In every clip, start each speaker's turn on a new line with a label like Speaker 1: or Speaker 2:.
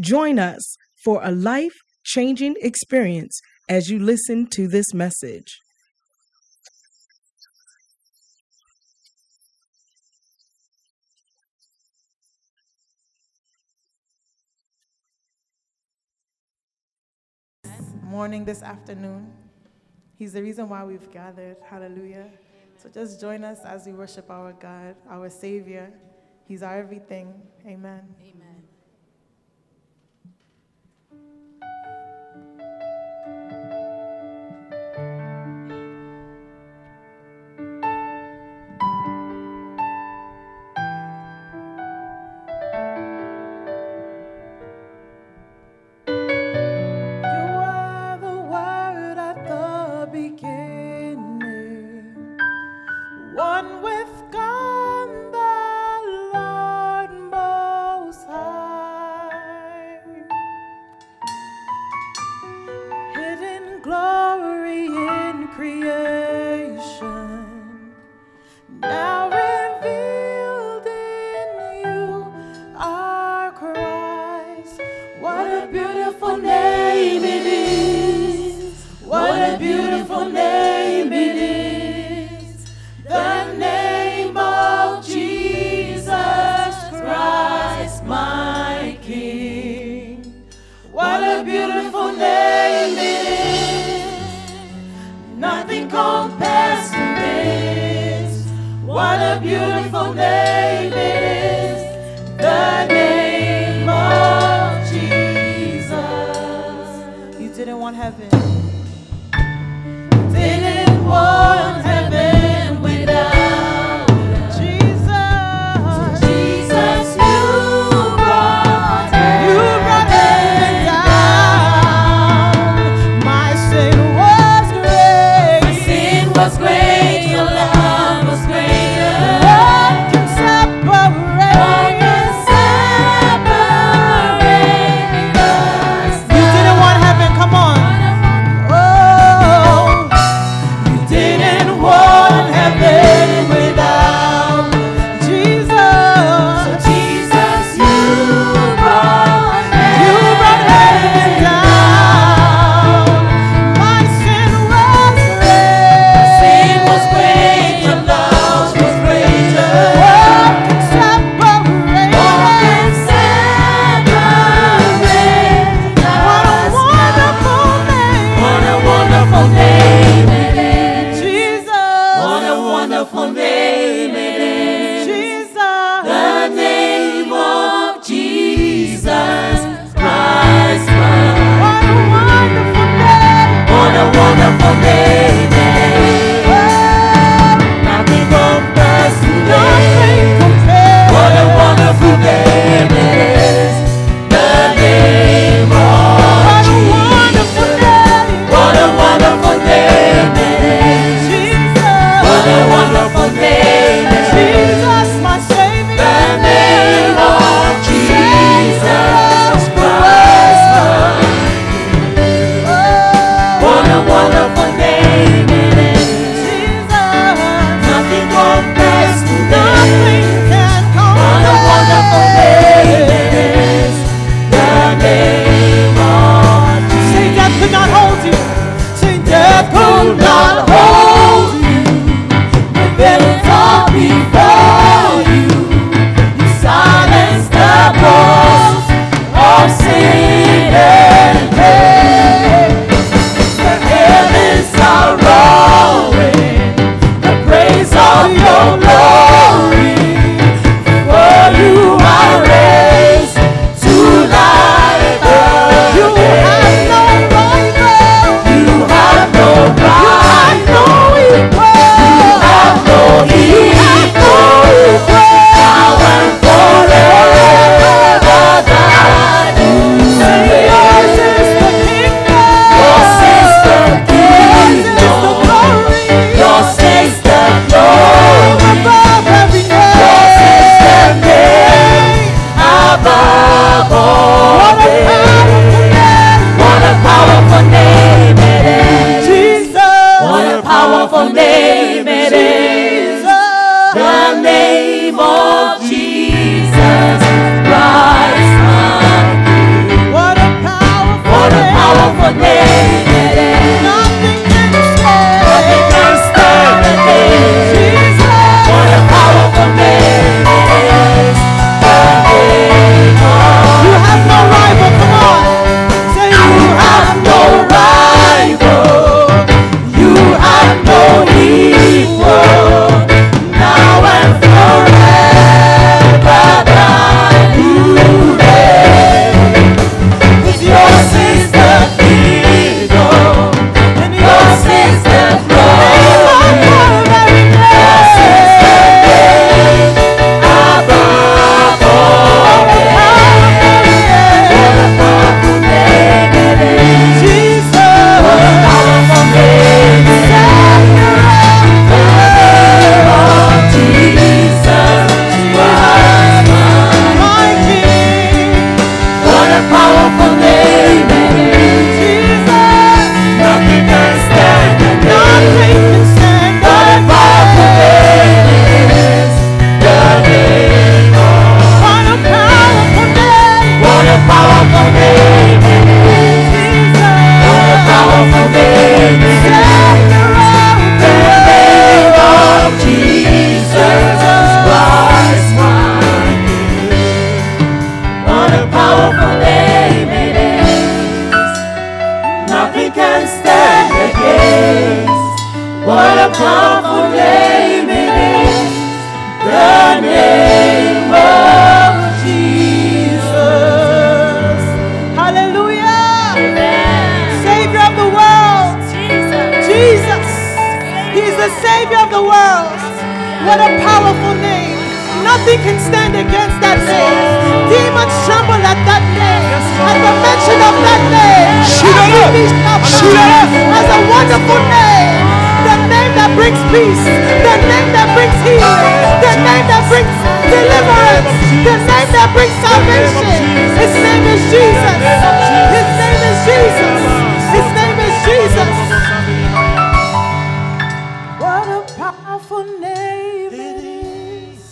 Speaker 1: Join us for a life-changing experience as you listen to this message.
Speaker 2: morning, this afternoon. He's the reason why we've gathered. Hallelujah. So just join us as we worship our God, our Savior. He's our everything. Amen.
Speaker 3: Amen.
Speaker 2: You are the Word at the beginning, one with God, the Lord Most High. Hidden glory in creation, now revealed in you, our Christ. What a beautiful name it is! What a beautiful name it is! The name of Jesus Christ, my King. What a beautiful name it is! Nothing compares to this. What a beautiful name it is. The name of Jesus. You didn't want heaven. Didn't want heaven without Jesus. Jesus, you brought heaven down. My sin was great. My sin was great. Your love was greater. What can separate? What can separate us? You didn't want heaven. Come on. Oh. You didn't want heaven without Jesus. So Jesus, you brought you brought heaven down. My sin was great. Sin was great. Your love was greater. What can separate? What can separate? What a wonderful name. What a wonderful name it is. Jesus. What a wonderful name it is. Jesus. The name of Jesus Christ. What a wonderful name. What a wonderful name it is. Nothing compares to this. What a wonderful name it is. The name of Jesus. What a wonderful name it is. What a wonderful name it is. The name of Jesus Christ. What a wonderful name it is. Nothing compares to this. What a wonderful name it is. The name of Jesus. Say death could not hold you. Say death could not hold you. The villains are before you. You silenced the voice of sin and pain. The heavens are roaring. The praise of your glory. For you are raised to life again. You have no rival. You have no rival. You have no equal. You have no the name of Jesus Christ, my
Speaker 4: What a powerful
Speaker 2: what a
Speaker 4: name.
Speaker 2: powerful name it is.
Speaker 4: Nothing can stand.
Speaker 2: Nothing can stand against
Speaker 4: Jesus.
Speaker 2: What a powerful name it is. The name of
Speaker 4: You have no rival. Come on. Say you
Speaker 2: You
Speaker 4: have
Speaker 2: have no rival. You have no equal. Now and forever, thine you reign. With yours is the kingdom.
Speaker 4: and you
Speaker 2: Yours is the glory. Yours is the name above all names. What a powerful name it is.
Speaker 4: Jesus.
Speaker 2: What a powerful name it is. The name of Jesus Christ,
Speaker 4: My
Speaker 2: my
Speaker 4: King.
Speaker 2: What a powerful name it is.
Speaker 4: Jesus.
Speaker 2: Nothing can stand
Speaker 4: Nothing
Speaker 2: against.
Speaker 4: can stand.
Speaker 2: What a powerful name it is. The name of
Speaker 4: What a powerful name.
Speaker 2: What a powerful name it is. What a
Speaker 4: Jesus.
Speaker 2: powerful name it is.
Speaker 4: Savior
Speaker 2: The name of Jesus Christ, my King. What a powerful name it is. Nothing can stand against. What a powerful name it is. The name of Jesus.
Speaker 4: of- Hallelujah.
Speaker 5: Amen.
Speaker 4: Savior of the world.
Speaker 5: Jesus.
Speaker 4: Jesus. He is the Savior of the world. What a powerful name. Nothing can stand against that name. Demons tremble at that name. At the mention of that name.
Speaker 6: Shoot it up.
Speaker 4: every knee shall bow.
Speaker 6: Shoot it up.
Speaker 4: As a wonderful name. The name that brings peace. The name that brings healing. The name that brings deliverance. The name that brings salvation. His name is Jesus. His name is Jesus. His name is Jesus. What a powerful name it is.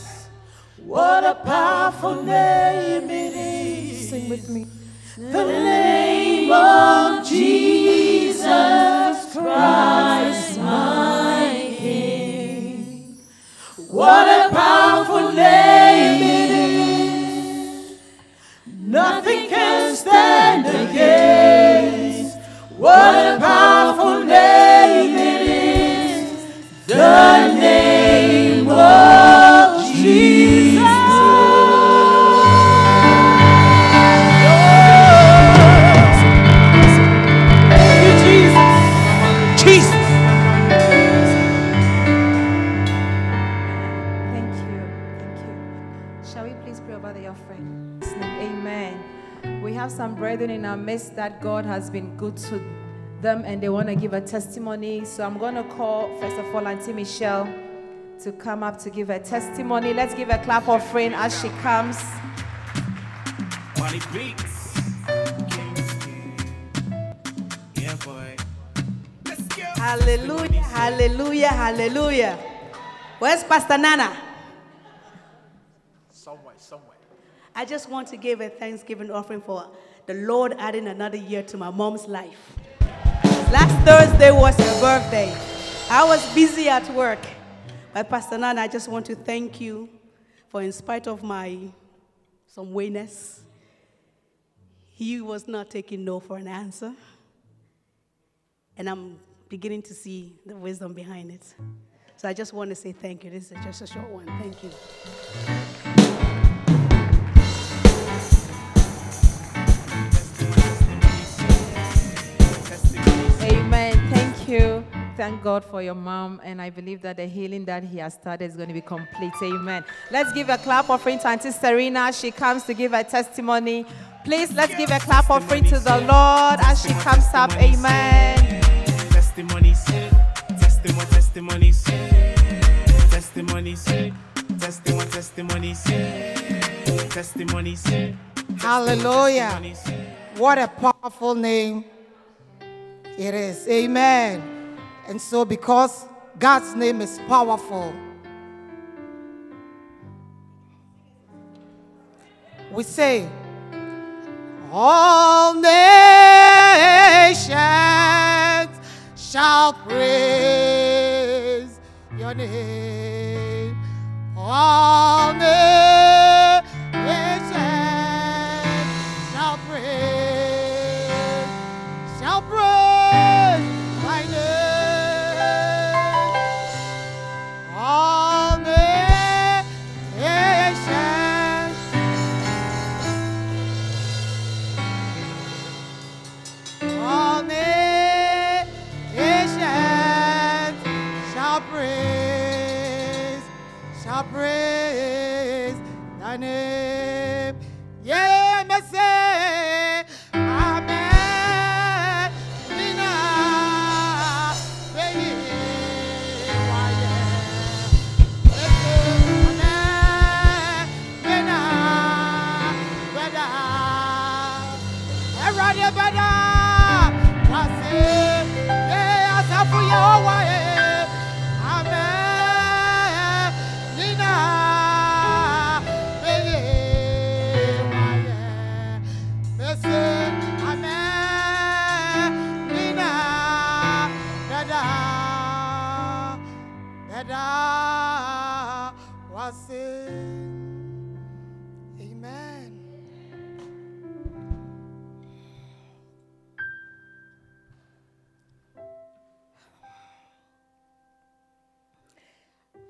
Speaker 2: What a powerful name it is.
Speaker 4: Sing with me.
Speaker 2: The name of Jesus Christ, my King. What a powerful name it is. Nothing can stand against. What a powerful name it is. The name of Jesus.
Speaker 4: Thank you, Jesus.
Speaker 6: Jesus.
Speaker 7: Thank you. Thank you. Shall we please pray over the offering? Amen. We have some brethren in our midst that God has been good to them and they want to give a testimony. So I'm going to call, first of all, Auntie Michelle to come up to give a testimony. Let's give a clap offering as she comes.
Speaker 8: Money beats. Yeah, boy. Let's go.
Speaker 9: Hallelujah, hallelujah, hallelujah. Where's Pastor Nana?
Speaker 8: Somewhere, somewhere.
Speaker 9: I just want to give a thanksgiving offering for the Lord adding another year to my mom's life. Last Thursday was her birthday. I was busy at work. But Pastor Nana, I just want to thank you for, in spite of my some wayness, he was not taking no for an answer. And I'm beginning to see the wisdom behind it. So I just want to say thank you. This is just a short one. Thank you.
Speaker 7: Amen. Thank you. Thank God for your mom. And I believe that the healing that He has started is going to be complete. Amen. Let's give a clap offering to Auntie Serena. She comes to give her testimony. Please let's give a clap offering to the Lord as she comes up. Amen.
Speaker 8: Testimony say, testimony, testimony say, testimony say, testimony, testimony say, testimony say.
Speaker 10: Hallelujah.
Speaker 8: testimony say.
Speaker 10: What a powerful name it is. Amen. And so, because God's name is powerful, we say, All nations shall praise your name. All nations shall praise, shall praise thy name. All nations all nations shall praise, shall praise thy name. Yeah, me say, Amen. Nina, baby, why, yeah. Me say, Amen. Nina, brother. Ẹ̀rọ̀dẹ̀ bẹ̀dà wá sí ilé àsàfúnyẹ̀ ó wáyé. Àmẹ́ nínà péye wáyé.
Speaker 11: Mm-hmm.
Speaker 10: Bẹ́sẹ̀ àmẹ́ nínà bẹ̀dà bẹ̀dà wá sí. Amen.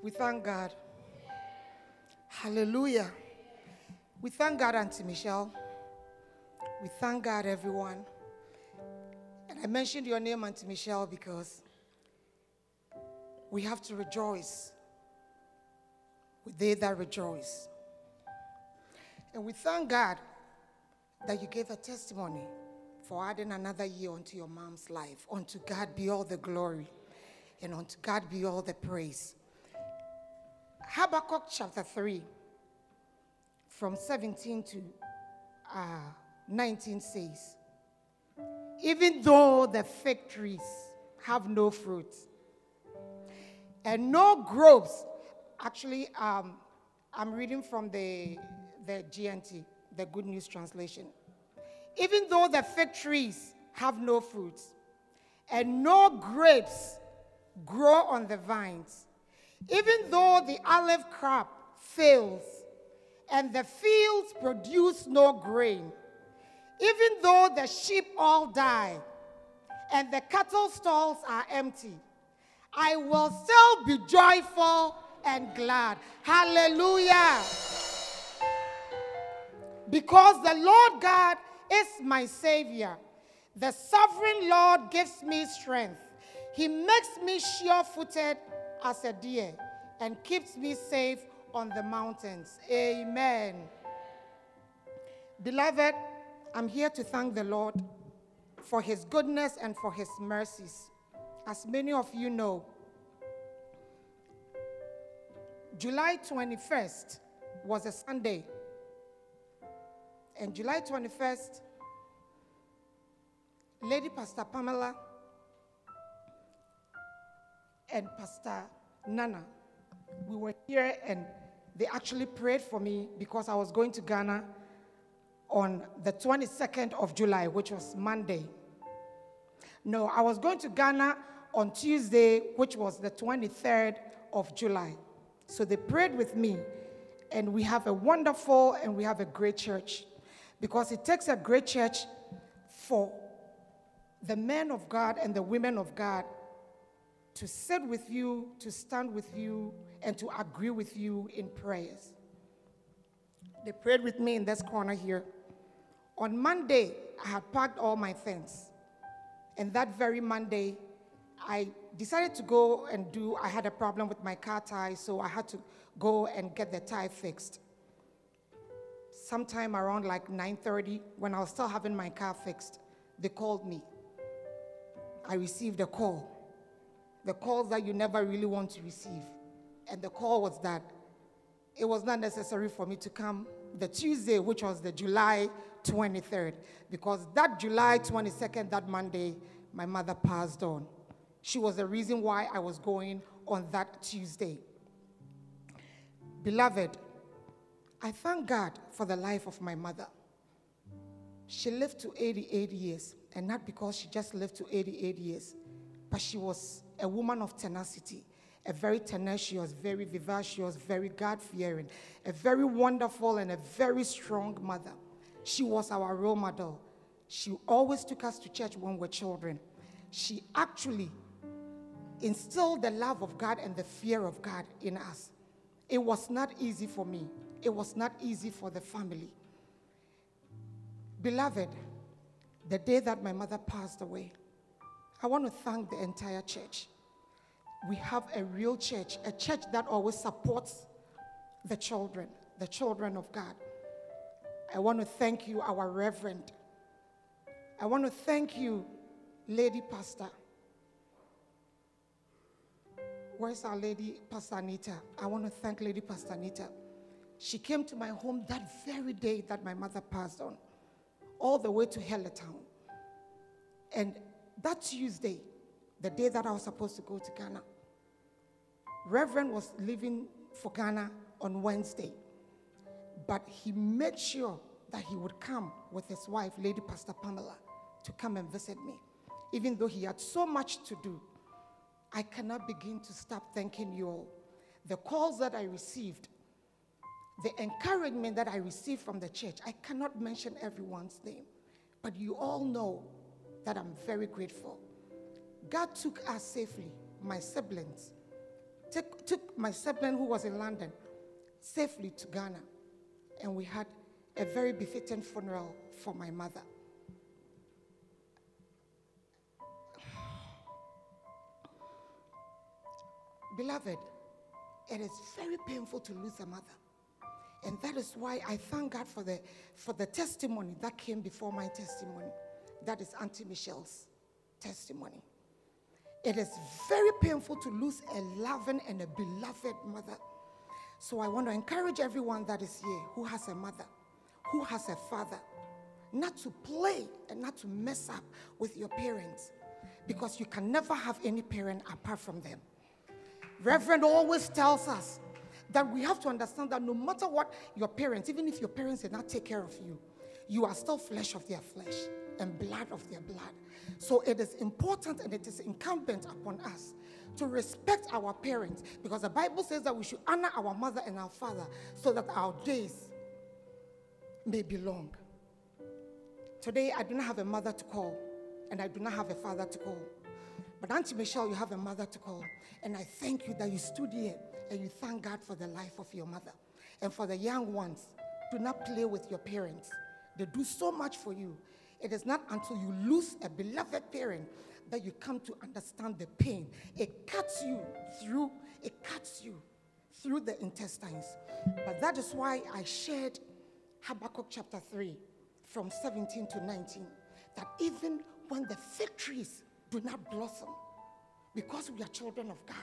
Speaker 10: We thank God. Hallelujah. We thank God, Auntie Michelle. We thank God, everyone. And I mentioned your name, Auntie Michelle, because we have to rejoice with they that rejoice. And we thank God that you gave a testimony for adding another year unto your mom's life. Unto God be all the glory, and unto God be all the praise. Habakkuk chapter 3, from 17 to uh, 19 says, Even though the fig trees have no fruit, and no grapes, actually, um, I'm reading from the, the GNT, the Good News Translation. Even though the fig trees have no fruit, and no grapes grow on the vines, even though the olive crop fails and the fields produce no grain, even though the sheep all die and the cattle stalls are empty, I will still be joyful and glad. Hallelujah. Because the Lord God is my Savior. The sovereign Lord gives me strength. He makes me sure footed as a deer and keeps me safe on the mountains. Amen. Beloved, I'm here to thank the Lord for his goodness and for his mercies. As many of you know, July 21st was a Sunday. And July 21st, Lady Pastor Pamela and Pastor Nana, we were here and they actually prayed for me because I was going to Ghana on the 22nd of July, which was Monday. No, I was going to Ghana on Tuesday, which was the 23rd of July. So they prayed with me, and we have a wonderful and we have a great church because it takes a great church for the men of God and the women of God to sit with you, to stand with you, and to agree with you in prayers. They prayed with me in this corner here. On Monday, I had packed all my things. And that very Monday, I decided to go and do, I had a problem with my car tie, so I had to go and get the tie fixed. Sometime around like 9:30, when I was still having my car fixed, they called me. I received a call the calls that you never really want to receive. And the call was that it was not necessary for me to come the Tuesday, which was the July 23rd, because that July 22nd, that Monday, my mother passed on. She was the reason why I was going on that Tuesday. Beloved, I thank God for the life of my mother. She lived to 88 years, and not because she just lived to 88 years, but she was a woman of tenacity, a very tenacious, very vivacious, very God fearing, a very wonderful, and a very strong mother. She was our role model. She always took us to church when we were children. She actually instilled the love of God and the fear of God in us. It was not easy for me, it was not easy for the family. Beloved, the day that my mother passed away, I want to thank the entire church. We have a real church, a church that always supports the children, the children of God. I want to thank you, our Reverend. I want to thank you, Lady Pastor. Where's our Lady Pastor Anita? I want to thank Lady Pastor Anita. She came to my home that very day that my mother passed on, all the way to Hellertown. And that Tuesday, the day that I was supposed to go to Ghana, Reverend was leaving for Ghana on Wednesday. But he made sure that he would come with his wife, Lady Pastor Pamela, to come and visit me. Even though he had so much to do, I cannot begin to stop thanking you all. The calls that I received, the encouragement that I received from the church, I cannot mention everyone's name, but you all know that I'm very grateful. God took us safely, my siblings, took, took my sibling who was in London safely to Ghana, and we had a very befitting funeral for my mother. Beloved, it is very painful to lose a mother. And that is why I thank God for the, for the testimony that came before my testimony. That is Auntie Michelle's testimony. It is very painful to lose a loving and a beloved mother. So I want to encourage everyone that is here who has a mother, who has a father, not to play and not to mess up with your parents because you can never have any parent apart from them. Reverend always tells us that we have to understand that no matter what your parents, even if your parents did not take care of you, you are still flesh of their flesh and blood of their blood. So it is important and it is incumbent upon us to respect our parents because the Bible says that we should honor our mother and our father so that our days may be long. Today, I do not have a mother to call and I do not have a father to call. But Auntie Michelle, you have a mother to call. And I thank you that you stood here and you thank God for the life of your mother. And for the young ones, do not play with your parents. They do so much for you. It is not until you lose a beloved parent that you come to understand the pain. It cuts you through, it cuts you through the intestines. But that is why I shared Habakkuk chapter 3 from 17 to 19 that even when the fig trees do not blossom because we are children of God.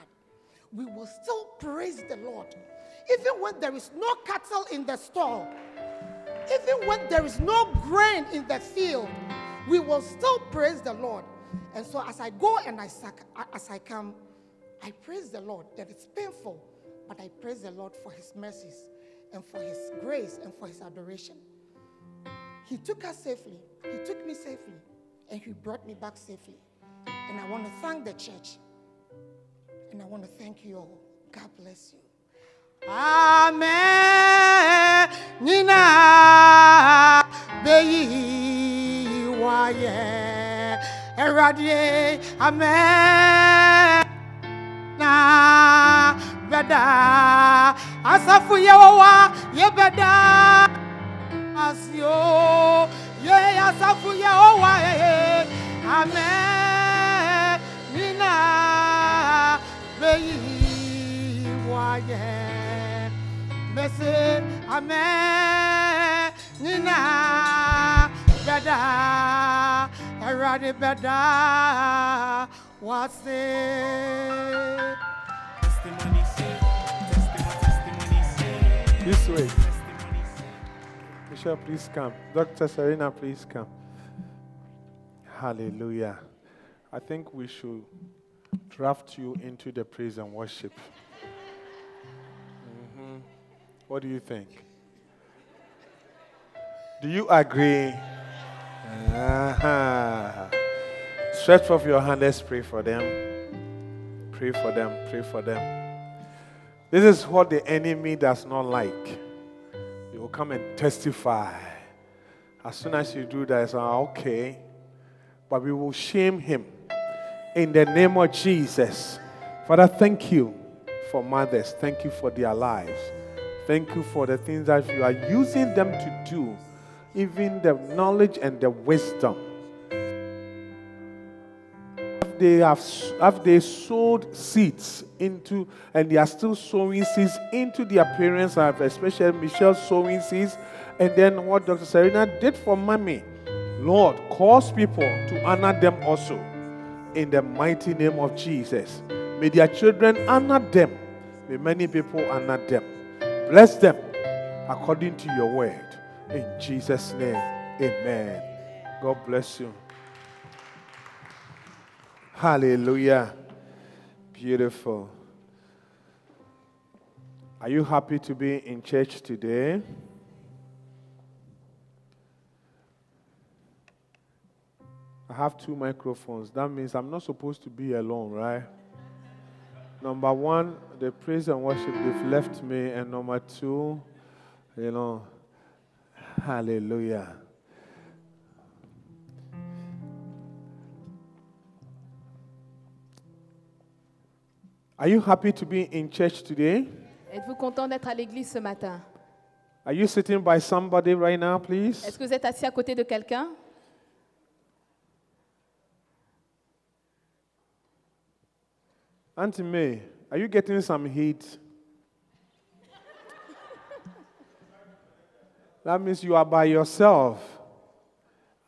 Speaker 10: We will still praise the Lord. Even when there is no cattle in the store, even when there is no grain in the field, we will still praise the Lord. And so as I go and I sac- as I come, I praise the Lord that it's painful, but I praise the Lord for his mercies and for his grace and for his adoration. He took us safely. He took me safely. And he brought me back safely. And I want to thank the church. And I want to thank you all. God bless you. Amen. Nina beyi waye. Eradi amen. Na beda asafu yewa yebeda asio ye asafu yewa eh, eh. amen mina beyi waye mese amen nina beda eradi beda wase
Speaker 12: Testimony say, testimony, testimony say,
Speaker 13: This way.
Speaker 12: testimony say.
Speaker 13: Michelle, please come. Dr. Serena, please come. Hallelujah. I think we should draft you into the praise and worship. Mhm. What do you think?
Speaker 11: Do you agree? Uh-huh. Stretch forth your hand. Let's pray for them. Pray for them. Pray for them. This is what the enemy does not like. He will come and testify. As soon as you do that, it's ah, okay. But we will shame him in the name of Jesus. Father, thank you for mothers. Thank you for their lives. Thank you for the things that you are using them to do, even the knowledge and the wisdom. If They have, s- have they sowed seeds into, and they are still sowing seeds into their parents, and especially Michelle sowing seeds, and then what Dr. Serena did for mommy. Lord, cause people to honor them also in the mighty name of Jesus. May their children honor them. May many people honor them. Bless them according to your word. In Jesus' name, amen. God bless you. Hallelujah. Beautiful. Are you happy to be in church today? I have two microphones. That means I'm not supposed to be alone, right? Number one, the praise and worship, they've left me. And number two, you know, hallelujah. Are you happy to be in church today?
Speaker 14: Êtes-vous content d'être à l'église ce matin
Speaker 11: Are you sitting by somebody right now, please?
Speaker 14: Est-ce que vous êtes assis à côté de quelqu'un
Speaker 11: Auntie May, are you getting some heat? that means you are by yourself.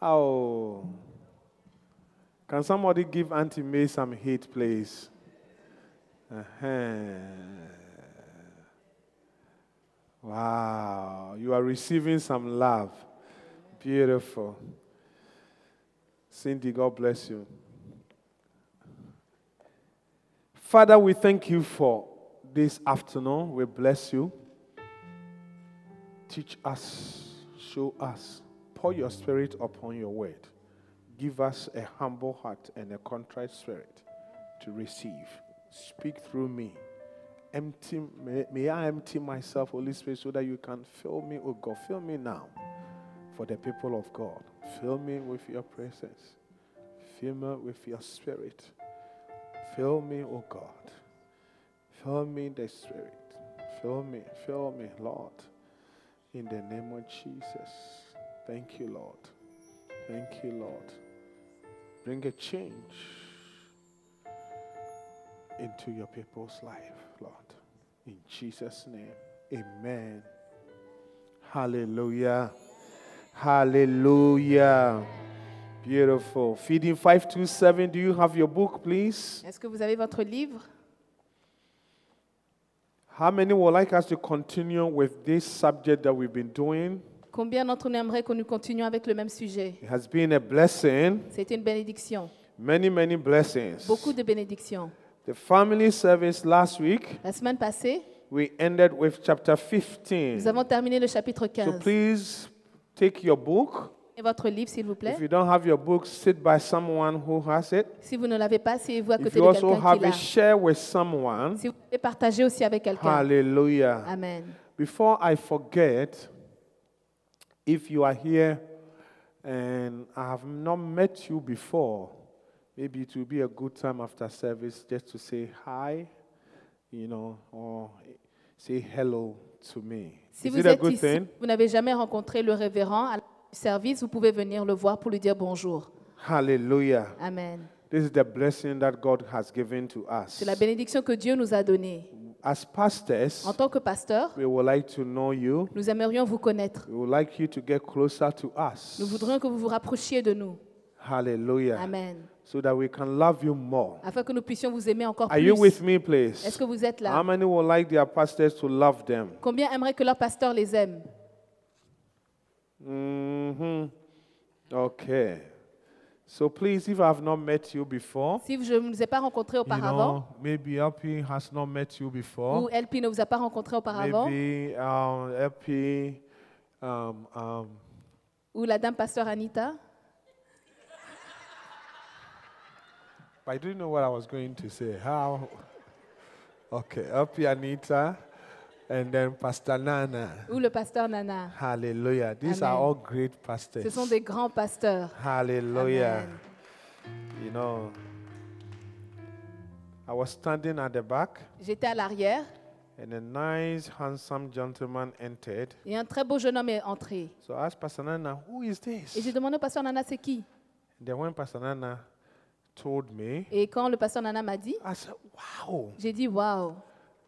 Speaker 11: Oh. Can somebody give Auntie May some heat, please? Uh-huh. Wow. You are receiving some love. Beautiful. Cindy, God bless you. Father, we thank you for this afternoon. We bless you. Teach us, show us, pour your spirit upon your word. Give us a humble heart and a contrite spirit to receive. Speak through me. Empty, may, may I empty myself, Holy Spirit, so that you can fill me, oh God. Fill me now for the people of God. Fill me with your presence. Fill me with your spirit. Fill me, O God. Fill me the Spirit. Fill me, fill me, Lord. In the name of Jesus. Thank you, Lord. Thank you, Lord. Bring a change into your people's life, Lord. In Jesus' name. Amen. Hallelujah. Hallelujah. Beautiful. Feeding 527. Do you have your book, please?
Speaker 14: Est-ce que vous avez votre livre
Speaker 11: How many would like us to continue with this subject that we've been doing?
Speaker 14: Combien d'entre nous aimeraient que nous continuions avec le même sujet
Speaker 11: It has been a blessing,
Speaker 14: C'était une bénédiction,
Speaker 11: many, many blessings.
Speaker 14: beaucoup de bénédictions.
Speaker 11: The family service last week,
Speaker 14: La semaine passée,
Speaker 11: we ended with chapter
Speaker 14: nous
Speaker 11: 15.
Speaker 14: avons terminé le chapitre
Speaker 11: So
Speaker 14: 15.
Speaker 11: please take your book.
Speaker 14: Et votre livre, s'il vous plaît.
Speaker 11: If you don't have your book, sit by someone who has it.
Speaker 14: Si vous ne l'avez pas, asseyez-vous à
Speaker 11: If
Speaker 14: côté
Speaker 11: you
Speaker 14: de
Speaker 11: also
Speaker 14: quelqu'un qui
Speaker 11: have
Speaker 14: l'a.
Speaker 11: it, share with someone.
Speaker 14: Si vous pouvez partager aussi avec quelqu'un.
Speaker 11: Hallelujah.
Speaker 14: Amen.
Speaker 11: Before I forget, if you are here and I have not met you before, maybe it will be a good time after service just to say hi, you know, or say hello to me.
Speaker 14: Si
Speaker 11: Is
Speaker 14: vous
Speaker 11: it a
Speaker 14: êtes
Speaker 11: good
Speaker 14: ici,
Speaker 11: thing?
Speaker 14: vous n'avez jamais rencontré le révérend à la service, vous pouvez venir le voir pour lui dire bonjour.
Speaker 11: Hallelujah.
Speaker 14: Amen.
Speaker 11: This is the blessing that God has given to us.
Speaker 14: C'est la bénédiction que Dieu nous a donnée.
Speaker 11: As pastors,
Speaker 14: En tant que pasteur,
Speaker 11: we would like to know you.
Speaker 14: nous aimerions vous connaître.
Speaker 11: We would like you to get closer to us.
Speaker 14: Nous voudrions que vous vous rapprochiez de nous.
Speaker 11: Hallelujah.
Speaker 14: Amen.
Speaker 11: So that we can love you more.
Speaker 14: Afin que nous puissions vous aimer encore
Speaker 11: Are
Speaker 14: plus.
Speaker 11: you with me, please?
Speaker 14: Est-ce que vous êtes
Speaker 11: How
Speaker 14: là
Speaker 11: many would like their pastors to love them?
Speaker 14: Combien aimeraient que leur pasteur les aime
Speaker 11: hmm Okay. So please, if I have not met you before,
Speaker 14: Si je ne vous ai pas rencontré
Speaker 11: you
Speaker 14: auparavant,
Speaker 11: know, maybe LP has not met you
Speaker 14: ou
Speaker 11: before.
Speaker 14: LP ne vous a pas rencontré auparavant,
Speaker 11: Maybe um, LP, um, um,
Speaker 14: ou la dame pasteur Anita.
Speaker 11: But I didn't know what I was going to say. How? Okay, up here, Anita, and then Pastor Nana.
Speaker 14: ou le pasteur Nana.
Speaker 11: Hallelujah. These are
Speaker 14: Amen.
Speaker 11: all great pastors.
Speaker 14: Ce sont des grands pasteurs.
Speaker 11: Hallelujah. You know, I was standing at the back,
Speaker 14: J'étais à l'arrière
Speaker 11: and a nice, handsome gentleman entered.
Speaker 14: et un très beau jeune homme est entré.
Speaker 11: So I asked Pastor Nana, who is
Speaker 14: Et
Speaker 11: this?
Speaker 14: j'ai demandé au pasteur Nana c'est qui.
Speaker 11: Then when Pastor Nana told me,
Speaker 14: Et quand le pasteur Nana m'a dit,
Speaker 11: I said, wow,
Speaker 14: j'ai dit waouh.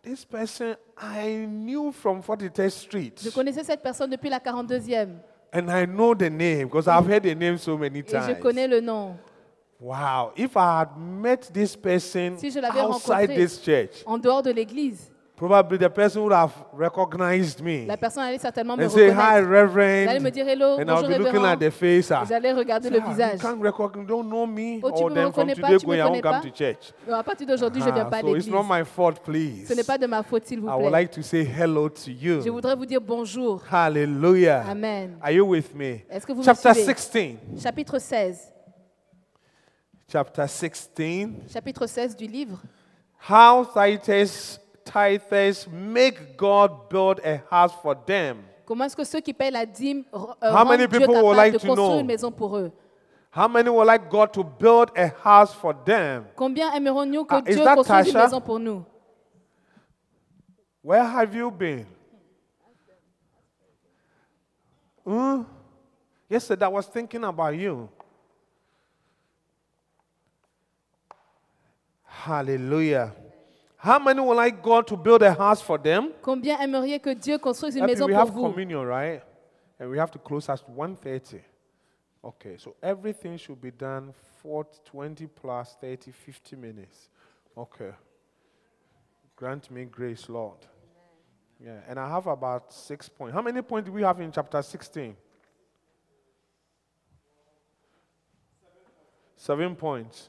Speaker 11: this person I knew from 43rd Street.
Speaker 14: Je connaissais cette personne depuis la 42e
Speaker 11: And I know the name because I've heard the name so many
Speaker 14: et je
Speaker 11: times.
Speaker 14: connais le nom.
Speaker 11: Wow. If I had met this person
Speaker 14: Si je l'avais
Speaker 11: outside
Speaker 14: rencontré.
Speaker 11: this church,
Speaker 14: En dehors de l'église,
Speaker 11: probably the person would have recognized me
Speaker 14: la personne allait certainement me
Speaker 11: Mm. and say, Hi,
Speaker 14: reconnaître. Elle
Speaker 11: Reverend.
Speaker 14: allait me dire hello,
Speaker 11: and I'll
Speaker 14: bonjour
Speaker 11: be looking
Speaker 14: révérend.
Speaker 11: at the face. ah,
Speaker 14: Et J'allais regarder le
Speaker 11: "Ah, You
Speaker 14: visage.
Speaker 11: can't recognize, don't know me.
Speaker 14: Oh, tu
Speaker 11: or
Speaker 14: me
Speaker 11: then from
Speaker 14: reconnais pas,
Speaker 11: today
Speaker 14: tu me
Speaker 11: going, I won't
Speaker 14: connais pas.
Speaker 11: come to church.
Speaker 14: Non, à partir d'aujourd'hui, je ne viens
Speaker 11: Ah,
Speaker 14: pas à
Speaker 11: so it's
Speaker 14: l'église.
Speaker 11: not my fault, please.
Speaker 14: Ce n'est pas de ma faute, s'il vous
Speaker 11: I would
Speaker 14: plaît.
Speaker 11: like to say hello to you.
Speaker 14: Je voudrais vous dire bonjour.
Speaker 11: Hallelujah.
Speaker 14: Amen.
Speaker 11: Are you with me?
Speaker 14: Est-ce que vous me
Speaker 11: Chapter
Speaker 14: suivez?
Speaker 11: 16.
Speaker 14: Chapitre 16.
Speaker 11: Chapter 16.
Speaker 14: Chapitre 16 du livre.
Speaker 11: How Titus, Titus make God build a house for them.
Speaker 14: Comment est-ce que ceux qui paient la dîme r- euh,
Speaker 11: How many
Speaker 14: rendent Dieu
Speaker 11: people would
Speaker 14: capable
Speaker 11: like
Speaker 14: de
Speaker 11: to
Speaker 14: construire
Speaker 11: know?
Speaker 14: une maison pour eux
Speaker 11: How many would like God to build a house for them?
Speaker 14: Combien aimerons-nous que
Speaker 11: Ah, is
Speaker 14: Dieu
Speaker 11: that
Speaker 14: construise une
Speaker 11: Tasha?
Speaker 14: maison pour nous
Speaker 11: Where have you been? Hmm? Yesterday I was thinking about you. Hallelujah. How many would like God to build a house for them?
Speaker 14: Combien aimeriez que Dieu construise une
Speaker 11: Happy,
Speaker 14: maison
Speaker 11: we
Speaker 14: pour
Speaker 11: have
Speaker 14: vous
Speaker 11: communion, right? And we have to close at 1.30. Okay, so everything should be done 40, 20 plus 30, 50 minutes. Okay. Grant me grace, Lord. Yeah, and I have about six points. How many points do we have in chapter 16? Seven points.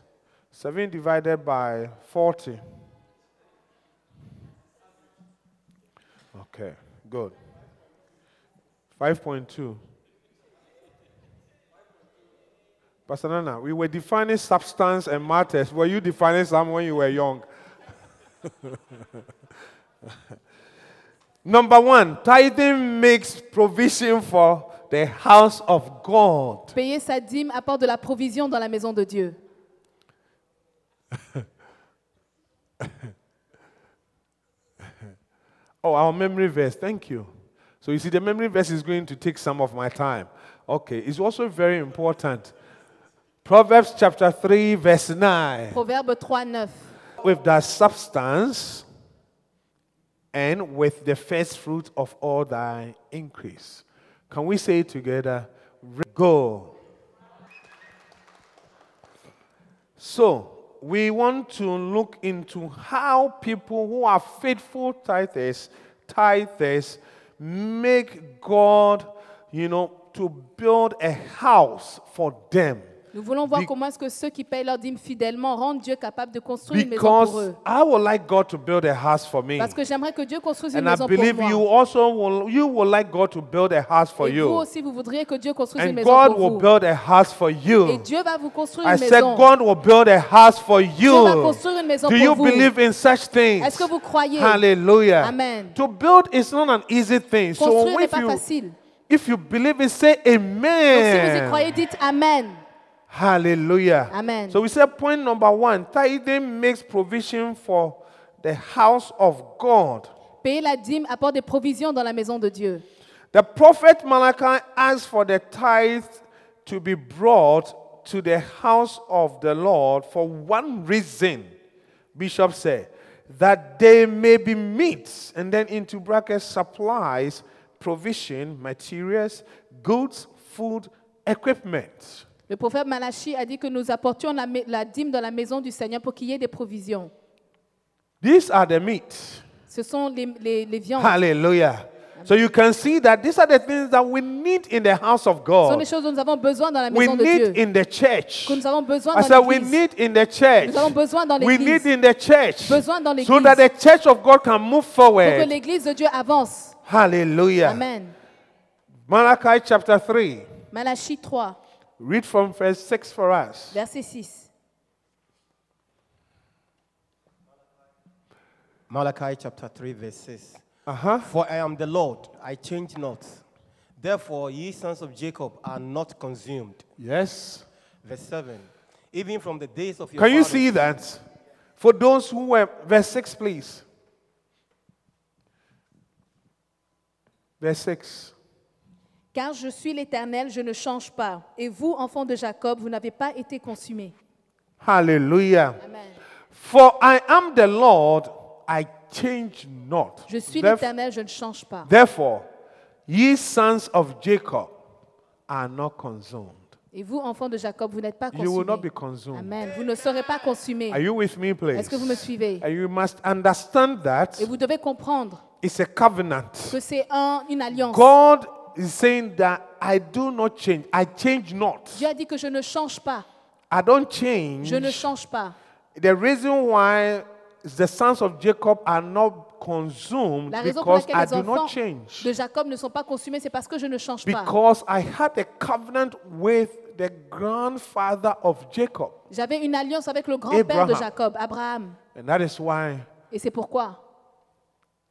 Speaker 11: Seven divided by 40. Okay, good. 5.2. Pastor Nana, we were defining substance and matters. Were you defining some when you were young? Number one, tithing makes provision for the house of God.
Speaker 14: Payer sa dîme apporte de la provision dans la maison de Dieu.
Speaker 11: Oh, our memory verse. Thank you. So you see, the memory verse is going to take some of my time. Okay, it's also very important. Proverbs chapter 3, verse 9.
Speaker 14: Proverbe 3, 9.
Speaker 11: with that substance and with the first fruit of all thy increase. Can we say it together? Re- Go. So, we want to look into how people who are faithful tithers, tithers, make God, you know, to build a house for them.
Speaker 14: Nous voulons voir
Speaker 11: Be-
Speaker 14: comment est-ce que ceux qui paient leur dîme fidèlement rendent Dieu capable de construire une maison pour
Speaker 11: Because
Speaker 14: eux.
Speaker 11: I would like God to build a house for me.
Speaker 14: Parce que j'aimerais que Dieu construise une
Speaker 11: And I
Speaker 14: maison
Speaker 11: believe
Speaker 14: pour
Speaker 11: you
Speaker 14: moi.
Speaker 11: also will, you will like God to build a house for
Speaker 14: Et vous
Speaker 11: you.
Speaker 14: aussi, vous voudriez que Dieu construise une
Speaker 11: And
Speaker 14: maison
Speaker 11: God
Speaker 14: pour
Speaker 11: will
Speaker 14: vous.
Speaker 11: build a house for
Speaker 14: Et
Speaker 11: you.
Speaker 14: Dieu va vous construire
Speaker 11: I
Speaker 14: une
Speaker 11: said,
Speaker 14: maison.
Speaker 11: God will build a house for
Speaker 14: Dieu va
Speaker 11: you.
Speaker 14: construire une maison
Speaker 11: Do
Speaker 14: pour
Speaker 11: you
Speaker 14: vous.
Speaker 11: believe in such things?
Speaker 14: Est-ce que vous croyez?
Speaker 11: Hallelujah.
Speaker 14: Amen.
Speaker 11: To build is not an easy thing. So
Speaker 14: Construire n'est
Speaker 11: if
Speaker 14: pas
Speaker 11: you,
Speaker 14: facile.
Speaker 11: if you believe it, say
Speaker 14: Donc si vous y
Speaker 11: amen.
Speaker 14: croyez, dites Amen.
Speaker 11: Hallelujah.
Speaker 14: Amen.
Speaker 11: So we said point number one, tithing makes provision for the house of God.
Speaker 14: Payer la dîme apporte des provisions dans la maison de Dieu.
Speaker 11: The prophet Malachi asked for the tithe to be brought to the house of the Lord for one reason, Bishop said, that they may be meat, and then into brackets, supplies, provision, materials, goods, food, equipment.
Speaker 14: Le prophète Malachie a dit que nous apportions la, ma- la dîme dans la maison du Seigneur pour qu'il y ait des provisions.
Speaker 11: These are the meat.
Speaker 14: Ce sont les, les- les viandes.
Speaker 11: Hallelujah. So you can see that these are the things that we need in the house of
Speaker 14: Ce sont
Speaker 11: God.
Speaker 14: les choses dont nous avons besoin dans la
Speaker 11: We
Speaker 14: maison de Dieu.
Speaker 11: need in the church.
Speaker 14: que nous avons besoin
Speaker 11: I said
Speaker 14: dans
Speaker 11: we
Speaker 14: l'église.
Speaker 11: need in the church.
Speaker 14: Nous avons besoin dans
Speaker 11: We
Speaker 14: l'église.
Speaker 11: need in the church.
Speaker 14: Besoin dans
Speaker 11: So
Speaker 14: l'église.
Speaker 11: that the church of God can move
Speaker 14: Pour que
Speaker 11: forward.
Speaker 14: l'église de Dieu avance.
Speaker 11: Hallelujah.
Speaker 14: Amen.
Speaker 11: Malachi chapter 3.
Speaker 14: Malachie 3,
Speaker 11: Read from verse 6 for us.
Speaker 14: verset 6.
Speaker 8: Malachi chapter 3, verse 6.
Speaker 11: Uh huh.
Speaker 8: For I am the Lord, I change not. Therefore, ye sons of Jacob are not consumed.
Speaker 11: Yes.
Speaker 8: Verse 7. Even from the days of your
Speaker 11: Can you
Speaker 8: fathers-
Speaker 11: see that? For those who were, verse 6, please. Verse 6.
Speaker 14: Car je suis l'Éternel, je ne change pas. Et vous, enfants de Jacob, vous n'avez pas été consumés.
Speaker 11: Hallelujah.
Speaker 14: Amen.
Speaker 11: For I am the Lord, I change not.
Speaker 14: Je suis
Speaker 11: Theref-
Speaker 14: l'Éternel, je ne change pas.
Speaker 11: Therefore, ye sons of Jacob are not consumed.
Speaker 14: Et vous, enfants de Jacob, vous n'êtes pas consumés.
Speaker 11: You will not be consumed.
Speaker 14: Amen. Vous ne serez pas consumés.
Speaker 11: Are you with me, please?
Speaker 14: Est-ce que vous me suivez
Speaker 11: And you must understand that
Speaker 14: Et vous devez comprendre
Speaker 11: it's a covenant.
Speaker 14: que c'est un- une alliance.
Speaker 11: God is saying that I do not change. I change not.
Speaker 14: Dieu a dit que je ne change pas.
Speaker 11: I don't change.
Speaker 14: Je ne change pas.
Speaker 11: The reason why the sons of Jacob are not consumed
Speaker 14: La raison pour
Speaker 11: because
Speaker 14: laquelle
Speaker 11: I
Speaker 14: les
Speaker 11: do
Speaker 14: enfants
Speaker 11: not change.
Speaker 14: de Jacob ne sont pas consumés, c'est parce que je ne change pas.
Speaker 11: Because I had a covenant with the grandfather of Jacob.
Speaker 14: J'avais une alliance avec le grand-père de
Speaker 11: Abraham.
Speaker 14: Jacob, Abraham.
Speaker 11: And that is why
Speaker 14: Et c'est pourquoi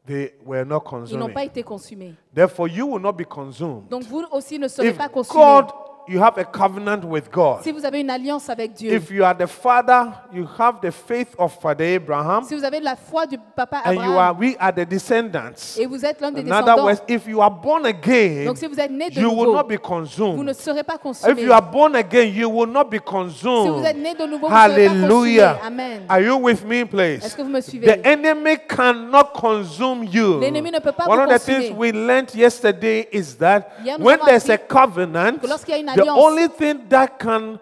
Speaker 11: they were not
Speaker 14: ils n'ont
Speaker 11: consumed.
Speaker 14: pas été consumés.
Speaker 11: Therefore, you will not be consumed.
Speaker 14: Donc vous aussi ne serez
Speaker 11: If
Speaker 14: pas consumés.
Speaker 11: God, you have a covenant with God.
Speaker 14: Si vous avez une alliance avec Dieu,
Speaker 11: If you are the father, you have the faith of Father Abraham,
Speaker 14: si vous avez de la foi du papa
Speaker 11: and you are
Speaker 14: Abraham,
Speaker 11: we are the descendants.
Speaker 14: et vous êtes l'un des
Speaker 11: In other
Speaker 14: descendants,
Speaker 11: words, if you are born again,
Speaker 14: Donc, si vous êtes né de
Speaker 11: you will
Speaker 14: nouveau,
Speaker 11: not be
Speaker 14: vous ne
Speaker 11: consumed.
Speaker 14: serez pas
Speaker 11: If
Speaker 14: consumés.
Speaker 11: you are born again, you will not be
Speaker 14: Si
Speaker 11: consumed.
Speaker 14: vous êtes né de nouveau, vous ne serez pas
Speaker 11: Hallelujah.
Speaker 14: consumés. Amen.
Speaker 11: Are you with me, please?
Speaker 14: Est-ce que vous me suivez?
Speaker 11: The enemy cannot consume you.
Speaker 14: L'ennemi ne peut pas
Speaker 11: One
Speaker 14: vous
Speaker 11: of the
Speaker 14: consumer.
Speaker 11: things we learned yesterday is that
Speaker 14: Hier, nous
Speaker 11: when
Speaker 14: avons
Speaker 11: there's a
Speaker 14: appris
Speaker 11: covenant,
Speaker 14: que lorsqu'il y a une
Speaker 11: the
Speaker 14: alliance-
Speaker 11: only thing that can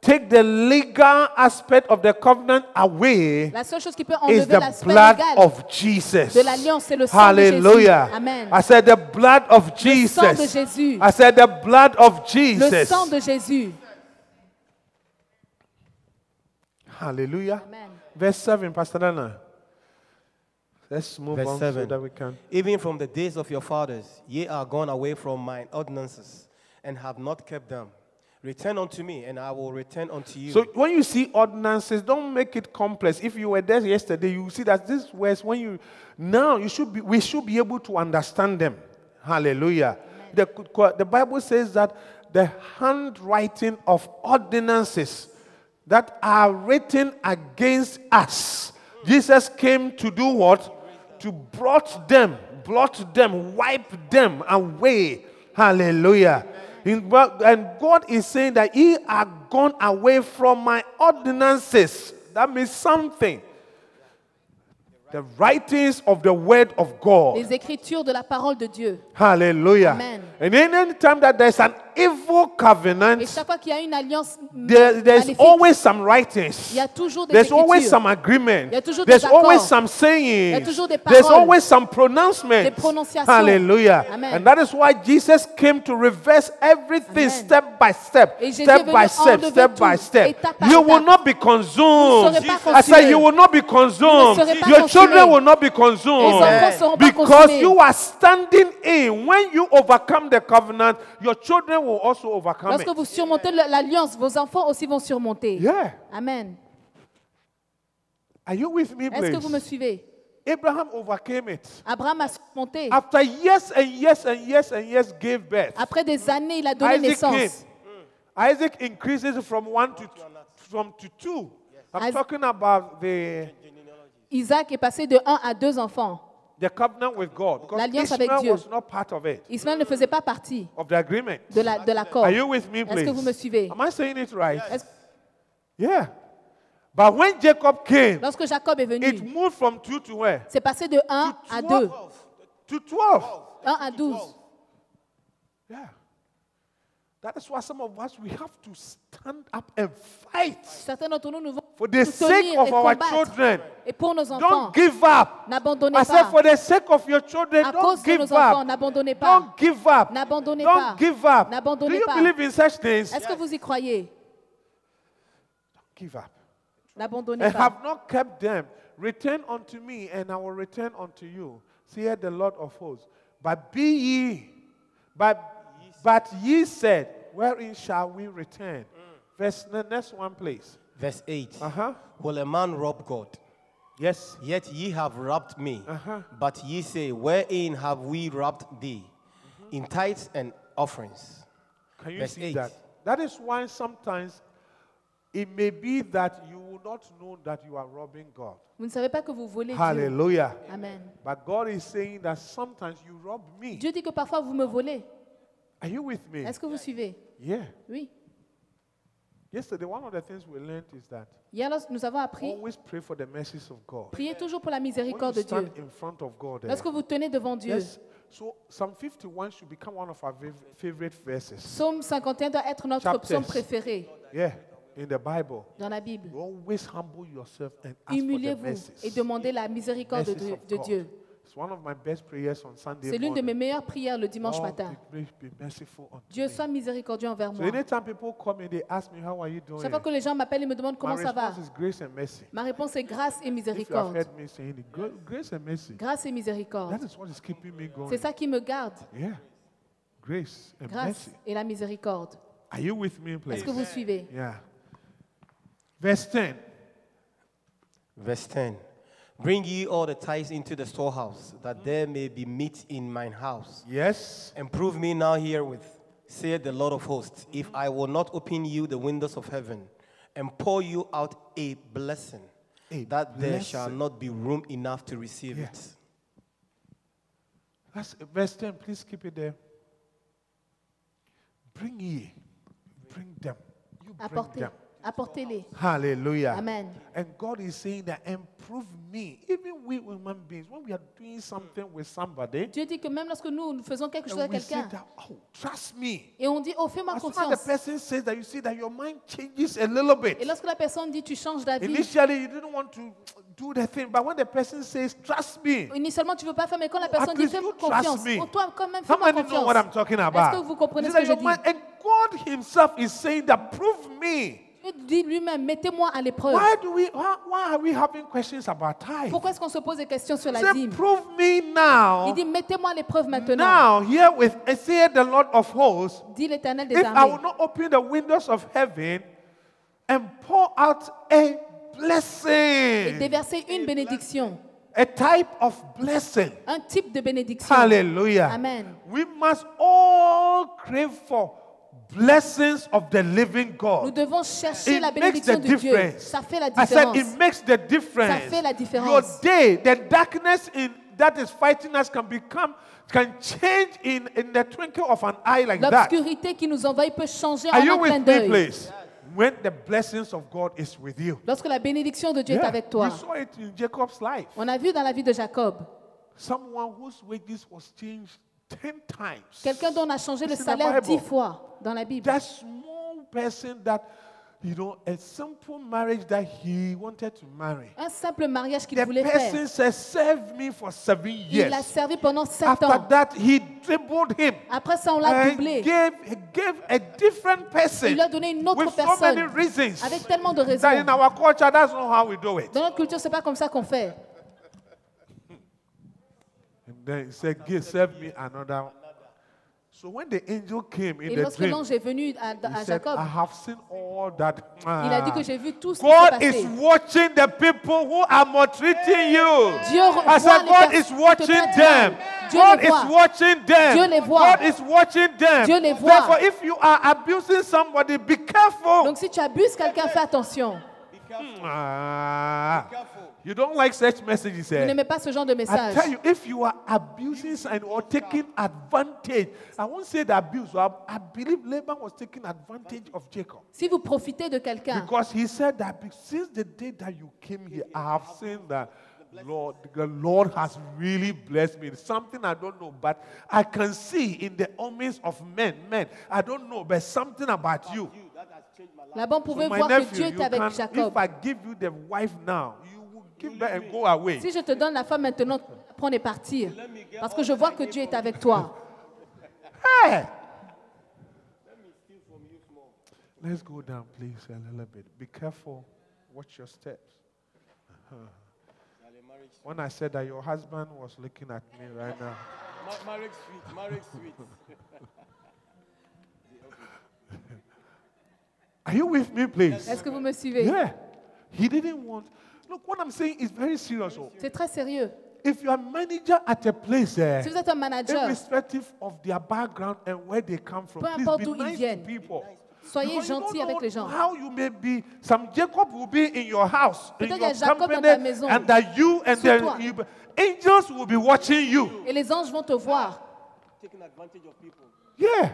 Speaker 11: take the legal aspect of the covenant away
Speaker 14: La seule chose qui peut
Speaker 11: is
Speaker 14: enlever
Speaker 11: the
Speaker 14: l'aspect
Speaker 11: blood
Speaker 14: légal
Speaker 11: of Jesus.
Speaker 14: de l'alliance, c'est le sang de Jésus.
Speaker 11: Hallelujah.
Speaker 14: Amen.
Speaker 11: I said the blood of Jesus.
Speaker 14: sang de Jésus.
Speaker 11: I said the blood of Jesus.
Speaker 14: le sang de Jésus.
Speaker 11: Hallelujah.
Speaker 14: Amen.
Speaker 11: Verse 7, Pastor Dana. Let's move
Speaker 8: Verse
Speaker 11: on so
Speaker 8: 7.
Speaker 11: that we can.
Speaker 8: Even from the days of your fathers, ye are gone away from mine ordinances and have not kept them. Return unto me, and I will return unto you.
Speaker 11: So when you see ordinances, don't make it complex. If you were there yesterday, you will see that this was when you now you should be we should be able to understand them. Hallelujah. The, the Bible says that the handwriting of ordinances that are written against us. Jesus came to do what? To blot them, blot them, wipe them away. Hallelujah. In- and God is saying that ye are gone away from my ordinances. That means something. The writings of the word of God.
Speaker 14: Les écritures de la parole de Dieu.
Speaker 11: Hallelujah.
Speaker 14: Amen.
Speaker 11: And any time that there's an evil covenant,
Speaker 14: Et chaque fois qu'il y a une alliance
Speaker 11: there, there's
Speaker 14: maléfique,
Speaker 11: always some writings.
Speaker 14: il y a toujours des
Speaker 11: There's always
Speaker 14: écritures.
Speaker 11: some agreement.
Speaker 14: Il y a toujours
Speaker 11: There's
Speaker 14: des
Speaker 11: always
Speaker 14: accords.
Speaker 11: some saying.
Speaker 14: Il y a toujours des
Speaker 11: There's
Speaker 14: paroles.
Speaker 11: always some pronouncement.
Speaker 14: Des prononciations.
Speaker 11: Hallelujah.
Speaker 14: Amen.
Speaker 11: And that is why Jesus came to reverse everything
Speaker 14: Amen.
Speaker 11: step by step,
Speaker 14: Et Jésus est
Speaker 11: step
Speaker 14: venu
Speaker 11: by step,
Speaker 14: enlever
Speaker 11: step by
Speaker 14: tout,
Speaker 11: step.
Speaker 14: étape par
Speaker 11: You will
Speaker 14: étape.
Speaker 11: not be consumed.
Speaker 14: serez pas
Speaker 11: I said
Speaker 14: consumés.
Speaker 11: you will not be consumed.
Speaker 14: serez pas
Speaker 11: Your
Speaker 14: consumés.
Speaker 11: children will not be consumed.
Speaker 14: enfants seront pas
Speaker 11: Because
Speaker 14: consumés.
Speaker 11: you are standing in. When you overcome the covenant, your children will also overcome
Speaker 14: Lorsque
Speaker 11: it.
Speaker 14: vous surmontez le- l'alliance, vos enfants aussi vont surmonter.
Speaker 11: Yeah.
Speaker 14: Amen.
Speaker 11: Are you with me,
Speaker 14: Est-ce que vous me
Speaker 11: please?
Speaker 14: suivez
Speaker 11: Abraham overcame it.
Speaker 14: Abraham a surmonté.
Speaker 11: After years and years and years and years gave birth.
Speaker 14: Après des années, il a donné
Speaker 11: Isaac came. Mm.
Speaker 14: naissance.
Speaker 11: Isaac increases from one to two, from to two. I'm
Speaker 14: Isaac-
Speaker 11: talking about the
Speaker 14: Isaac est passé de un à deux enfants.
Speaker 11: the covenant with God because
Speaker 14: L'alliance avec
Speaker 11: Ishmael
Speaker 14: Dieu.
Speaker 11: was not part of it
Speaker 14: Ismaël ne faisait pas partie
Speaker 11: of the agreement.
Speaker 14: de la- de l'accord.
Speaker 11: Are you with me,
Speaker 14: Est-ce
Speaker 11: please?
Speaker 14: que vous me suivez
Speaker 11: Am I saying it right?
Speaker 14: Est-ce-
Speaker 11: Yeah. But when Jacob came,
Speaker 14: Lorsque Jacob est
Speaker 11: it
Speaker 14: venu,
Speaker 11: moved from two to where?
Speaker 14: c'est passé de 1 à 2,
Speaker 11: To twelve.
Speaker 14: 1 à 12.
Speaker 11: Yeah. That is why some of us we have to stand up and fight.
Speaker 14: Certains d'entre nous, nous vont
Speaker 11: For the
Speaker 14: nous
Speaker 11: sake
Speaker 14: tenir
Speaker 11: of
Speaker 14: et
Speaker 11: our
Speaker 14: combattre.
Speaker 11: children,
Speaker 14: Et pour nos enfants,
Speaker 11: don't give up.
Speaker 14: n'abandonnez
Speaker 11: I
Speaker 14: pas.
Speaker 11: said, for the sake of your children,
Speaker 14: À
Speaker 11: don't
Speaker 14: cause de
Speaker 11: give
Speaker 14: nos enfants,
Speaker 11: up.
Speaker 14: n'abandonnez pas.
Speaker 11: Don't give up.
Speaker 14: N'abandonnez pas.
Speaker 11: Don't give up. Do
Speaker 14: N'abandonnez
Speaker 11: you
Speaker 14: pas.
Speaker 11: believe in such things?
Speaker 14: Est-ce que vous y croyez
Speaker 11: Give up.
Speaker 14: N'abandonnez
Speaker 11: And
Speaker 14: pas.
Speaker 11: have not kept them. Return unto me, and I will return unto you. Saith the Lord of hosts. But be ye, but, but ye said, Wherein shall we return? Verse the next one, please.
Speaker 8: Verse 8. Uh-huh. Will a man rob God?
Speaker 11: Yes. Uh-huh.
Speaker 8: Yet ye have robbed me. But ye say, Wherein have we robbed thee? In tithes and offerings.
Speaker 11: Can you
Speaker 8: Verse
Speaker 11: see
Speaker 8: eight.
Speaker 11: that? That is why sometimes it may be that you will not know that you are robbing God.
Speaker 14: Vous ne savez pas que vous volez Dieu.
Speaker 11: Hallelujah.
Speaker 14: Amen.
Speaker 11: But God is saying that sometimes you rob me.
Speaker 14: Dieu dit que parfois vous me volez.
Speaker 11: Are you with me?
Speaker 14: Est-ce que vous suivez
Speaker 11: Yeah.
Speaker 14: Oui.
Speaker 11: Yesterday, one of the things we learned is that
Speaker 14: Hier, lorsque nous avons appris,
Speaker 11: always pray for the mercies of God.
Speaker 14: priez toujours pour la miséricorde
Speaker 11: When
Speaker 14: de
Speaker 11: you stand
Speaker 14: Dieu.
Speaker 11: in front of God. eh,
Speaker 14: Lorsque vous tenez devant Dieu,
Speaker 11: yes, so Psalm 51 should become one of our fav- favorite verses.
Speaker 14: Psaume 51 doit être notre
Speaker 11: Chapters.
Speaker 14: psaume préféré
Speaker 11: Yeah, in the Bible.
Speaker 14: dans la Bible.
Speaker 11: You always humble yourself and ask for the
Speaker 14: Humiliez-vous
Speaker 11: mercies.
Speaker 14: et demandez la miséricorde de,
Speaker 11: mercies
Speaker 14: Dieu-
Speaker 11: of
Speaker 14: de
Speaker 11: God.
Speaker 14: Dieu.
Speaker 11: It's one of my best prayers on Sunday
Speaker 14: C'est l'une de
Speaker 11: morning.
Speaker 14: mes meilleures prières le dimanche
Speaker 11: Lord,
Speaker 14: matin.
Speaker 11: be- please be merciful unto
Speaker 14: Dieu,
Speaker 11: me.
Speaker 14: sois miséricordieux envers
Speaker 11: So
Speaker 14: moi.
Speaker 11: anytime people come in, they ask me, how are you doing?
Speaker 14: Chaque fois que les gens m'appellent et me demandent comment
Speaker 11: my
Speaker 14: ça va,
Speaker 11: response is grace and mercy.
Speaker 14: ma réponse est grâce et
Speaker 11: If you have
Speaker 14: miséricorde.
Speaker 11: heard me saying it, gra- grace and mercy.
Speaker 14: Grâce et
Speaker 11: That
Speaker 14: miséricorde.
Speaker 11: is what is keeping me going.
Speaker 14: C'est ça qui me garde.
Speaker 11: Yeah. Grace and
Speaker 14: Grâce
Speaker 11: mercy.
Speaker 14: et la miséricorde.
Speaker 11: Are you with me, please?
Speaker 14: Est-ce que vous suivez
Speaker 11: Yeah. Verse 10.
Speaker 8: Verse 10. Bring ye all the tithes into the storehouse, that there may be meat in mine house.
Speaker 11: Yes.
Speaker 8: And prove me now herewith, saith the Lord of hosts, if I will not open you the windows of heaven and pour you out a blessing, that there shall
Speaker 11: blessing.
Speaker 8: not be room enough to receive
Speaker 11: Yeah.
Speaker 8: it.
Speaker 11: That's verse 10. Please keep it there. Bring ye. Bring them. You bring
Speaker 14: Apportez-
Speaker 11: them.
Speaker 14: Apportez-les.
Speaker 11: Hallelujah.
Speaker 14: Amen.
Speaker 11: And God is saying that improve me. Even we human beings, when we are doing something with somebody,
Speaker 14: Dieu dit que même lorsque nous, nous faisons quelque chose à
Speaker 11: and we say
Speaker 14: quelqu'un,
Speaker 11: that, oh, trust me.
Speaker 14: et on dit, oh, fais-moi
Speaker 11: As soon as the
Speaker 14: confiance.
Speaker 11: person says that, you see that your mind changes a little bit.
Speaker 14: Et lorsque la personne dit, tu changes d'avis,
Speaker 11: Initially, you didn't want to do the thing, but when the person says, trust me,
Speaker 14: initialement, tu ne veux pas faire, mais quand la personne
Speaker 11: at
Speaker 14: dit,
Speaker 11: least
Speaker 14: fais-moi
Speaker 11: you trust
Speaker 14: confiance,
Speaker 11: me.
Speaker 14: oh, toi, quand même,
Speaker 11: How
Speaker 14: fais-moi
Speaker 11: many know what I'm
Speaker 14: confiance.
Speaker 11: talking
Speaker 14: Est-ce que
Speaker 11: about?
Speaker 14: vous comprenez
Speaker 11: You
Speaker 14: ce
Speaker 11: see
Speaker 14: que je
Speaker 11: that your mind-
Speaker 14: dis
Speaker 11: and God himself is saying that, prove me.
Speaker 14: Dieu dit lui-même, mettez-moi à l'épreuve.
Speaker 11: Why do we, why, why are we having questions about tithe?
Speaker 14: Pourquoi est-ce qu'on se pose des questions sur la
Speaker 11: Say,
Speaker 14: dîme
Speaker 11: prove me
Speaker 14: Il
Speaker 11: now.
Speaker 14: dit, mettez-moi à l'épreuve maintenant,
Speaker 11: Now, here with say the Lord of hosts,
Speaker 14: dit l'Éternel des
Speaker 11: if I will
Speaker 14: armées.
Speaker 11: not open the windows of heaven and pour out a
Speaker 14: Et
Speaker 11: blessing,
Speaker 14: déverser une bénédiction,
Speaker 11: a type of blessing.
Speaker 14: un type de bénédiction.
Speaker 11: Hallelujah.
Speaker 14: Amen.
Speaker 11: We must all crave for blessings of the living
Speaker 14: Nous
Speaker 11: God.
Speaker 14: devons chercher la bénédiction de Dieu. Ça fait la
Speaker 11: I said
Speaker 14: différence.
Speaker 11: it makes the difference.
Speaker 14: fait la
Speaker 11: Your
Speaker 14: différence.
Speaker 11: day, the darkness in that is fighting us can become can change in, in the twinkle of an eye like that.
Speaker 14: L'obscurité qui nous envahit peut changer en
Speaker 11: Are you
Speaker 14: un clin
Speaker 11: with me,
Speaker 14: d'œil.
Speaker 11: please? When the blessings of God is with you.
Speaker 14: Lorsque la bénédiction de Dieu est
Speaker 11: Yeah.
Speaker 14: avec toi.
Speaker 11: We saw it in Jacob's life.
Speaker 14: On a vu dans la vie de Jacob,
Speaker 11: Someone whose wages was changed ten times.
Speaker 14: quelqu'un dont on a changé le
Speaker 11: It's in the
Speaker 14: salaire
Speaker 11: Bible.
Speaker 14: dix fois dans la Bible.
Speaker 11: that small person that you know a simple marriage that he wanted to marry
Speaker 14: Un simple mariage qu'il
Speaker 11: the
Speaker 14: voulait
Speaker 11: person
Speaker 14: faire.
Speaker 11: said serve me for seven
Speaker 14: Il l'a
Speaker 11: years
Speaker 14: servi pendant sept
Speaker 11: after
Speaker 14: ans.
Speaker 11: that he dribbled him
Speaker 14: Après ça, on l'a
Speaker 11: and
Speaker 14: doublé.
Speaker 11: gave, gave a different
Speaker 14: Il
Speaker 11: person
Speaker 14: lui a donné une autre
Speaker 11: with so many
Speaker 14: personne.
Speaker 11: reasons
Speaker 14: Avec tellement de
Speaker 11: that
Speaker 14: raisons.
Speaker 11: in our culture that's not how we do it
Speaker 14: Dans notre culture, c'est pas comme ça qu'on fait.
Speaker 11: and then he said give, serve me another so when the angel came in
Speaker 14: Et
Speaker 11: the
Speaker 14: lorsque
Speaker 11: dream
Speaker 14: l'ange est venu à, à
Speaker 11: he said
Speaker 14: Jacob,
Speaker 11: I have seen all that
Speaker 14: il a dit que j'ai vu tout ce qui s'est
Speaker 11: God is
Speaker 14: passé.
Speaker 11: watching the people who are maltreating you.
Speaker 14: Dieu revoit
Speaker 11: I said,
Speaker 14: les
Speaker 11: God
Speaker 14: personnes
Speaker 11: is
Speaker 14: qui te
Speaker 11: watching
Speaker 14: traitent
Speaker 11: them.
Speaker 14: mal. Dieu
Speaker 11: God
Speaker 14: les
Speaker 11: is
Speaker 14: voit.
Speaker 11: watching
Speaker 14: Dieu les
Speaker 11: them.
Speaker 14: voit.
Speaker 11: God is watching them.
Speaker 14: Dieu les voit.
Speaker 11: Therefore, if you are abusing somebody, be careful.
Speaker 14: Donc si tu abuses quelqu'un, fais attention.
Speaker 11: Ah, you don't like such messages,
Speaker 14: Vous
Speaker 11: eh?
Speaker 14: n'aimez pas ce genre de
Speaker 11: I
Speaker 14: message.
Speaker 11: tell you, if you are abusing and or taking advantage, I won't say the abuse. I, I believe Laban was taking advantage of Jacob.
Speaker 14: Si vous profitez de quelqu'un,
Speaker 11: Because he said that be- since the day that you came here, I have seen that Lord, the Lord has really blessed me. Something I don't know, but I can see in the omens of men, men. I don't know, but something about you.
Speaker 14: là-bas, on pouvait
Speaker 11: my
Speaker 14: voir que Dieu
Speaker 11: nephew, you
Speaker 14: est avec
Speaker 11: can,
Speaker 14: Jacob.
Speaker 11: if I give you the wife now, you will give back and go away.
Speaker 14: Si je te donne la femme maintenant, tu peux la prendre et partir. Parce que je vois que Dieu est avec toi.
Speaker 11: Hey! Let's go down, please, a little bit. Be careful. Watch your steps. Uh-huh. When I said that your husband was looking at me right now.
Speaker 15: Ma- marriage sweet, marriage sweet.
Speaker 11: Are you with me, please?
Speaker 14: Est-ce que vous me suivez
Speaker 11: Yeah. He didn't want. Look, what I'm saying is very serious. oh.
Speaker 14: C'est très sérieux.
Speaker 11: If you are manager at a place, eh,
Speaker 14: Si vous êtes un manager,
Speaker 11: irrespective of their background and where they come from,
Speaker 14: peu
Speaker 11: please
Speaker 14: importe
Speaker 11: be
Speaker 14: d'où ils
Speaker 11: nice to
Speaker 14: viennent,
Speaker 11: people.
Speaker 14: soyez
Speaker 11: Because you don't
Speaker 14: gentil avec
Speaker 11: know
Speaker 14: les gens.
Speaker 11: How you may be, some Jacob will be in your house, in
Speaker 14: Peut-être
Speaker 11: your
Speaker 14: il y a Jacob dans
Speaker 11: company,
Speaker 14: ta maison,
Speaker 11: and that you and
Speaker 14: sous
Speaker 11: then
Speaker 14: toi.
Speaker 11: you, angels will be watching you.
Speaker 14: Et les anges vont te voir.
Speaker 11: Yeah.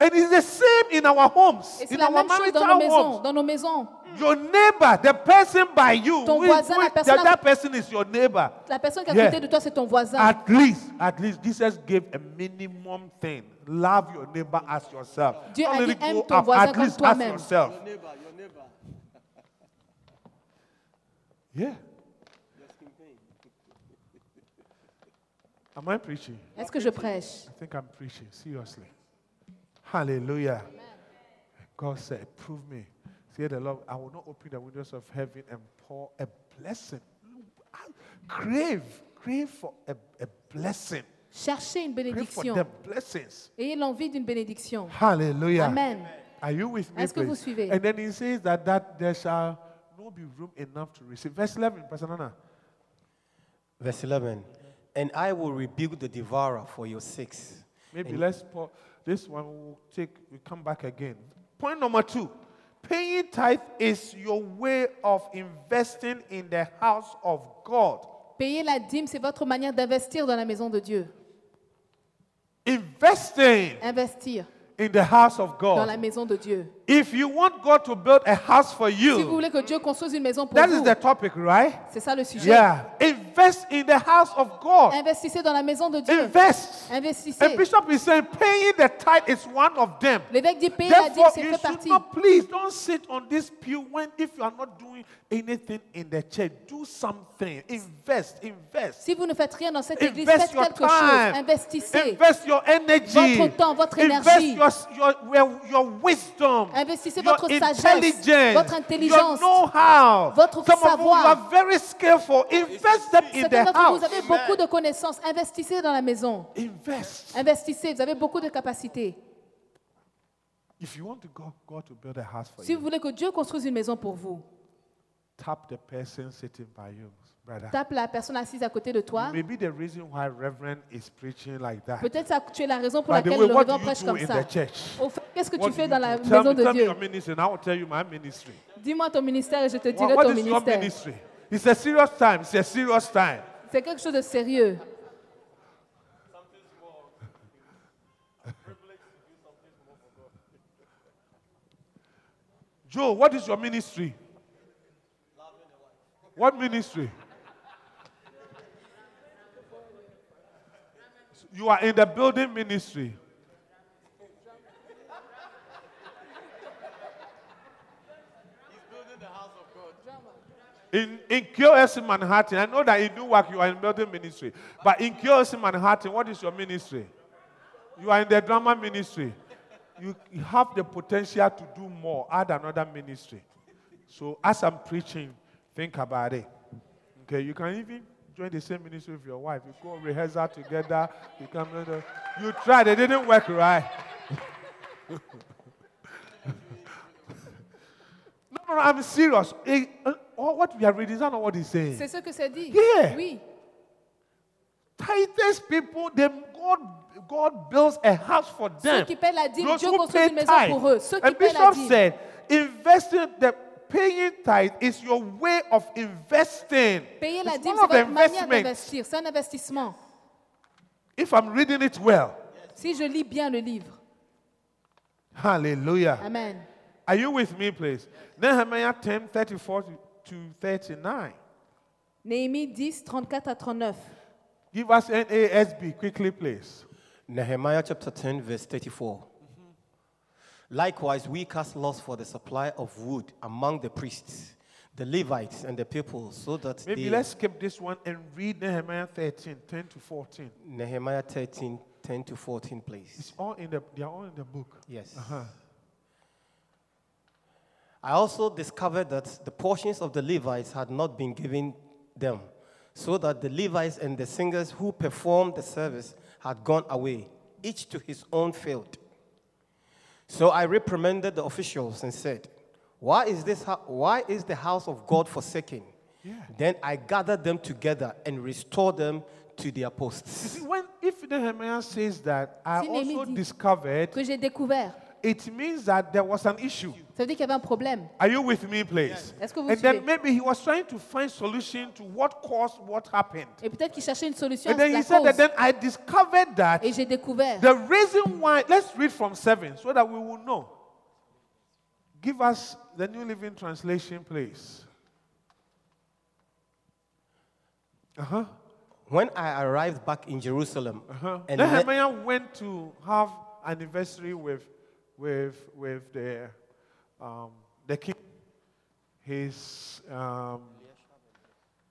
Speaker 11: And it's the same in our homes,
Speaker 14: Et c'est
Speaker 11: in
Speaker 14: la
Speaker 11: our
Speaker 14: même chose dans nos
Speaker 11: marital
Speaker 14: maisons.
Speaker 11: homes.
Speaker 14: Dans nos maisons.
Speaker 11: Your neighbor, the person by you,
Speaker 14: Ton
Speaker 11: who is-
Speaker 14: voisin,
Speaker 11: who
Speaker 14: la
Speaker 11: is-
Speaker 14: personne à-
Speaker 11: that person is your neighbor.
Speaker 14: La personne qui est à
Speaker 11: Yeah.
Speaker 14: côté de toi, c'est ton voisin.
Speaker 11: At least, at least Jesus gave a minimum thing. Love your neighbor as yourself.
Speaker 14: Dieu
Speaker 11: Don't
Speaker 14: a
Speaker 11: let
Speaker 14: dit,
Speaker 11: it go
Speaker 14: aime ton
Speaker 11: up,
Speaker 14: voisin
Speaker 11: at
Speaker 14: comme
Speaker 11: least as
Speaker 14: toi-même.
Speaker 11: yourself. Yeah. Am I preaching?
Speaker 14: Est-ce que je prêche
Speaker 11: I think I'm preaching, seriously. Hallelujah. God said, Prove me. Say the Lord, I will not open the windows of heaven and pour a blessing. I crave, crave for a, a blessing.
Speaker 14: Cherchez une
Speaker 11: Crave for
Speaker 14: bénédiction.
Speaker 11: the blessings.
Speaker 14: Ayez l'envie d'une bénédiction.
Speaker 11: Hallelujah.
Speaker 14: Amen.
Speaker 11: Are you with me?
Speaker 14: Est-ce que vous
Speaker 11: please?
Speaker 14: suivez?
Speaker 11: And then he says that, that there shall not be room enough to receive. Verse 11, Pastor Nana.
Speaker 8: Verse 11. And I will rebuke the devourer for your sakes.
Speaker 11: Maybe
Speaker 8: And-
Speaker 11: let's pour this one. We'll take. We come back again. Point number two: paying tithe is your way of investing in the house of God.
Speaker 14: Payer la dîme, c'est votre manière d'investir dans la maison de Dieu.
Speaker 11: Investing
Speaker 14: Investir
Speaker 11: in the house of
Speaker 14: dans la
Speaker 11: God.
Speaker 14: maison de Dieu.
Speaker 11: If you want God to build a house for
Speaker 14: Si vous
Speaker 11: you,
Speaker 14: voulez que Dieu construise une maison pour
Speaker 11: that is
Speaker 14: vous,
Speaker 11: the topic, right?
Speaker 14: c'est ça le sujet.
Speaker 11: Yeah. Invest in the house of God.
Speaker 14: Investissez dans la maison de Dieu.
Speaker 11: Invest.
Speaker 14: Investissez.
Speaker 11: And Bishop is saying paying the tithe is one of them.
Speaker 14: L'évêque dit payer la dîme,
Speaker 11: Therefore,
Speaker 14: c'est
Speaker 11: you
Speaker 14: fait
Speaker 11: should
Speaker 14: partie.
Speaker 11: not please don't sit on this pew when if you are not doing anything in the church. Do something. Invest. Invest.
Speaker 14: Si vous ne faites rien dans cette église, faites
Speaker 11: Invest your
Speaker 14: quelque
Speaker 11: time.
Speaker 14: chose. Investissez.
Speaker 11: Invest your energy.
Speaker 14: Votre temps, votre énergie.
Speaker 11: Invest your, your, your, your wisdom.
Speaker 14: Investissez
Speaker 11: your
Speaker 14: votre sagesse,
Speaker 11: intelligence.
Speaker 14: votre intelligence,
Speaker 11: Your know-how.
Speaker 14: votre
Speaker 11: Some of you you
Speaker 14: savoir.
Speaker 11: are very skillful. Invest them in the
Speaker 14: C'est-à-dire que
Speaker 11: house.
Speaker 14: vous avez beaucoup de connaissances. Investissez dans la maison.
Speaker 11: Invest.
Speaker 14: Investissez. Vous avez beaucoup de capacités.
Speaker 11: If you want to go, God to build a house for
Speaker 14: Si
Speaker 11: you,
Speaker 14: vous voulez que Dieu construise une maison pour vous,
Speaker 11: tap the person sitting by you, brother.
Speaker 14: tape la personne assise à côté de toi.
Speaker 11: Maybe the reason why Reverend is preaching like that.
Speaker 14: Peut-être ça- tu es la raison pour
Speaker 11: By the
Speaker 14: laquelle
Speaker 11: way,
Speaker 14: le
Speaker 11: what do
Speaker 14: révérend
Speaker 11: you
Speaker 14: prêche
Speaker 11: do
Speaker 14: comme
Speaker 11: in
Speaker 14: ça.
Speaker 11: the church?
Speaker 14: Au fait, qu'est-ce que
Speaker 11: What
Speaker 14: tu
Speaker 11: do
Speaker 14: fais
Speaker 11: you
Speaker 14: dans
Speaker 11: do?
Speaker 14: la
Speaker 11: tell
Speaker 14: maison
Speaker 11: me,
Speaker 14: de
Speaker 11: tell me
Speaker 14: Dieu
Speaker 11: your ministry, and I will tell you my ministry.
Speaker 14: Dis-moi ton ministère et je te
Speaker 11: What-
Speaker 14: dirai
Speaker 11: what
Speaker 14: ton
Speaker 11: is your
Speaker 14: ministère.
Speaker 11: ministry? It's a serious time. It's a serious time.
Speaker 14: C'est quelque chose de sérieux.
Speaker 11: Joe, what is your ministry? What ministry? You are in the building ministry. In, in QS Manhattan, I know that in Newark you are in building ministry, but in QS Manhattan, what is your ministry? You are in the drama ministry. You, you have the potential to do more, add another ministry. So as I'm preaching, think about it. Okay, you can even join the same ministry with your wife. You go rehearsal together. You come. You tried. It didn't work right. No, no, no, I'm serious. Eh, eh, oh, what we are reading is not what he's saying.
Speaker 14: C'est ce que c'est dit.
Speaker 11: Yeah.
Speaker 14: Oui.
Speaker 11: Titus people, them God, God builds a house for them.
Speaker 14: qui paient la dîme,
Speaker 11: Those
Speaker 14: Dieu
Speaker 11: who
Speaker 14: construit
Speaker 11: pay
Speaker 14: une maison
Speaker 11: tithe.
Speaker 14: pour eux. Ceux qui
Speaker 11: And
Speaker 14: paient la
Speaker 11: Bishop
Speaker 14: dîme.
Speaker 11: said, investing the paying tithe is your way of investing.
Speaker 14: Payer la
Speaker 11: It's
Speaker 14: dîme,
Speaker 11: one
Speaker 14: c'est
Speaker 11: of the
Speaker 14: votre manière
Speaker 11: investments.
Speaker 14: d'investir. C'est un investissement.
Speaker 11: If I'm reading it well,
Speaker 14: Si je lis bien le livre.
Speaker 11: Hallelujah.
Speaker 14: Amen.
Speaker 11: Are you with me, please? Nehemiah 10, 34 to 39.
Speaker 14: Néhémie 10, 34 à 39.
Speaker 11: Give us NASB quickly, please.
Speaker 8: Nehemiah chapter 10, verse 34.
Speaker 11: Mm-hmm.
Speaker 8: Likewise, we cast lots for the supply of wood among the priests, the Levites, and the people, so that
Speaker 11: Maybe
Speaker 8: they.
Speaker 11: let's skip this one and read Nehemiah 13, 10 to 14.
Speaker 8: Nehemiah 13, 10 to 14, please.
Speaker 11: It's all in the, they are all in the book.
Speaker 8: Yes.
Speaker 11: Uh-huh.
Speaker 8: I also discovered that the portions of the Levites had not been given them, so that the Levites and the singers who performed the service had gone away, each to his own field. So I reprimanded the officials and said, Why is, this hou- why is the house of God forsaken? Then I gathered them together and restored them to their posts.
Speaker 11: You see, when if Nehemiah says that, I
Speaker 14: Si Néhémie
Speaker 11: also
Speaker 14: dit
Speaker 11: discovered,
Speaker 14: que j'ai découvert.
Speaker 11: it means that there was an issue.
Speaker 14: Ça veut dire qu'il y avait un problème.
Speaker 11: Are you with me, please?
Speaker 14: Est-ce que vous
Speaker 11: and then
Speaker 14: suivez?
Speaker 11: maybe he was trying to find solution to what caused what happened.
Speaker 14: Et peut-être qu'il cherchait une solution à
Speaker 11: And then
Speaker 14: la
Speaker 11: he said
Speaker 14: cause.
Speaker 11: that then I discovered that
Speaker 14: Et j'ai découvert.
Speaker 11: the reason why. Let's read from seven so that we will know. Give us the New Living Translation, please. Uh-huh.
Speaker 8: When I arrived back in Jerusalem, and met-
Speaker 11: Nehemiah went to have anniversary with, with, with the, um, the king, his um,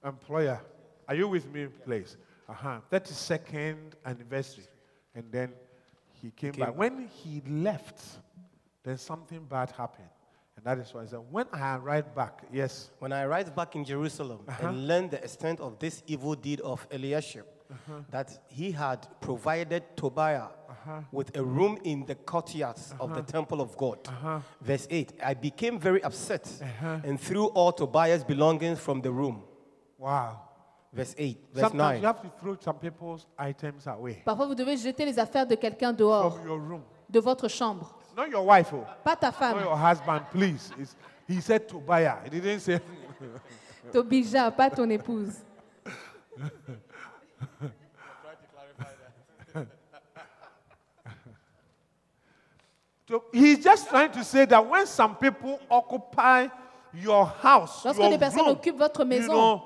Speaker 11: employer. Are you with me, please? Uh-huh. 32nd anniversary. And then he came
Speaker 8: came
Speaker 11: back. When he left, then something bad happened. And that is why I said, when I arrived back, yes.
Speaker 8: when I arrived back in Jerusalem
Speaker 11: Uh-huh.
Speaker 8: and learned the extent of this evil deed of Eliashib,
Speaker 11: Uh-huh.
Speaker 8: that he had provided Tobiah
Speaker 11: Uh-huh.
Speaker 8: with a room in the courtyards of the
Speaker 11: Uh-huh.
Speaker 8: temple of God.
Speaker 11: Uh-huh.
Speaker 8: Verse 8 I became very upset and threw all Tobiah's belongings from the room.
Speaker 11: Wow.
Speaker 8: Verse 8, verse 9.
Speaker 11: Sometimes you have to throw some people's items away
Speaker 14: Parfois, vous devez jeter les affaires de quelqu'un dehors,
Speaker 11: from your room.
Speaker 14: de votre chambre.
Speaker 11: Not your wife, oh.
Speaker 14: Pas ta
Speaker 11: not
Speaker 14: femme,
Speaker 11: your husband, please. It's, he said Tobiah. He didn't say.
Speaker 14: Tobija, pas ton épouse.
Speaker 11: So he's just trying to say that when some people occupy your house,
Speaker 14: Lorsque
Speaker 11: your
Speaker 14: des personnes
Speaker 11: room,
Speaker 14: occupent votre
Speaker 11: you
Speaker 14: maison,
Speaker 11: know,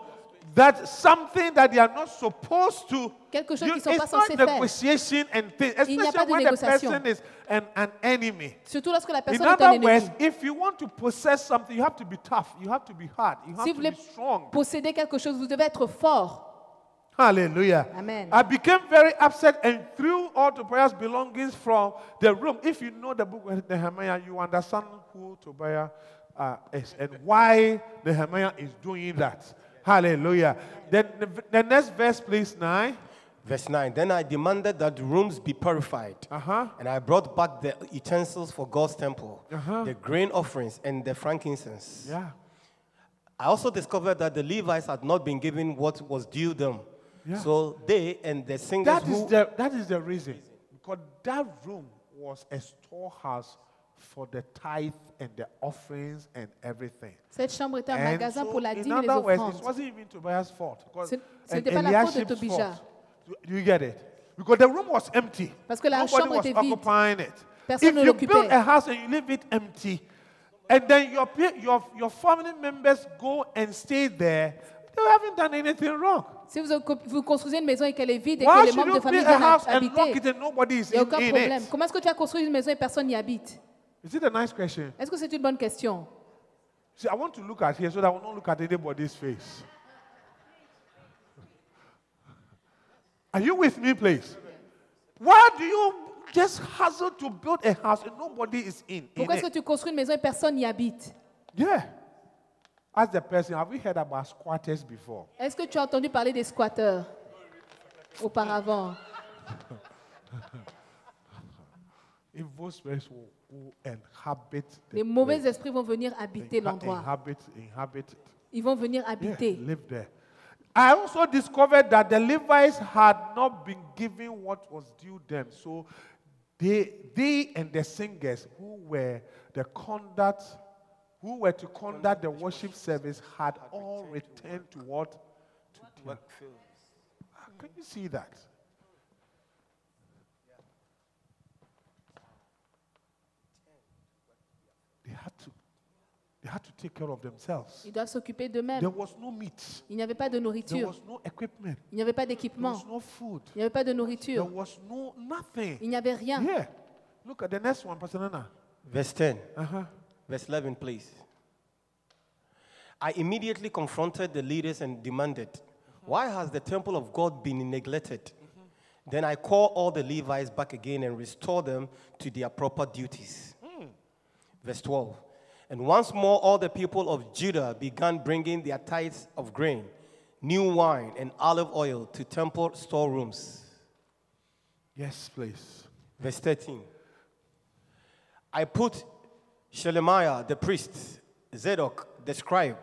Speaker 11: that something that they are not supposed to.
Speaker 14: Quelque chose
Speaker 11: you-
Speaker 14: qu'ils sont
Speaker 11: it's
Speaker 14: pas censés
Speaker 11: not
Speaker 14: faire.
Speaker 11: negotiation and things,
Speaker 14: Il n'y a
Speaker 11: especially
Speaker 14: pas de
Speaker 11: when
Speaker 14: négociation.
Speaker 11: the person is an, an enemy.
Speaker 14: surtout lorsque la
Speaker 11: In
Speaker 14: personne est un
Speaker 11: other words,
Speaker 14: ennemi.
Speaker 11: if you want to possess something, you have to be tough. You have to be hard. You have
Speaker 14: Si
Speaker 11: to
Speaker 14: vous voulez
Speaker 11: be strong.
Speaker 14: posséder quelque chose, vous devez être fort.
Speaker 11: Hallelujah.
Speaker 14: Amen.
Speaker 11: I became very upset and threw all Tobiah's belongings from the room. If you know the book of Nehemiah, you understand who Tobiah uh, is and why Nehemiah is doing that. Hallelujah. Then the, the next verse, please, nine.
Speaker 8: Verse 9 Then I demanded that the rooms be purified.
Speaker 11: Uh-huh.
Speaker 8: And I brought back the utensils for God's temple, the grain offerings, and the frankincense.
Speaker 11: Uh-huh. Yeah.
Speaker 8: I also discovered that the Levites had not been given what was due them.
Speaker 11: Yeah.
Speaker 8: So they and the singers
Speaker 11: That
Speaker 8: who
Speaker 11: is, the, that is the reason. Because that room was a storehouse for the tithe and the offerings and everything.
Speaker 14: Cette chambre était un
Speaker 11: And
Speaker 14: magasin
Speaker 11: so,
Speaker 14: pour la
Speaker 11: in
Speaker 14: dîme et les
Speaker 11: other words, it
Speaker 14: offrandes.
Speaker 11: wasn't even Tobiah's fault. because-
Speaker 14: Ce- ce
Speaker 11: and
Speaker 14: n'était pas la faute de
Speaker 11: Eliashib's
Speaker 14: Tobijah.
Speaker 11: fault. Do- Do you get it? Because the room was empty.
Speaker 14: Parce que la
Speaker 11: Nobody
Speaker 14: chambre
Speaker 11: was
Speaker 14: était vide.
Speaker 11: occupying it.
Speaker 14: Personne ne
Speaker 11: if you build
Speaker 14: l'occupait.
Speaker 11: a house and you leave it empty, and then your, pe- your, your family members go and stay there, they haven't done anything wrong.
Speaker 14: Si vous, occu- vous construisez une maison et qu'elle est vide et
Speaker 11: Why
Speaker 14: que les
Speaker 11: should
Speaker 14: membres
Speaker 11: you
Speaker 14: de famille
Speaker 11: build a
Speaker 14: viennent
Speaker 11: house
Speaker 14: hab-
Speaker 11: and lock
Speaker 14: habiter,
Speaker 11: it and nobody is
Speaker 14: il n'y a
Speaker 11: in,
Speaker 14: aucun
Speaker 11: in
Speaker 14: problème.
Speaker 11: it?
Speaker 14: Comment est-ce que tu as construit une maison et personne n'y habite
Speaker 11: Is it a nice question?
Speaker 14: Est-ce que c'est une bonne question
Speaker 11: See, I want to look at here so that I will not look at anybody's face. Are you with me, please? Why do you just hustle to build a house and nobody is in? in
Speaker 14: Pourquoi est-ce que
Speaker 11: it?
Speaker 14: tu construis une maison et personne n'y habite
Speaker 11: Yeah. Ask the person, have we heard about squatters before?
Speaker 14: Est-ce que tu as entendu parler des squatteurs auparavant
Speaker 11: Evil spirits who, who inhabit the
Speaker 14: Les
Speaker 11: place.
Speaker 14: mauvais esprits vont venir
Speaker 11: They
Speaker 14: habiter
Speaker 11: inha-
Speaker 14: l'endroit.
Speaker 11: Inhabit, inhabit it.
Speaker 14: Ils vont venir
Speaker 11: Yeah,
Speaker 14: habiter.
Speaker 11: live there. I also discovered that the Levites had not been given what was due them. So they, they and the singers who were the conduct, who were to conduct the worship service had all returned to what? To their- Ah, Can you see that? They had to, they had to take care of themselves.
Speaker 14: Ils doivent s'occuper
Speaker 11: There
Speaker 14: d'eux-mêmes.
Speaker 11: was no meat.
Speaker 14: Il n'y avait pas de
Speaker 11: There
Speaker 14: nourriture.
Speaker 11: was no equipment.
Speaker 14: Il n'y avait pas
Speaker 11: There
Speaker 14: d'équipement.
Speaker 11: was no food.
Speaker 14: Il n'y avait pas de
Speaker 11: There
Speaker 14: nourriture.
Speaker 11: was no nothing.
Speaker 14: Il n'y avait rien.
Speaker 11: Yeah. Look at the next one, Pastor Nana.
Speaker 8: Verse 10.
Speaker 11: Uh-huh.
Speaker 8: Verse 11, please. I immediately confronted the leaders and demanded, Why has the temple of God been neglected? Then I called all the Levites back again and restored them to their proper duties.
Speaker 11: Hmm.
Speaker 8: Verse 12. And once more, all the people of Judah began bringing their tithes of grain, new wine, and olive oil to temple storerooms.
Speaker 11: Yes, please.
Speaker 8: Verse 13. I put Shelemiah the priest, Zadok the scribe,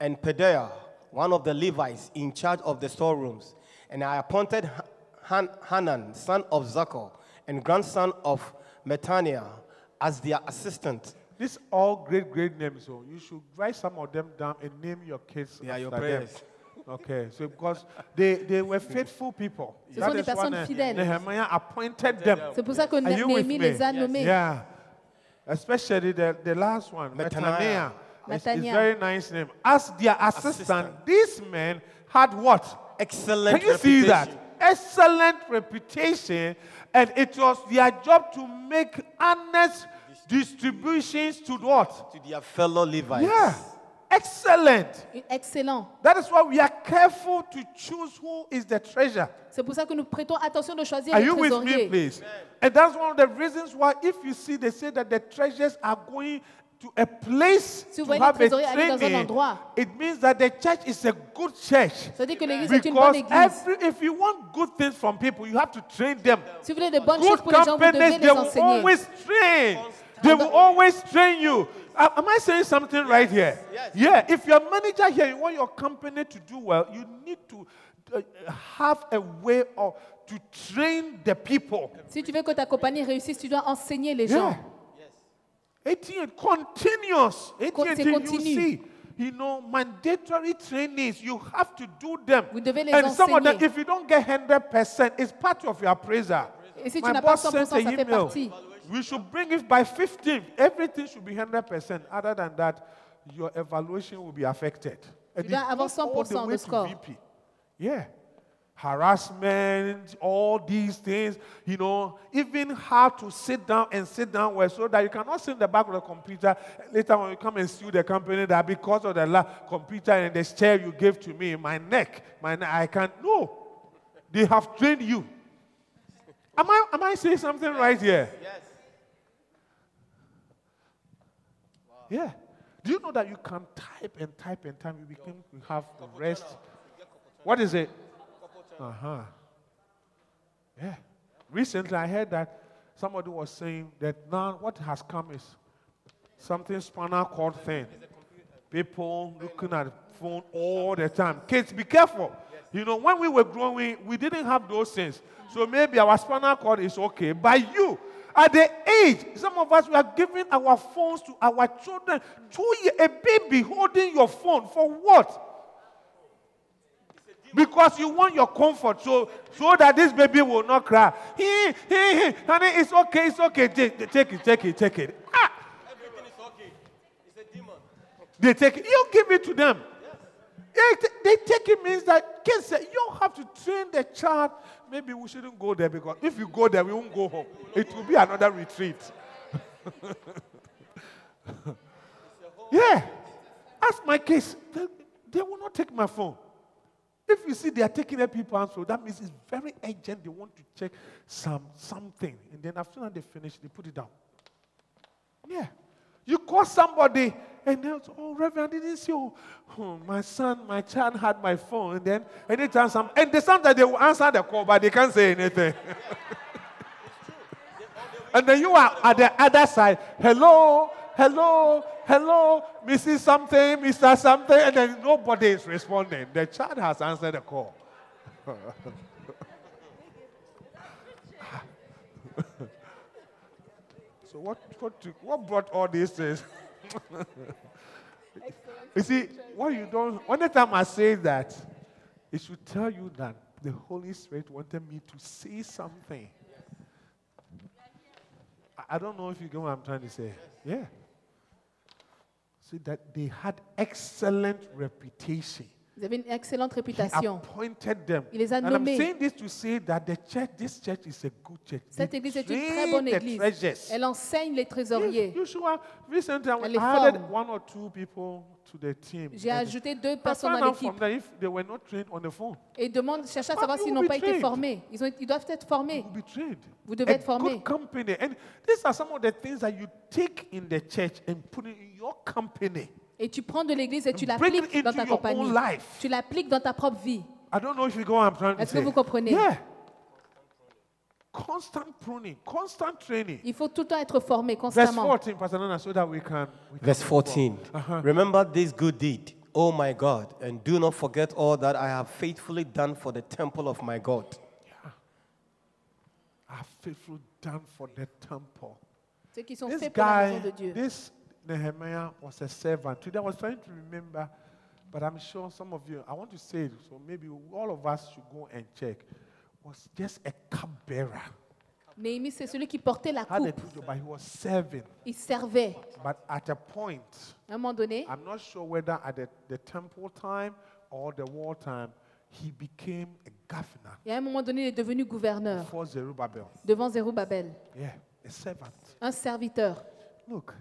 Speaker 8: and Pedaiah, one of the Levites, in charge of the storerooms. And I appointed Ha- Han- Hanan, son of Zakor, and grandson of Metaniah, as their assistant.
Speaker 11: These all great, great names. So you should write some of them down and name your kids.
Speaker 8: They are your
Speaker 11: after them.
Speaker 8: prayers.
Speaker 11: Okay, so because they, they were faithful people.
Speaker 14: Ce sont des
Speaker 11: is why
Speaker 14: personnes
Speaker 11: Ne-
Speaker 14: fidèles.
Speaker 11: Nehemiah appointed them.
Speaker 14: C'est pour ça que
Speaker 11: Are
Speaker 14: Ne-
Speaker 11: you with
Speaker 14: Néhémie
Speaker 11: me?
Speaker 14: les a nommés.
Speaker 11: Yeah. Especially the, the last one, Netaniah.
Speaker 8: Netaniah.
Speaker 11: It's, it's
Speaker 8: Netaniah.
Speaker 11: very nice name. As their assistant, these men had what?
Speaker 8: Excellent
Speaker 11: Can you see that?
Speaker 8: reputation.
Speaker 11: Excellent reputation, and it was their job to make honest distributions to what?
Speaker 8: To their fellow Levites.
Speaker 11: Yeah. Excellent.
Speaker 14: Excellent.
Speaker 11: That is why we are careful to choose who is the treasure.
Speaker 14: C'est pour ça que nous prêtons attention de choisir
Speaker 11: Are
Speaker 14: les
Speaker 11: you with me,
Speaker 14: trésoriers.
Speaker 11: please? And that's one of the reasons why, if you see, they say that the treasures are going to a place
Speaker 14: Si vous
Speaker 11: to
Speaker 14: voyez les
Speaker 11: have a
Speaker 14: trésoriers aller dans un
Speaker 11: training,
Speaker 14: endroit.
Speaker 11: it means that the church is a good church.
Speaker 14: Ça veut dire que l'église est une bonne
Speaker 11: Because
Speaker 14: église.
Speaker 11: every, if you want good things from people, you have to train them.
Speaker 14: Si vous voulez de bonnes choses
Speaker 11: Good
Speaker 14: pour les gens, vous devez
Speaker 11: companies,
Speaker 14: les
Speaker 11: they will
Speaker 14: enseigner.
Speaker 11: always train. They will always train you. Am am I saying something right here? Yeah. If you're a manager here, you want your company to do well, you need to uh, have a way of to train the people.
Speaker 14: Si tu veux que ta compagnie réussisse, tu dois enseigner les gens.
Speaker 11: Yeah. 18 continuous. 18
Speaker 14: c'est
Speaker 11: you
Speaker 14: continu.
Speaker 11: see. You know, mandatory trainings, you have to do them.
Speaker 14: devez les
Speaker 11: and some of them,
Speaker 14: enseigner.
Speaker 11: if you don't get 100%, it's part of your appraiser.
Speaker 14: Et si tu
Speaker 11: My
Speaker 14: n'as pas
Speaker 11: boss
Speaker 14: 100%,
Speaker 11: sent
Speaker 14: ça
Speaker 11: an
Speaker 14: fait
Speaker 11: email.
Speaker 14: partie.
Speaker 11: We should bring it by 15. Everything should be 100%. Other than that, your evaluation will be affected. And
Speaker 14: Tu dois
Speaker 11: it
Speaker 14: avoir
Speaker 11: goes all the
Speaker 14: 100%
Speaker 11: way
Speaker 14: de
Speaker 11: to
Speaker 14: score.
Speaker 11: VP. Yeah. Harassment, all these things, you know, even how to sit down and sit down well so that you cannot sit in the back of the computer later when you come and sue the company that because of the la- computer and the chair you gave to me, my neck, my neck, I can't. No. They have trained you. Am I, am I saying something right here?
Speaker 12: Yes.
Speaker 11: Yeah. Do you know that you can type and type and type? You become you have rest. What is it? Uh huh. Yeah. Recently, I heard that somebody was saying that now what has come is something spinal cord thing. People looking at phone all the time. Kids, be careful. You know, when we were growing, we didn't have those things. So maybe our spinal cord is okay. But you, at the age, some of us we are giving our phones to our children. Two year, a baby holding your phone for what? Because you want your comfort, so so that this baby will not cry. He, he, he. Honey, it's okay, it's okay. Take, take it, take it, take it. Ah! They take it. You give it to them. They, ta- they take it means that kids say, you don't have to train the child. Maybe we shouldn't go there because if you go there, we won't go home. It will be another retreat. yeah. Ask my kids. They, they will not take my phone. If you see they are taking their people's phone, that means it's very urgent. They want to check some something. And then as soon as they finish, they put it down. Yeah. You call somebody and then, oh, Reverend, I didn't see you. Hmm, my son, my child had my phone. And then anytime some, and they sometimes they will answer the call, but they can't say anything. and then you are at the other side. Hello, hello, hello, Mrs. Something, Mr. Something. And then nobody is responding. The child has answered the call. So what, what, took- what brought all these things? you see, what you don't, one time I say that, it should tell you that the Holy Spirit wanted me to say something. I, I don't know if you get what I'm trying to say. Yeah. See that they had excellent reputation.
Speaker 14: Vous avez une excellente
Speaker 11: He
Speaker 14: réputation.
Speaker 11: appointed them.
Speaker 14: Il les a
Speaker 11: and I'm
Speaker 14: nommés.
Speaker 11: saying this to say that the church, this church is a good church. They
Speaker 14: Cette église est une très
Speaker 11: train
Speaker 14: bonne
Speaker 11: the
Speaker 14: église.
Speaker 11: treasures.
Speaker 14: Elle enseigne les trésoriers.
Speaker 11: You should have- recently, I
Speaker 14: Elle les
Speaker 11: added
Speaker 14: forme.
Speaker 11: one or two people to the team.
Speaker 14: J'ai
Speaker 11: And
Speaker 14: ajouté deux
Speaker 11: I
Speaker 14: personnes
Speaker 11: found
Speaker 14: à
Speaker 11: out from
Speaker 14: l'équipe
Speaker 11: them if they were not trained on the phone.
Speaker 14: et demande, cherche à
Speaker 11: But
Speaker 14: savoir
Speaker 11: you
Speaker 14: s'ils
Speaker 11: will
Speaker 14: n'ont
Speaker 11: be
Speaker 14: pas été
Speaker 11: trained.
Speaker 14: formés. Ils, ont- ils doivent être formés.
Speaker 11: You'll be trained.
Speaker 14: Vous devez
Speaker 11: a
Speaker 14: être formé.
Speaker 11: Good company. And these are some of the things that you take in the church and put it in your company.
Speaker 14: Et tu prends de l'église et tu
Speaker 11: Bring it
Speaker 14: l'appliques
Speaker 11: into
Speaker 14: dans ta
Speaker 11: your own
Speaker 14: compagnie.
Speaker 11: life.
Speaker 14: Tu l'appliques dans ta propre vie.
Speaker 11: I don't know if you go. I'm trying to
Speaker 14: Est-ce que
Speaker 11: say.
Speaker 14: vous comprenez
Speaker 11: Yeah. Constant pruning, constant training.
Speaker 14: Il faut tout le temps être formé
Speaker 11: Verse
Speaker 14: constamment.
Speaker 11: 14, Pastor Nana, so that we can. we can
Speaker 8: Verse
Speaker 11: move on.
Speaker 8: 14.
Speaker 11: Uh-huh.
Speaker 8: Remember this good deed, O my God, and do not forget all that I have faithfully done for the temple of my God.
Speaker 11: Are faithful done for the temple.
Speaker 14: Ceux qui sont
Speaker 11: This
Speaker 14: faits pour la
Speaker 11: guy,
Speaker 14: maison de Dieu.
Speaker 11: this Nehemiah was a servant. Today I was trying to remember, but I'm sure some of you, I want to say it, so maybe all of us should go and check. Was just a cupbearer.
Speaker 14: Néhémie, c'est celui qui portait la
Speaker 11: Had a
Speaker 14: coupe.
Speaker 11: good job, but he was serving.
Speaker 14: Il servait.
Speaker 11: But at a point,
Speaker 14: À un moment donné,
Speaker 11: I'm not sure whether at the, the temple time or the war time, he became a governor
Speaker 14: et à un moment donné, il est devenu gouverneur
Speaker 11: for Zerubbabel.
Speaker 14: devant Zérubabel,
Speaker 11: Yeah, a servant.
Speaker 14: un serviteur.
Speaker 11: Look,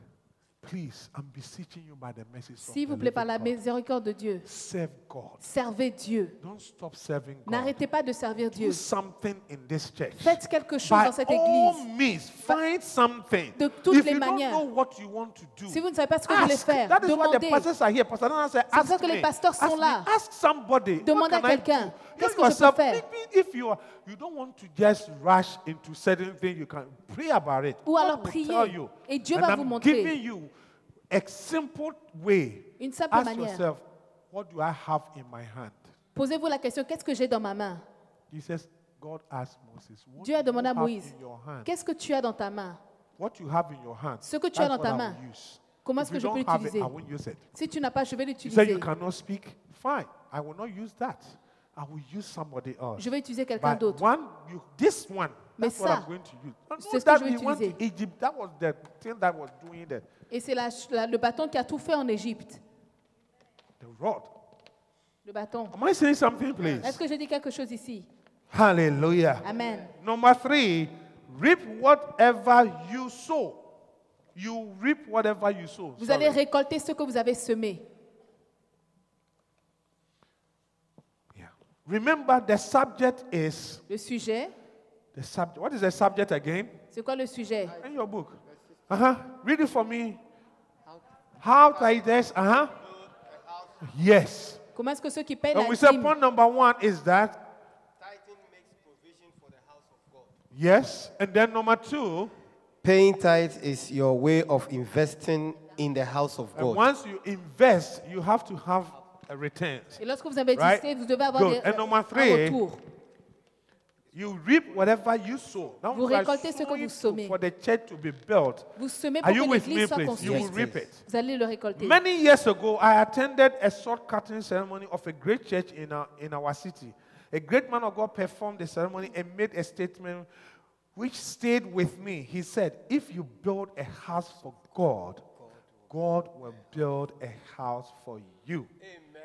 Speaker 11: please, I'm beseeching you by the message.
Speaker 14: S'il vous plaît, par la miséricorde de Dieu,
Speaker 11: Serve God.
Speaker 14: servez Dieu.
Speaker 11: Don't stop serving God.
Speaker 14: N'arrêtez pas de servir Dieu.
Speaker 11: Do something in this church.
Speaker 14: Faites quelque chose
Speaker 11: By
Speaker 14: dans cette
Speaker 11: all
Speaker 14: église.
Speaker 11: means, find something.
Speaker 14: De toutes
Speaker 11: if
Speaker 14: les
Speaker 11: you
Speaker 14: manières.
Speaker 11: don't know what you want to do,
Speaker 14: Si vous ne savez pas ce que vous voulez
Speaker 11: ask.
Speaker 14: faire,
Speaker 11: That is why the
Speaker 14: demandez.
Speaker 11: pastors are here. Pastor Nana said,
Speaker 14: C'est pour
Speaker 11: ask
Speaker 14: ça que les
Speaker 11: me.
Speaker 14: pasteurs
Speaker 11: ask
Speaker 14: sont
Speaker 11: me.
Speaker 14: là.
Speaker 11: Ask somebody.
Speaker 14: Demandez
Speaker 11: what
Speaker 14: à
Speaker 11: can I
Speaker 14: quelqu'un.
Speaker 11: do?
Speaker 14: Qu'est-ce
Speaker 11: You
Speaker 14: que je peux
Speaker 11: yourself,
Speaker 14: faire?
Speaker 11: maybe If you, are, you don't want to just rush into certain things, you can pray about it.
Speaker 14: Ou
Speaker 11: God
Speaker 14: alors
Speaker 11: will
Speaker 14: priez.
Speaker 11: tell you.
Speaker 14: Et Dieu
Speaker 11: And
Speaker 14: va
Speaker 11: I'm
Speaker 14: vous montrer.
Speaker 11: giving you a simple way.
Speaker 14: Une simple
Speaker 11: ask
Speaker 14: manière.
Speaker 11: yourself, what do I have in my hand?
Speaker 14: Posez-vous la question, qu'est-ce que j'ai dans ma main
Speaker 11: He says, God asked Moses, what
Speaker 14: Dieu a
Speaker 11: do you
Speaker 14: demandé à
Speaker 11: have
Speaker 14: Moïse,
Speaker 11: in your hand?
Speaker 14: qu'est-ce que tu as dans ta main
Speaker 11: What you have in your hand,
Speaker 14: Ce que tu as
Speaker 11: that's
Speaker 14: dans ta
Speaker 11: what I
Speaker 14: main,
Speaker 11: will use.
Speaker 14: comment
Speaker 11: If
Speaker 14: est-ce que
Speaker 11: you
Speaker 14: je peux
Speaker 11: don't have it,
Speaker 14: l'utiliser
Speaker 11: I won't use it.
Speaker 14: Si tu n'as pas, je vais
Speaker 11: You say
Speaker 14: l'utiliser.
Speaker 11: you cannot speak? Fine. I will not use that. I will use somebody else.
Speaker 14: Je vais utiliser quelqu'un
Speaker 11: But
Speaker 14: d'autre.
Speaker 11: One, you, this one,
Speaker 14: Mais
Speaker 11: that's what I'm
Speaker 14: ça,
Speaker 11: going to use. And
Speaker 14: c'est
Speaker 11: no,
Speaker 14: ce que
Speaker 11: that
Speaker 14: je vais
Speaker 11: we went to
Speaker 14: utiliser.
Speaker 11: Egypt. That was the thing that was doing that.
Speaker 14: Et c'est la- la- le bâton qui a tout fait en Égypte.
Speaker 11: The rod.
Speaker 14: Le bâton.
Speaker 11: Am I saying something,
Speaker 14: Est-ce
Speaker 11: please?
Speaker 14: que je dis quelque chose ici
Speaker 11: Hallelujah.
Speaker 14: Amen.
Speaker 11: Number three, reap whatever you sow. You reap whatever you sow.
Speaker 14: Vous
Speaker 11: Sorry.
Speaker 14: allez récolter ce que vous avez semé.
Speaker 11: Remember, the subject is
Speaker 14: Le sujet,
Speaker 11: the subject. What is the subject again?
Speaker 14: c'est quoi le sujet
Speaker 11: In your book. Uh huh. Read it for me. How Titus. Uh huh. Yes.
Speaker 14: Comment est-ce que ceux qui payent
Speaker 11: And
Speaker 14: la
Speaker 11: we said
Speaker 14: dîme,
Speaker 11: point number one is that. Yes. And then number two,
Speaker 8: Paying tithes is your way of investing in the house of
Speaker 11: and
Speaker 8: God.
Speaker 11: uh, once you invest, you have to have a return.
Speaker 14: et lorsque vous investissez,
Speaker 11: Right?
Speaker 14: vous devez avoir
Speaker 11: Good.
Speaker 14: des-
Speaker 11: And number
Speaker 14: un
Speaker 11: three,
Speaker 14: retour.
Speaker 11: You reap whatever you sow. Now
Speaker 14: Vous
Speaker 11: you are
Speaker 14: récoltez ce que
Speaker 11: sowing
Speaker 14: vous semez.
Speaker 11: For the church to be built.
Speaker 14: Ah, Vous semez
Speaker 11: Are
Speaker 14: pour
Speaker 11: you
Speaker 14: que
Speaker 11: with me,
Speaker 14: l'église soit
Speaker 11: please? You will
Speaker 14: construite.
Speaker 11: reap it.
Speaker 14: Vous allez le récolter.
Speaker 11: Many years ago, I attended a short cutting ceremony of a great church in our, in our city. A great man of God performed the ceremony and made a statement which stayed with me. He said, If you build a house for God, God will build a house for you.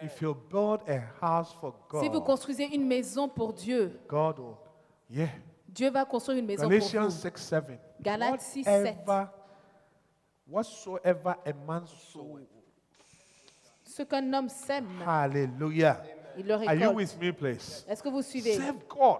Speaker 11: If you build a house for
Speaker 14: Si vous
Speaker 11: God,
Speaker 14: construisez une maison pour Dieu,
Speaker 11: God will. Yeah.
Speaker 14: Dieu va construire une maison pour
Speaker 11: Galatians
Speaker 14: vous.
Speaker 11: 6 7.
Speaker 14: Galates 6, 7.
Speaker 11: Whatever, whatsoever a man sow,
Speaker 14: Ce qu'un homme sème,
Speaker 11: hallelujah.
Speaker 14: il le
Speaker 11: Are you
Speaker 14: récolte.
Speaker 11: with me, please?
Speaker 14: Est-ce que vous suivez
Speaker 11: Serve God.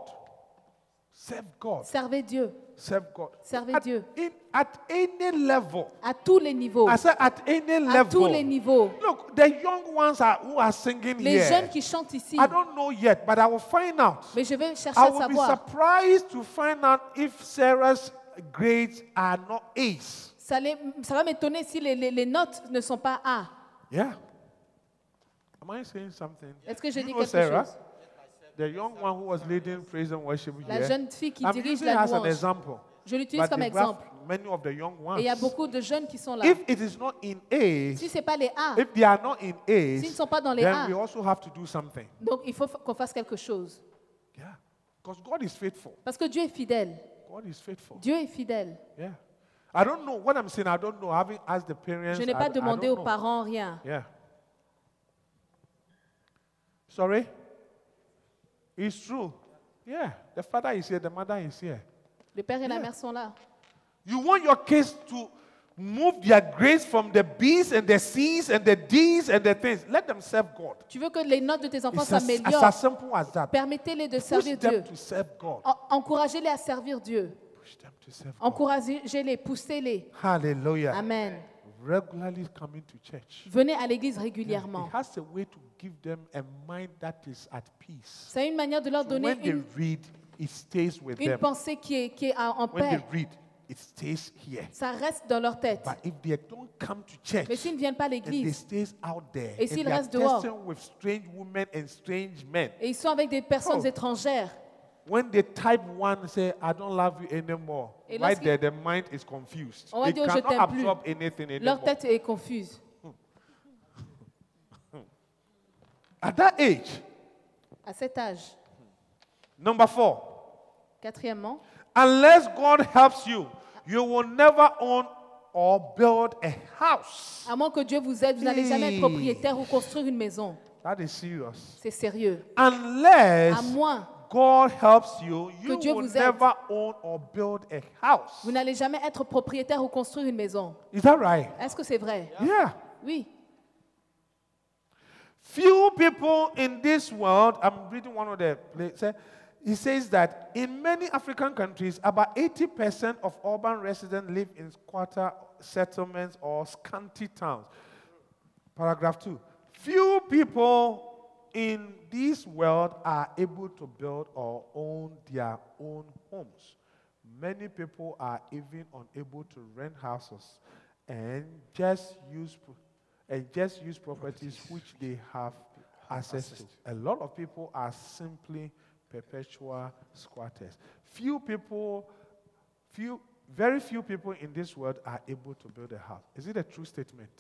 Speaker 11: Serve God.
Speaker 14: Servez Dieu.
Speaker 11: Serve God.
Speaker 14: Servez
Speaker 11: At,
Speaker 14: Dieu. Ah,
Speaker 11: in- at any level.
Speaker 14: À tous les niveaux.
Speaker 11: I said at any
Speaker 14: À tous
Speaker 11: level.
Speaker 14: les niveaux.
Speaker 11: Look, the young ones are, who are singing
Speaker 14: Les
Speaker 11: here.
Speaker 14: jeunes qui chantent ici.
Speaker 11: I don't know yet, but I will find out.
Speaker 14: Mais je vais chercher
Speaker 11: I
Speaker 14: à
Speaker 11: will be
Speaker 14: savoir.
Speaker 11: surprised to find out if Sarah's grades are not A's.
Speaker 14: Ça, allait- ça va m'étonner si les, les- les notes ne sont pas A.
Speaker 11: Yeah. Am I saying something?
Speaker 14: Est-ce que je
Speaker 11: You
Speaker 14: dis
Speaker 11: know
Speaker 14: quelque
Speaker 11: Sarah?
Speaker 14: chose?
Speaker 11: The young one who was leading praise and worship
Speaker 14: La
Speaker 11: here.
Speaker 14: jeune fille qui
Speaker 11: I'm
Speaker 14: dirige
Speaker 11: using
Speaker 14: la
Speaker 11: her as an
Speaker 14: louange.
Speaker 11: example.
Speaker 14: Je l'utilise
Speaker 11: But
Speaker 14: comme
Speaker 11: they grab
Speaker 14: exemple.
Speaker 11: many of the young
Speaker 14: Et
Speaker 11: ones.
Speaker 14: il y a beaucoup de jeunes qui sont là.
Speaker 11: If it is not in A,
Speaker 14: Si ce n'est pas les A,
Speaker 11: if they are not in A,
Speaker 14: S'ils ne sont pas dans les
Speaker 11: then
Speaker 14: A.
Speaker 11: we also have to do something.
Speaker 14: donc il faut fa- qu'on fasse quelque chose.
Speaker 11: Yeah. Because God is faithful.
Speaker 14: Parce que Dieu est fidèle.
Speaker 11: God is faithful.
Speaker 14: Dieu est fidèle.
Speaker 11: Yeah. I don't know what I'm saying. I don't know. I haven't asked the parents.
Speaker 14: Je n'ai
Speaker 11: I-
Speaker 14: pas
Speaker 11: I don't
Speaker 14: demandé aux
Speaker 11: know.
Speaker 14: parents rien.
Speaker 11: Yeah. Sorry? It's true. Yeah. The father is here, the mother is here.
Speaker 14: Le père et la mère sont là.
Speaker 11: You want your kids to move their grades from the B's and the C's and the D's and the things. Let them serve God.
Speaker 14: Tu veux que les notes de tes enfants
Speaker 11: It's as, as,
Speaker 14: s'améliorent.
Speaker 11: simple as that.
Speaker 14: Permettez-les de
Speaker 11: Push
Speaker 14: servir Dieu.
Speaker 11: them to serve God.
Speaker 14: En- Encouragez-les à servir Dieu.
Speaker 11: Push them to serve God.
Speaker 14: Encouragez-les, poussez-les.
Speaker 11: Hallelujah.
Speaker 14: Amen.
Speaker 11: Regularly coming to church.
Speaker 14: Venez à l'église
Speaker 11: It
Speaker 14: régulièrement.
Speaker 11: has a way to give them a mind that is at peace.
Speaker 14: C'est une manière de leur
Speaker 11: So
Speaker 14: donner
Speaker 11: when they
Speaker 14: une
Speaker 11: read, it stays with
Speaker 14: Une
Speaker 11: them.
Speaker 14: pensée qui est, qui est en en
Speaker 11: When
Speaker 14: paix,
Speaker 11: they read, it stays here.
Speaker 14: ça reste dans leur tête.
Speaker 11: But if they don't come to church,
Speaker 14: Mais s'ils ne viennent pas à
Speaker 11: and they
Speaker 14: l'église
Speaker 11: stays out there,
Speaker 14: Et
Speaker 11: and
Speaker 14: s'ils
Speaker 11: they are
Speaker 14: restent dehors.
Speaker 11: testing with strange women and strange men,
Speaker 14: et ils sont avec des
Speaker 11: Oh.
Speaker 14: personnes étrangères,
Speaker 11: when they type one, say, I don't love you anymore,
Speaker 14: Et
Speaker 11: right
Speaker 14: lorsqu'ils-
Speaker 11: there, the mind is confused.
Speaker 14: On va
Speaker 11: It
Speaker 14: dire, je
Speaker 11: cannot
Speaker 14: t'aime plus.
Speaker 11: absorb anything anymore.
Speaker 14: leur tête est confuse.
Speaker 11: At that age,
Speaker 14: À cet âge,
Speaker 11: number four,
Speaker 14: quatrièmement,
Speaker 11: Unless God helps you, you will never own or build a house.
Speaker 14: à moins que Dieu vous aide, vous n'allez jamais être propriétaire ou construire une maison.
Speaker 11: That is serious.
Speaker 14: C'est sérieux.
Speaker 11: Unless
Speaker 14: À moins
Speaker 11: God helps you, you
Speaker 14: que Dieu
Speaker 11: will
Speaker 14: vous aide,
Speaker 11: never own or build a house.
Speaker 14: vous n'allez jamais être propriétaire ou construire une maison.
Speaker 11: Is that right?
Speaker 14: Est-ce que c'est vrai
Speaker 11: Yeah.
Speaker 14: Oui.
Speaker 11: Few people in this world, I'm reading one of the places, he says that in many African countries, about 80% of urban residents live in squatter settlements or scanty towns. Paragraph 2. Few people in this world are able to build or own their own homes. Many people are even unable to rent houses and just use pro- and just use properties which they have access to. A lot of people are simply perpetual squatters. Few people, few, very few people in this world are able to build a house. Is it a true statement?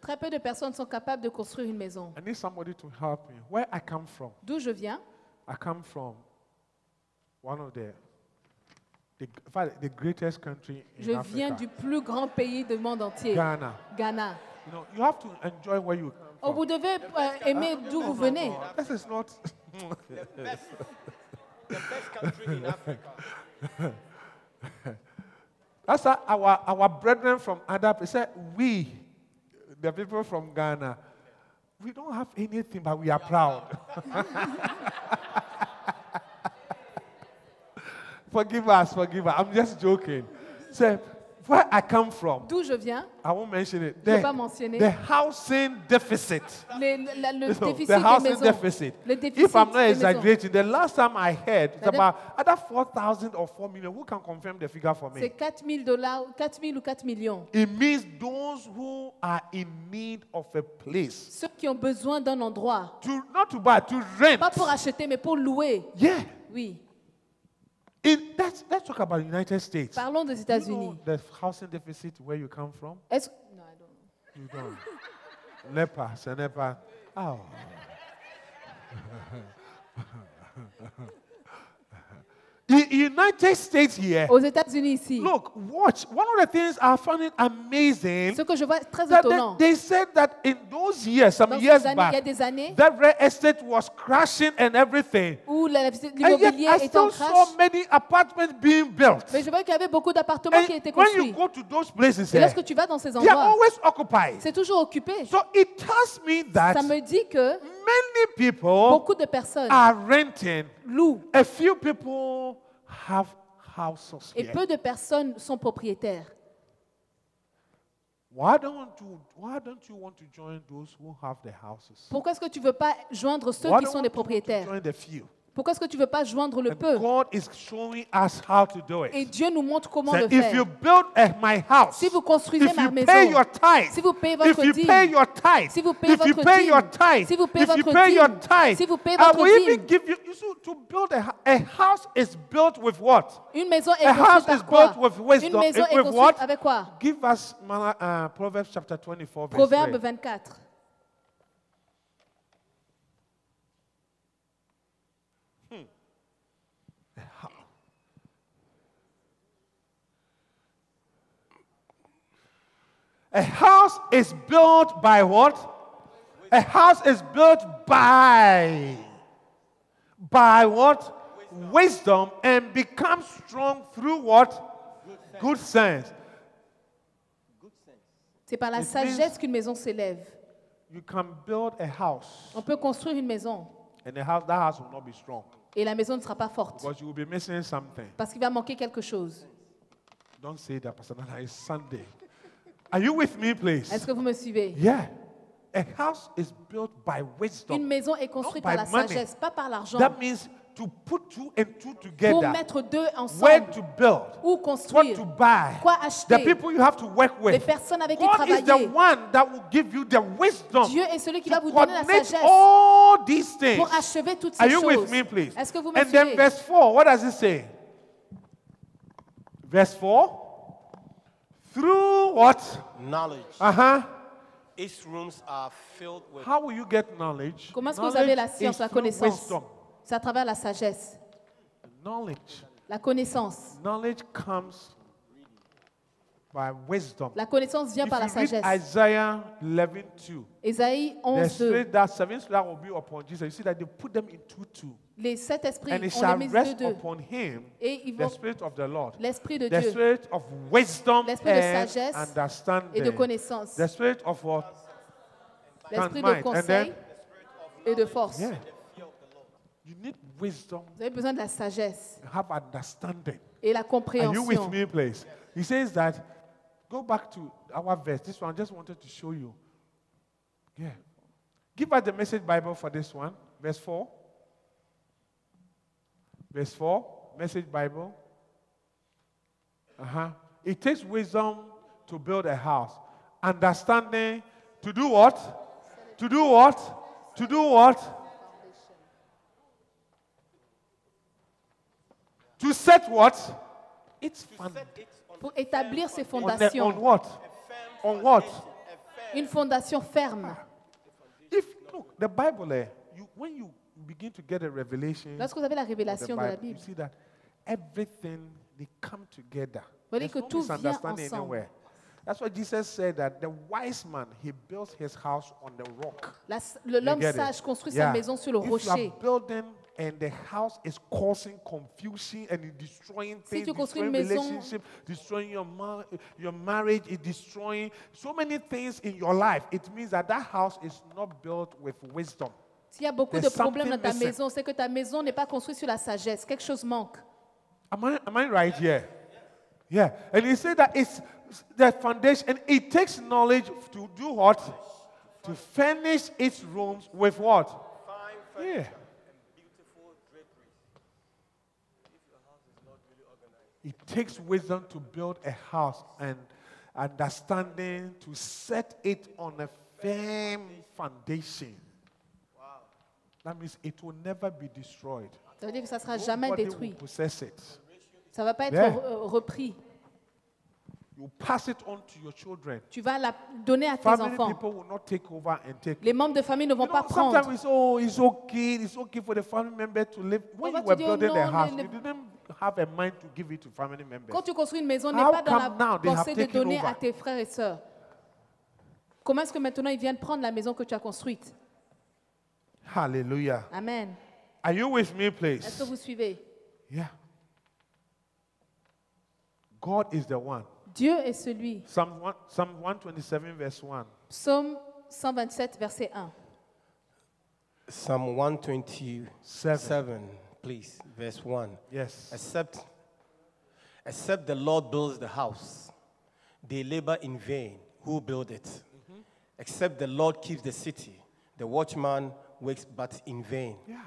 Speaker 14: Très peu de personnes sont capables de construire une maison.
Speaker 11: I need somebody to help me. Where I come from?
Speaker 14: D'où je viens,
Speaker 11: I come from one of the the, in fact, the greatest country in
Speaker 14: je
Speaker 11: Africa.
Speaker 14: viens du plus grand pays du monde entier,
Speaker 11: Ghana.
Speaker 14: Ghana.
Speaker 11: You know, you have to enjoy where you come
Speaker 14: Oh,
Speaker 11: from.
Speaker 14: vous devez euh, aimer d'où vous venez.
Speaker 11: Ah. This is not
Speaker 12: The best, the best country in Africa.
Speaker 11: That's how our, our brethren from other places. said, We, the people from Ghana, we don't have anything, but we are proud. forgive us, forgive us. I'm just joking. Say, where I come from,
Speaker 14: D'où je viens,
Speaker 11: I won't mention it.
Speaker 14: Je vais
Speaker 11: The-
Speaker 14: pas mentionner.
Speaker 11: the housing deficit.
Speaker 14: les- la- le
Speaker 11: So,
Speaker 14: déficit
Speaker 11: the
Speaker 14: des
Speaker 11: housing
Speaker 14: maisons.
Speaker 11: deficit.
Speaker 14: Le déficit
Speaker 11: If I'm
Speaker 14: des
Speaker 11: not
Speaker 14: maisons.
Speaker 11: exaggerating, the last time I heard, it's
Speaker 14: La def-
Speaker 11: about either 4,000 or 4 million. Who can confirm the figure for
Speaker 14: C'est
Speaker 11: me?
Speaker 14: 4 000 dollars, 4 000 ou 4 millions.
Speaker 11: It means those who are in need of a place
Speaker 14: Ceux qui ont besoin d'un endroit,
Speaker 11: to not to buy, to rent.
Speaker 14: pas pour acheter, mais pour louer.
Speaker 11: Yeah.
Speaker 14: Oui.
Speaker 11: In, that's, let's talk about the United States.
Speaker 14: Parlons des
Speaker 11: Do you
Speaker 14: États-Unis.
Speaker 11: know the housing deficit where you come from?
Speaker 14: Est-ce-
Speaker 11: You don't. Nepa, c'est Nepa. Oh. The United States here.
Speaker 14: Aux États-Unis ici.
Speaker 11: Look, watch. One of the things I found it amazing.
Speaker 14: Ce que je vois très
Speaker 11: that
Speaker 14: étonnant.
Speaker 11: they, they said that in those years, some
Speaker 14: Dans ces
Speaker 11: years
Speaker 14: années- il y a
Speaker 11: back,
Speaker 14: des années
Speaker 11: that real estate was crashing and everything.
Speaker 14: où la-
Speaker 11: And yet,
Speaker 14: l'immobilier
Speaker 11: I
Speaker 14: est en
Speaker 11: still
Speaker 14: crash,
Speaker 11: saw many apartments being built.
Speaker 14: mais je vois qu'il y avait beaucoup d'appartements qui étaient
Speaker 11: And when
Speaker 14: construits.
Speaker 11: you go to those places,
Speaker 14: Et
Speaker 11: eh,
Speaker 14: lorsque tu vas dans ces
Speaker 11: they are
Speaker 14: endroits,
Speaker 11: always occupied.
Speaker 14: c'est toujours occupé.
Speaker 11: So it tells me that
Speaker 14: Ça me dit que
Speaker 11: many people
Speaker 14: beaucoup de personnes
Speaker 11: are renting.
Speaker 14: louent
Speaker 11: A few people have houses
Speaker 14: et
Speaker 11: here.
Speaker 14: peu de personnes sont propriétaires.
Speaker 11: Why don't you Why don't you want to join those who have the houses?
Speaker 14: Pourquoi est-ce que tu ne veux pas joindre ceux
Speaker 11: Why
Speaker 14: qui
Speaker 11: don't
Speaker 14: sont les
Speaker 11: you want to
Speaker 14: propriétaires
Speaker 11: Join the few.
Speaker 14: Pourquoi est-ce que tu ne veux pas joindre le peu
Speaker 11: God is showing us how to do it.
Speaker 14: Et Dieu nous montre comment
Speaker 11: Say,
Speaker 14: le
Speaker 11: if you
Speaker 14: faire.
Speaker 11: build a, my house,
Speaker 14: Si vous construisez
Speaker 11: if
Speaker 14: ma
Speaker 11: you pay
Speaker 14: maison,
Speaker 11: your tithe,
Speaker 14: si vous payez
Speaker 11: if
Speaker 14: votre
Speaker 11: you pay
Speaker 14: dîme,
Speaker 11: your tithe,
Speaker 14: si vous payez
Speaker 11: if you
Speaker 14: votre
Speaker 11: pay your
Speaker 14: dîme,
Speaker 11: tithe,
Speaker 14: si vous payez
Speaker 11: if you
Speaker 14: votre
Speaker 11: pay your
Speaker 14: dîme,
Speaker 11: tithe,
Speaker 14: si vous payez
Speaker 11: I
Speaker 14: votre
Speaker 11: will even
Speaker 14: dîme.
Speaker 11: give you, you see, to build a, hou- a house is built with what?
Speaker 14: Une maison est
Speaker 11: A house
Speaker 14: construite
Speaker 11: is
Speaker 14: par
Speaker 11: built
Speaker 14: quoi
Speaker 11: with
Speaker 14: Une
Speaker 11: wisdom.
Speaker 14: maison
Speaker 11: eh,
Speaker 14: est
Speaker 11: with what?
Speaker 14: construite avec quoi
Speaker 11: Give us Mana- uh, Proverbs chapter 24, verse
Speaker 14: Proverbe
Speaker 11: 3.
Speaker 14: 24.
Speaker 11: A house is built by what? A house is built by by what? Wisdom, and becomes strong through what? Good sense.
Speaker 14: C'est par la
Speaker 11: It means-
Speaker 14: sagesse qu'une maison s'élève.
Speaker 11: You can build a house,
Speaker 14: On peut construire une maison
Speaker 11: and the house that house will not be strong
Speaker 14: et la maison ne sera pas forte
Speaker 11: because you will be missing something.
Speaker 14: parce qu'il va manquer quelque chose.
Speaker 11: Don't say that, Pastor Nana. It's Sunday. Are you with me, please?
Speaker 14: Est-ce que vous me suivez
Speaker 11: Yeah. A house is built by wisdom.
Speaker 14: Une maison est construite
Speaker 11: by
Speaker 14: par la
Speaker 11: money.
Speaker 14: sagesse, pas par l'argent.
Speaker 11: That means to put two and two
Speaker 14: pour
Speaker 11: together,
Speaker 14: mettre deux
Speaker 11: where
Speaker 14: ensemble,
Speaker 11: to build,
Speaker 14: où construire,
Speaker 11: buy,
Speaker 14: quoi
Speaker 11: the
Speaker 14: acheter,
Speaker 11: people you have to work
Speaker 14: les
Speaker 11: with.
Speaker 14: personnes avec qui
Speaker 11: God is the
Speaker 14: travailler.
Speaker 11: one that will give you the wisdom
Speaker 14: Dieu est celui qui va vous donner la
Speaker 11: coordinate
Speaker 14: sagesse
Speaker 11: all these things.
Speaker 14: pour achever toutes
Speaker 11: Are
Speaker 14: ces
Speaker 11: you with
Speaker 14: choses.
Speaker 11: me, please?
Speaker 14: Est-ce que vous me
Speaker 11: and then
Speaker 14: suivez?
Speaker 11: verse 4, what does it say? Verse 4. Through what?
Speaker 8: Knowledge.
Speaker 11: Uh-huh.
Speaker 8: Its rooms are filled with
Speaker 11: How will you get knowledge?
Speaker 14: Comment est-ce que vous
Speaker 11: Knowledge
Speaker 14: avez la
Speaker 11: is
Speaker 14: science, la
Speaker 11: through
Speaker 14: connaissance
Speaker 11: wisdom.
Speaker 14: C'est à travers la sagesse,
Speaker 11: Knowledge.
Speaker 14: la connaissance.
Speaker 11: Knowledge comes by wisdom.
Speaker 14: La connaissance vient
Speaker 11: If
Speaker 14: par la
Speaker 11: you read
Speaker 14: sagesse.
Speaker 11: Isaiah 11, 2.
Speaker 14: Ésaïe
Speaker 11: The
Speaker 14: 11, 2.
Speaker 11: spirit that seven that will be upon Jesus. You see that they put them in two, two.
Speaker 14: Les sept esprits,
Speaker 11: and it
Speaker 14: on les
Speaker 11: shall
Speaker 14: met
Speaker 11: rest
Speaker 14: deux, deux.
Speaker 11: upon him
Speaker 14: Et ils
Speaker 11: the
Speaker 14: vont
Speaker 11: spirit of the Lord,
Speaker 14: l'esprit de
Speaker 11: the
Speaker 14: Dieu,
Speaker 11: spirit of wisdom
Speaker 14: L'esprit de
Speaker 11: and
Speaker 14: sagesse
Speaker 11: understanding,
Speaker 14: et de connaissance.
Speaker 11: the spirit of what?
Speaker 14: l'esprit
Speaker 11: might.
Speaker 14: de
Speaker 11: And
Speaker 14: conseil
Speaker 11: then-
Speaker 14: et de force.
Speaker 11: Yeah. You need wisdom,
Speaker 14: Vous avez besoin de la sagesse
Speaker 11: have understanding.
Speaker 14: et la
Speaker 11: Are you with
Speaker 14: compréhension.
Speaker 11: me, please? He says that. Go back to our verse. This one, I just wanted to show you. Yeah. Give us the message Bible for this one, verse 4. Verse 4, message Bible. Uh huh. It takes wisdom to build a house, understanding to do what? To do what? To do what? To set what? It's
Speaker 14: Pour établir ses
Speaker 11: On, the, on
Speaker 14: fondations,
Speaker 11: what? On what?
Speaker 14: une fondation ferme.
Speaker 11: If look, the Bible, eh, you, when you begin to get a revelation,
Speaker 14: Lorsque vous avez la
Speaker 11: of the
Speaker 14: révélation de la
Speaker 11: Bible,
Speaker 14: Bible,
Speaker 11: you see that everything they come together.
Speaker 14: voyez
Speaker 11: There's
Speaker 14: que
Speaker 11: no
Speaker 14: tout vient
Speaker 11: misunderstanding
Speaker 14: ensemble.
Speaker 11: anywhere. That's why Jesus said that the wise man he built his house on the rock.
Speaker 14: La- le-
Speaker 11: You
Speaker 14: L'homme
Speaker 11: get it?
Speaker 14: sage construit
Speaker 11: Yeah.
Speaker 14: sa maison sur le
Speaker 11: If you are
Speaker 14: rocher.
Speaker 11: building and the house is causing confusion and it's destroying
Speaker 14: Si
Speaker 11: things,
Speaker 14: tu construis une
Speaker 11: destroying
Speaker 14: maison-
Speaker 11: relationship, destroying your, mar- your marriage, it's destroying so many things in your life. It means that that house is not built with wisdom.
Speaker 14: S'il y a beaucoup de
Speaker 11: There's
Speaker 14: problèmes dans
Speaker 11: something
Speaker 14: ta
Speaker 11: missing.
Speaker 14: maison, c'est que ta maison n'est pas construite sur la sagesse. Quelque chose manque.
Speaker 11: Am I, am I right here? Yeah. And he said that it's the foundation, and it takes knowledge to do what? To furnish its rooms with what? Yeah. It takes wisdom to build a house and understanding to set it on a firm foundation. That means it will never be destroyed.
Speaker 14: Ça veut dire que ça ne sera jamais
Speaker 11: Nobody will
Speaker 14: détruit.
Speaker 11: possess it.
Speaker 14: Ça ne va pas être
Speaker 11: Yeah.
Speaker 14: re- euh, repris.
Speaker 11: You pass it on to your children.
Speaker 14: Tu vas la donner à tes
Speaker 11: Family
Speaker 14: enfants.
Speaker 11: people will not take over and take.
Speaker 14: Les membres de famille ne vont pas prendre.
Speaker 11: Sometimes we say, oh, it's okay, it's okay for the family member to live. When
Speaker 14: Parfois,
Speaker 11: you were
Speaker 14: tu dis, oh,
Speaker 11: building the
Speaker 14: non,
Speaker 11: house,
Speaker 14: les-
Speaker 11: you didn't have a mind to give it to family members.
Speaker 14: Quand tu construis une maison, n'est
Speaker 11: How
Speaker 14: pas dans la
Speaker 11: come now they have
Speaker 14: pensée de
Speaker 11: taken
Speaker 14: donner
Speaker 11: over?
Speaker 14: à tes frères et sœurs. Comment est-ce que maintenant ils viennent prendre la maison que tu as construite
Speaker 11: Hallelujah.
Speaker 14: Amen.
Speaker 11: Are you with me,
Speaker 14: Est-ce
Speaker 11: please?
Speaker 14: que vous suivez
Speaker 11: Yeah. God is the one.
Speaker 14: Dieu est celui.
Speaker 11: Psalm, one, Psalm 127, verse 1.
Speaker 14: Psaume 127, verset 1.
Speaker 8: Psalm 127, please, verse 1.
Speaker 11: Yes.
Speaker 8: Except, except the Lord builds the house, they labor in vain who build it.
Speaker 11: Mm-hmm.
Speaker 8: Except the Lord keeps the city, the watchman wakes but in vain.
Speaker 11: Yeah.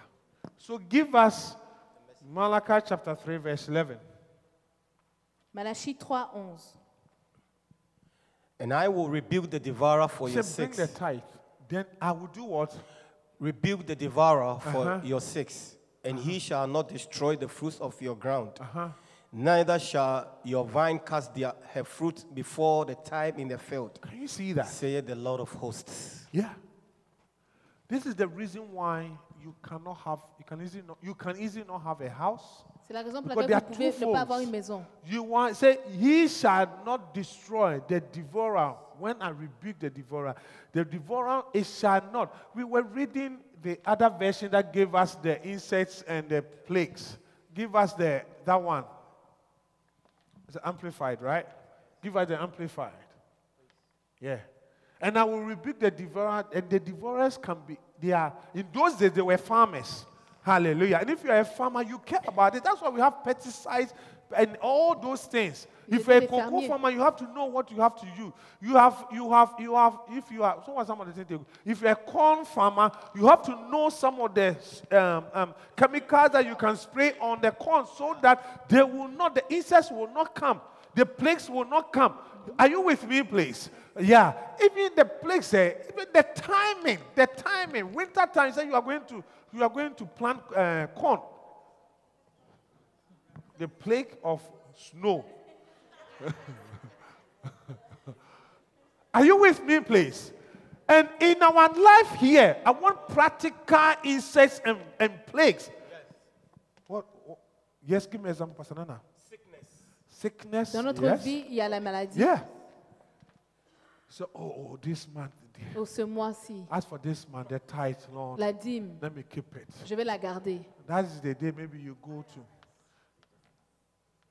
Speaker 11: So give us Malachi chapter 3, verse 11.
Speaker 14: Malachie 3, 11.
Speaker 8: And I will rebuke the devourer for
Speaker 11: He
Speaker 8: your
Speaker 11: said, bring
Speaker 8: sake.
Speaker 11: the tithe. Then I will do what?
Speaker 8: Rebuke the devourer for
Speaker 11: Uh-huh.
Speaker 8: your sakes, and he shall not destroy the fruits of your ground.
Speaker 11: Uh-huh.
Speaker 8: Neither shall your vine cast their, her fruit before the time in the field.
Speaker 11: Can you see that?
Speaker 8: Saith the Lord of hosts.
Speaker 11: Yeah. This is the reason why you cannot have you can easily not, you can easily not have a house.
Speaker 14: C'est la raison pour
Speaker 11: Because
Speaker 14: laquelle vous
Speaker 11: there
Speaker 14: pouvez
Speaker 11: are two
Speaker 14: ne pas avoir
Speaker 11: folds.
Speaker 14: une maison.
Speaker 11: You want say he shall not destroy the devourer when I rebuke the devourer. The devourer it shall not. We were reading the other version that gave us the insects and the plagues. Give us the that one. It's amplified, right? Give us the amplified. Yeah. And I will rebuke the devourer, and the devourers can be, they are, in those days, they were farmers. Hallelujah. And if you are a farmer, you care about it. That's why we have pesticides, and all those things.
Speaker 12: Le-
Speaker 11: if you're a
Speaker 12: les
Speaker 11: cocoa
Speaker 12: fermiers.
Speaker 11: farmer, you have to know what you have to use. You have, you have, you have. If you are, so what some of the things. they- If you're a corn farmer, you have to know some of the um, um, chemicals that you can spray on the corn so that they will not, the insects will not come, the plagues will not come. Are you with me, please? Yeah. Even the plagues, eh, even the timing, the timing. Winter time, you say you are going to, you are going to plant uh, corn the plague of snow. Are you with me, please? And in our life here, I want practical insects and, and plagues. What, what- Yes, give me an example, Pastor Nana. Sickness. Sickness.
Speaker 14: Dans notre
Speaker 11: yes.
Speaker 14: vie, il y a la maladie.
Speaker 11: Yeah. So, oh, oh, this month,
Speaker 14: Oh, ce mois-ci,
Speaker 11: as for this month, the tithe, Lord,
Speaker 14: la dîme,
Speaker 11: let me keep it.
Speaker 14: je vais la garder.
Speaker 11: That is the day maybe you go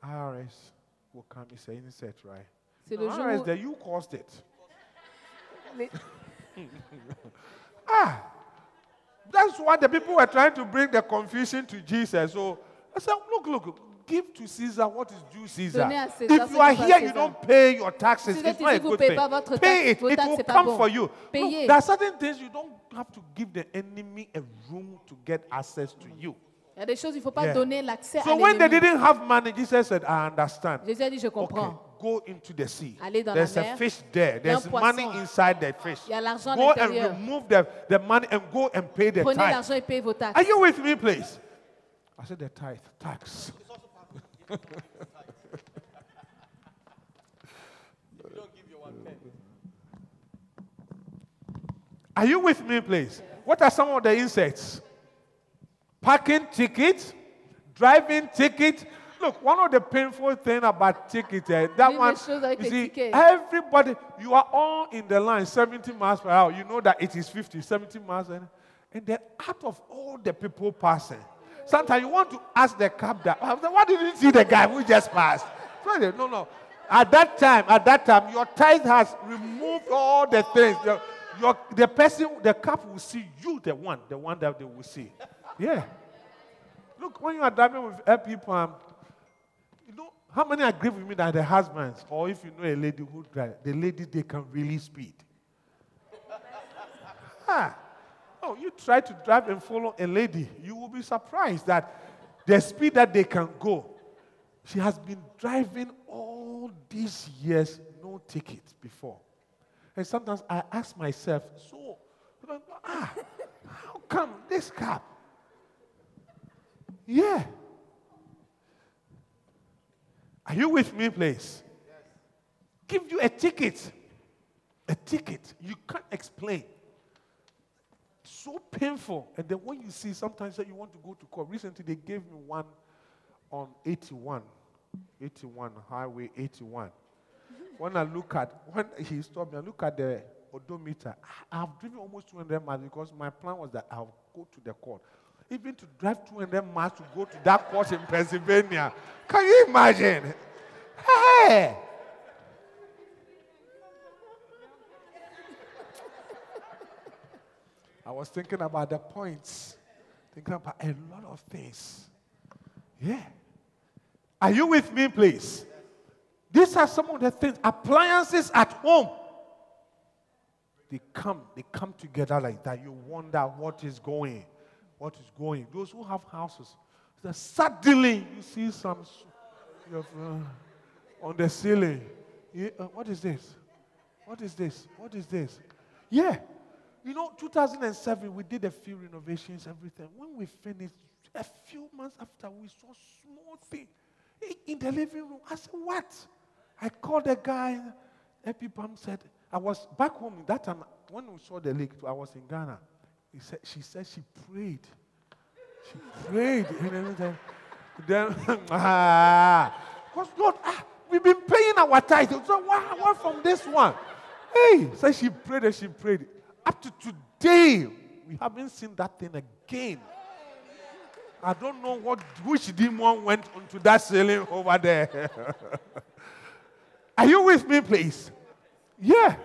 Speaker 11: to IRS will come. It's an insect, right?
Speaker 14: C'est
Speaker 11: No,
Speaker 14: le jour
Speaker 11: IRS,
Speaker 14: où-
Speaker 11: that you caused it.
Speaker 14: Les-
Speaker 11: ah, that's why the people were trying to bring the confusion to Jesus. So I said, look, look, give to Caesar what is due Caesar.
Speaker 14: Donnez à César
Speaker 11: If
Speaker 14: ce
Speaker 11: you
Speaker 14: qui
Speaker 11: are
Speaker 14: est à
Speaker 11: here, you
Speaker 14: César.
Speaker 11: don't pay your taxes.
Speaker 14: Si vous
Speaker 11: It's
Speaker 14: êtes
Speaker 11: not
Speaker 14: ici,
Speaker 11: a
Speaker 14: vous
Speaker 11: good
Speaker 14: payez
Speaker 11: thing.
Speaker 14: pas votre taxe,
Speaker 11: Pay it.
Speaker 14: vos
Speaker 11: It
Speaker 14: taxes,
Speaker 11: will
Speaker 14: c'est pas
Speaker 11: come
Speaker 14: bon.
Speaker 11: for you.
Speaker 14: Payez.
Speaker 11: Look, there are certain things you don't have to give the enemy a room to get access to you.
Speaker 14: Il y a des choses, il ne faut pas
Speaker 11: Yeah.
Speaker 14: donner l'accès à
Speaker 11: So when they
Speaker 14: l'ennemi.
Speaker 11: didn't have money, Jesus said, I understand.
Speaker 14: Jésus a dit, je comprends.
Speaker 11: Go into the sea.
Speaker 14: Allez dans la
Speaker 11: There's a
Speaker 14: mer.
Speaker 11: fish there.
Speaker 14: Il y a un
Speaker 11: There's money
Speaker 14: poisson.
Speaker 11: inside the fish.
Speaker 14: Il y a l'argent à
Speaker 11: Go
Speaker 14: l'intérieur.
Speaker 11: and remove the, the money and go and pay the
Speaker 14: Prenez
Speaker 11: tithe.
Speaker 14: l'argent et payez vos taxes.
Speaker 11: Are you with me, please? I said the tithe, tax. Mm. Are you with me, please? What are some of the insects? Parking ticket, driving ticket. Look, one of the painful things about ticket, eh, that
Speaker 14: Leave
Speaker 11: one,
Speaker 14: the shoes like
Speaker 11: you
Speaker 14: a
Speaker 11: see,
Speaker 14: ticket.
Speaker 11: everybody, you are all in the line, 70 miles per hour. You know that it is 50, 70 miles. And, and then out of all the people passing, sometimes you want to ask the cab that, "Ah, why didn't you see the guy who just passed? So they- No, no. At that time, at that time, your tithe has removed all the things. Your, your, the person, the cab will see you, the one, the one that they will see. Yeah. Look, when you are driving with a people, um, you know how many agree with me that the husbands, or if you know a lady who drives, the ladies they can really speed. ah, oh, you try to drive and follow a lady, you will be surprised that the speed that they can go. She has been driving all these years, no ticket before. And sometimes I ask myself, so, ah, how come this car? Yeah. Are you with me, please? Give you a ticket. A ticket. You can't explain. So painful. And then when you see sometimes that you want to go to court. Recently, they gave me one on 81. 81, Highway 81. When I look at, when he stopped me, I look at the odometer. I- I've driven almost 200 miles because my plan was that I'll go to the court. Even to drive 200 miles to go to that court in Pennsylvania. Can you imagine? Hey! I was thinking about the points, thinking about a lot of things. Yeah. Are you with me, please? These are some of the things. Appliances at home. They come, they come together like that. You wonder what is going, what is going. Those who have houses, then suddenly you see some s- you have, uh, on the ceiling. Yeah, uh, what is this? What is this? What is this? Yeah. You know, 2007, we did a few renovations, everything. When we finished, a few months after, we saw small thing in- in the living room. I said, what? I called the guy. Happy Pam said, I was back home that time when we saw the leak. I was in Ghana. He said, she said she prayed. She prayed. And then, then- then ah, because Lord, ah, we've been paying our tithe. So what, what from this one? Hey, so she prayed and she prayed. Up to today, we haven't seen that thing again. I don't know what which demon went onto that ceiling over there. Are you with me, please? Yeah.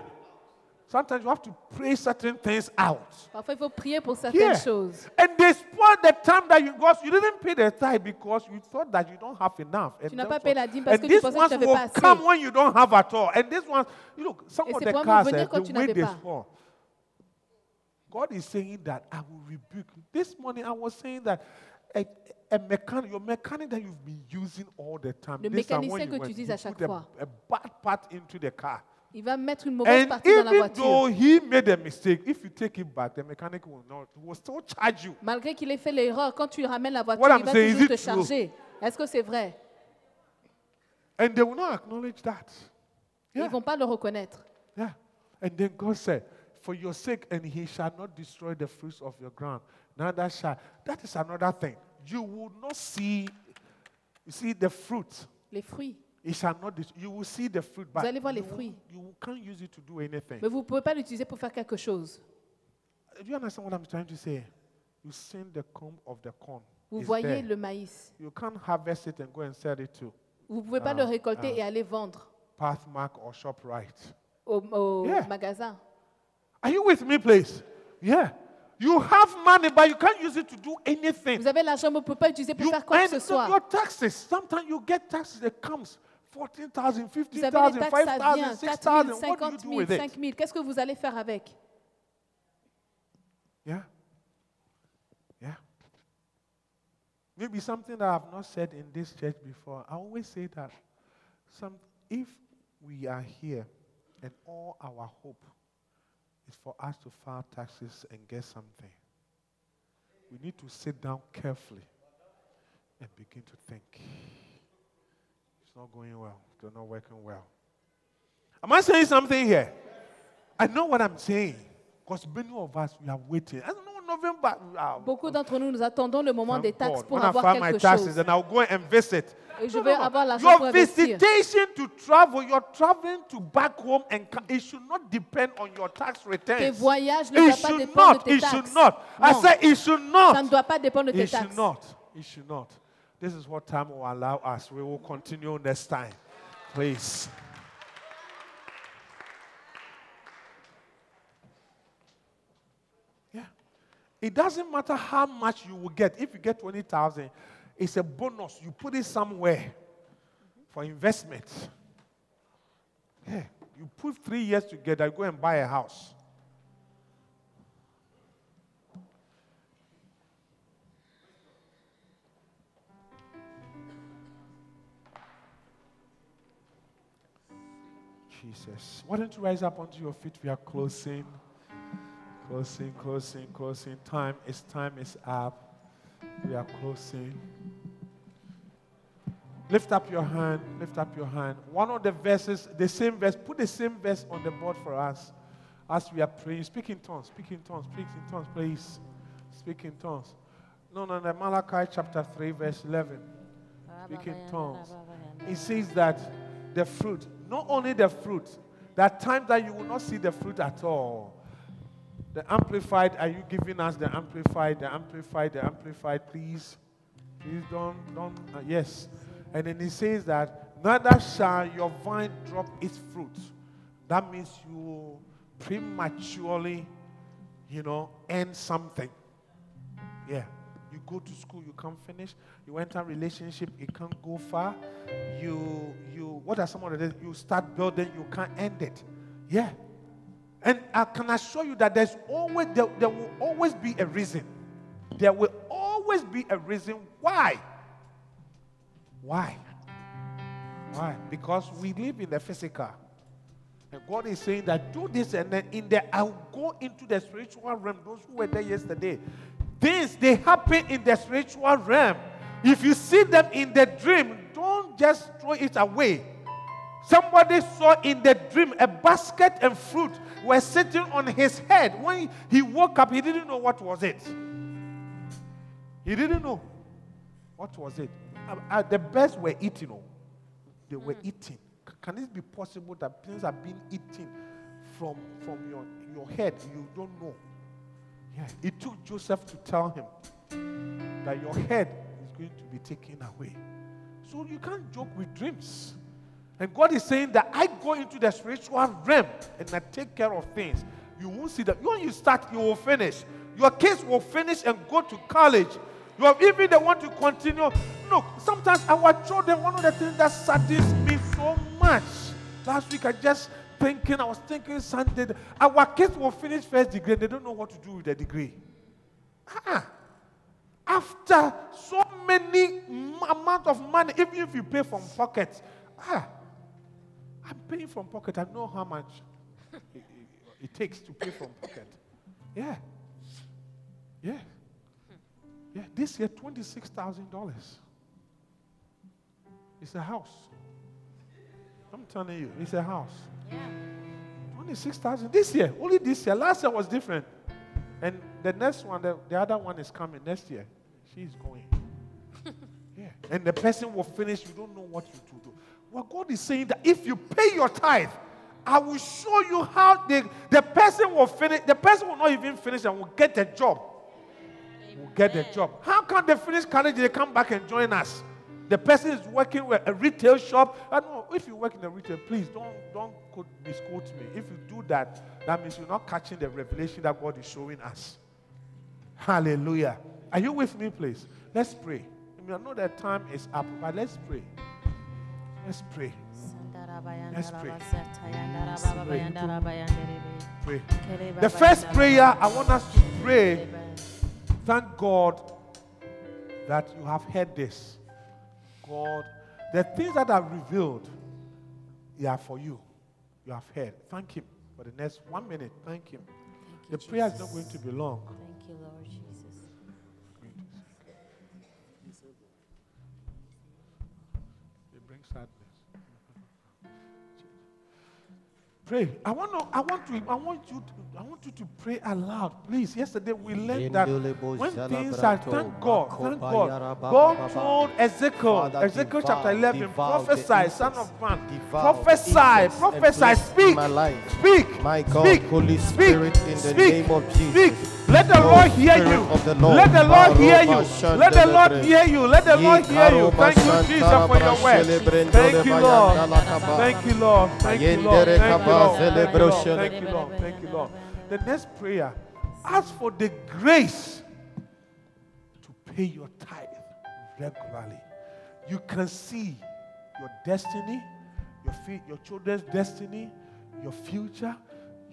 Speaker 11: Sometimes you have to pray certain things out.
Speaker 14: Parfois, il faut prier pour certaines
Speaker 11: Yeah.
Speaker 14: choses.
Speaker 11: And they spoil the time that you got. You didn't pay the tithe because you thought that you don't have enough. And
Speaker 14: n'as
Speaker 11: those
Speaker 14: pas payé la
Speaker 11: ones-
Speaker 14: dîme parce
Speaker 11: and
Speaker 14: que tu
Speaker 11: these
Speaker 14: pensais que
Speaker 11: ones
Speaker 14: tu avais
Speaker 11: will
Speaker 14: pas assez.
Speaker 11: come when you don't have at all. And this one, you look, some
Speaker 14: Et
Speaker 11: of
Speaker 14: ces
Speaker 11: the
Speaker 14: points vont
Speaker 11: cars,
Speaker 14: venir
Speaker 11: eh,
Speaker 14: quand
Speaker 11: the
Speaker 14: tu
Speaker 11: way
Speaker 14: n'avais
Speaker 11: they
Speaker 14: pas.
Speaker 11: spoil. God is saying that I will rebuke. you. This morning I was saying that a, a mechanic, your mechanic that you've been using all the time,
Speaker 14: Le
Speaker 11: this time when
Speaker 14: mécanicien
Speaker 11: you
Speaker 14: que
Speaker 11: went,
Speaker 14: tu utilises
Speaker 11: you
Speaker 14: à chaque
Speaker 11: put a-
Speaker 14: fois.
Speaker 11: a bad part into the car.
Speaker 14: Il va mettre une mauvaise
Speaker 11: And
Speaker 14: partie dans la
Speaker 11: even though
Speaker 14: voiture.
Speaker 11: he made a mistake, if you take it back, the mechanic will not will still charge you.
Speaker 14: Malgré qu'il ait fait l'erreur, quand tu ramènes la voiture,
Speaker 11: What
Speaker 14: il
Speaker 11: I'm
Speaker 14: va
Speaker 11: saying,
Speaker 14: toujours
Speaker 11: is
Speaker 14: te
Speaker 11: it true?
Speaker 14: charger. Est-ce que c'est vrai
Speaker 11: And they will not acknowledge that.
Speaker 14: Ils ne vont pas le reconnaître.
Speaker 11: Yeah. And then God said, For your sake, and he shall not destroy the fruits of your ground. Neither shall that is another thing. You will not see you see the fruit.
Speaker 14: Les fruits.
Speaker 11: It shall not destroy. You will see the fruit, but
Speaker 14: Vous allez voir les
Speaker 11: you will-
Speaker 14: fruits.
Speaker 11: you can't use it to do anything.
Speaker 14: Mais vous ne pouvez pas l'utiliser pour faire quelque chose.
Speaker 11: Do you understand what I'm trying to say? You seen the comb of the corn.
Speaker 14: Vous
Speaker 11: It's
Speaker 14: voyez
Speaker 11: there.
Speaker 14: le maïs.
Speaker 11: You can't harvest it and go and sell it to
Speaker 14: Vous ne pouvez pas
Speaker 11: Ah,
Speaker 14: le récolter
Speaker 11: ah.
Speaker 14: et aller vendre
Speaker 11: Pathmark or ShopRite.
Speaker 14: au, au
Speaker 11: Yeah.
Speaker 14: magasin.
Speaker 11: Are you with me, please? Yeah. You have money, but you can't use it to do anything.
Speaker 14: Vous avez l'argent, mais vous ne pouvez pas l'utiliser pour faire quoi que
Speaker 11: And
Speaker 14: ce
Speaker 11: so
Speaker 14: soit.
Speaker 11: your taxes, sometimes you get taxes that comes 14,000,
Speaker 14: Vous avez des
Speaker 11: 15,000,
Speaker 14: taxes, ça vient.
Speaker 11: 5,000,
Speaker 14: 4
Speaker 11: 6,000.
Speaker 14: 000,
Speaker 11: What do
Speaker 14: 50
Speaker 11: you do
Speaker 14: 000,
Speaker 11: with it?
Speaker 14: 5 000. Qu'est-ce que vous allez faire avec
Speaker 11: Yeah. Yeah. Maybe something that I've not said in this church before. I always say that some, if we are here and all our hope is for us to file taxes and get something, we need to sit down carefully and begin to think. It's not going well, they're not working well. Am I saying something here? I know what I'm saying because many of us we are waiting. I don't know November. ah,
Speaker 14: Beaucoup d'entre nous, nous attendons le moment
Speaker 11: thank
Speaker 14: des taxes
Speaker 11: God.
Speaker 14: pour
Speaker 11: When I
Speaker 14: avoir
Speaker 11: file my
Speaker 14: quelque
Speaker 11: taxes,
Speaker 14: chose.
Speaker 11: then I'll go and visit.
Speaker 14: Et je vais avoir l'argent pour
Speaker 11: Your
Speaker 14: investir.
Speaker 11: visitation to travel, you're traveling to back home, and ca- it should not depend on your tax returns.
Speaker 14: Tes voyages ne
Speaker 11: it
Speaker 14: doivent pas
Speaker 11: should
Speaker 14: dépendre de
Speaker 11: not.
Speaker 14: tes
Speaker 11: It should
Speaker 14: taxes.
Speaker 11: not. I
Speaker 14: Non.
Speaker 11: said it should not.
Speaker 14: Ça ne doit pas dépendre de tes
Speaker 11: It should
Speaker 14: taxes.
Speaker 11: not. It should not. This is what time will allow us. We will continue next time. Please. Yeah. It doesn't matter how much you will get. If you get 20,000, it's a bonus. You put it somewhere for investment. Yeah. You put three years together, you go and buy a house. Jesus. Why don't you rise up onto your feet? We are closing. Closing, closing, closing. Time is time is up. We are closing. Lift up your hand. Lift up your hand. One of the verses, the same verse, put the same verse on the board for us as we are praying. Speak in tongues, speak in tongues, speak in tongues, please. Speak in tongues. No, no, no. Malachi chapter 3, verse 11. Speak in tongues. It says that the fruit, not only the fruit, there are times that you will not see the fruit at all. The amplified, are you giving us the amplified, the amplified, the amplified, please? Please don't, don't, uh, yes. And then he says that neither shall your vine drop its fruit. That means you will prematurely, you know, end something. Yeah. You go to school, you can't finish. You enter a relationship, you can't go far. You, you, what are some of the things? You start building, you can't end it. Yeah. And I can assure you that there's always, there, there will always be a reason. There will always be a reason why. Why? Why? Because we live in the physical. And God is saying that do this, and then in there, I'll go into the spiritual realm. Those who were there yesterday, things they happen in the spiritual realm. If you see them in the dream, don't just throw it away. Somebody saw in the dream a basket and fruit were sitting on his head. When he woke up, he didn't know what was it. He didn't know what was it. Uh, uh, the birds were eating. Oh. They were eating. C- Can it be possible that things are being eaten from, from your, your head? You don't know. Yeah. It took Joseph to tell him that your head is going to be taken away. So you can't joke with dreams. And God is saying that I go into the spiritual realm and I take care of things. You won't see that. When you start, you will finish. Your kids will finish and go to college. You have even they want to continue. Look, sometimes our children, one of the things that saddens me so much. Last week I just thinking, I was thinking Sunday, that our kids will finish first degree. They don't know what to do with their degree. Ah, after so many m- amount of money, even if you pay from pocket, ah, I'm paying from pocket. I know how much it, it- it takes to pay from pocket. Yeah, yeah, yeah. This year, twenty-six thousand dollars. It's a house. I'm telling you, it's a house. Twenty-six thousand this year. Only this year. Last year was different. And the next one, the, the other one is coming next year. She's going. yeah. And the person will finish. You don't know what you to do. Well, God is saying that if you pay your tithe, I will show you how the, the person will finish. The person will not even finish and will get a job. Will get a job. How can they finish college? They come back and join us. The person is working with a retail shop. I know if you work in a retail, please don't don't quote- misquote me. If you do that, that means you're not catching the revelation that God is showing us. Hallelujah. Are you with me, please? Let's pray. I, mean, I know that time is up, but let's pray. Let's pray. Let's pray. Pray. The first prayer I want us to pray. Thank God that you have heard this. God, the things that are revealed, they are for you. You have heard. Thank Him for the next one minute. Thank Him. the prayer is not going to be long.
Speaker 2: Thank you, Lord Jesus.
Speaker 11: It brings sadness. Pray. I want to. I want to. I want you. To, I want you to pray aloud, please. Yesterday we learned that when things are thank God, thank God. God told Ezekiel, Ezekiel chapter eleven, prophesy, son of man, prophesy, prophesy, speak, speak, my God, speak, Holy Spirit, in the name of Jesus, speak. Let the Lord hear you. Let the Lord hear you. Let the Lord hear you. Let the Lord hear you. Thank you, Jesus, for your word. Thank you, Lord. Thank you, Lord. Thank you, Lord. Thank you, Lord. Thank you, Lord. Thank you, Lord. Thank you, Lord. The next prayer ask for the grace to pay your tithe regularly. You can see your destiny, your, fe- your children's destiny, your future,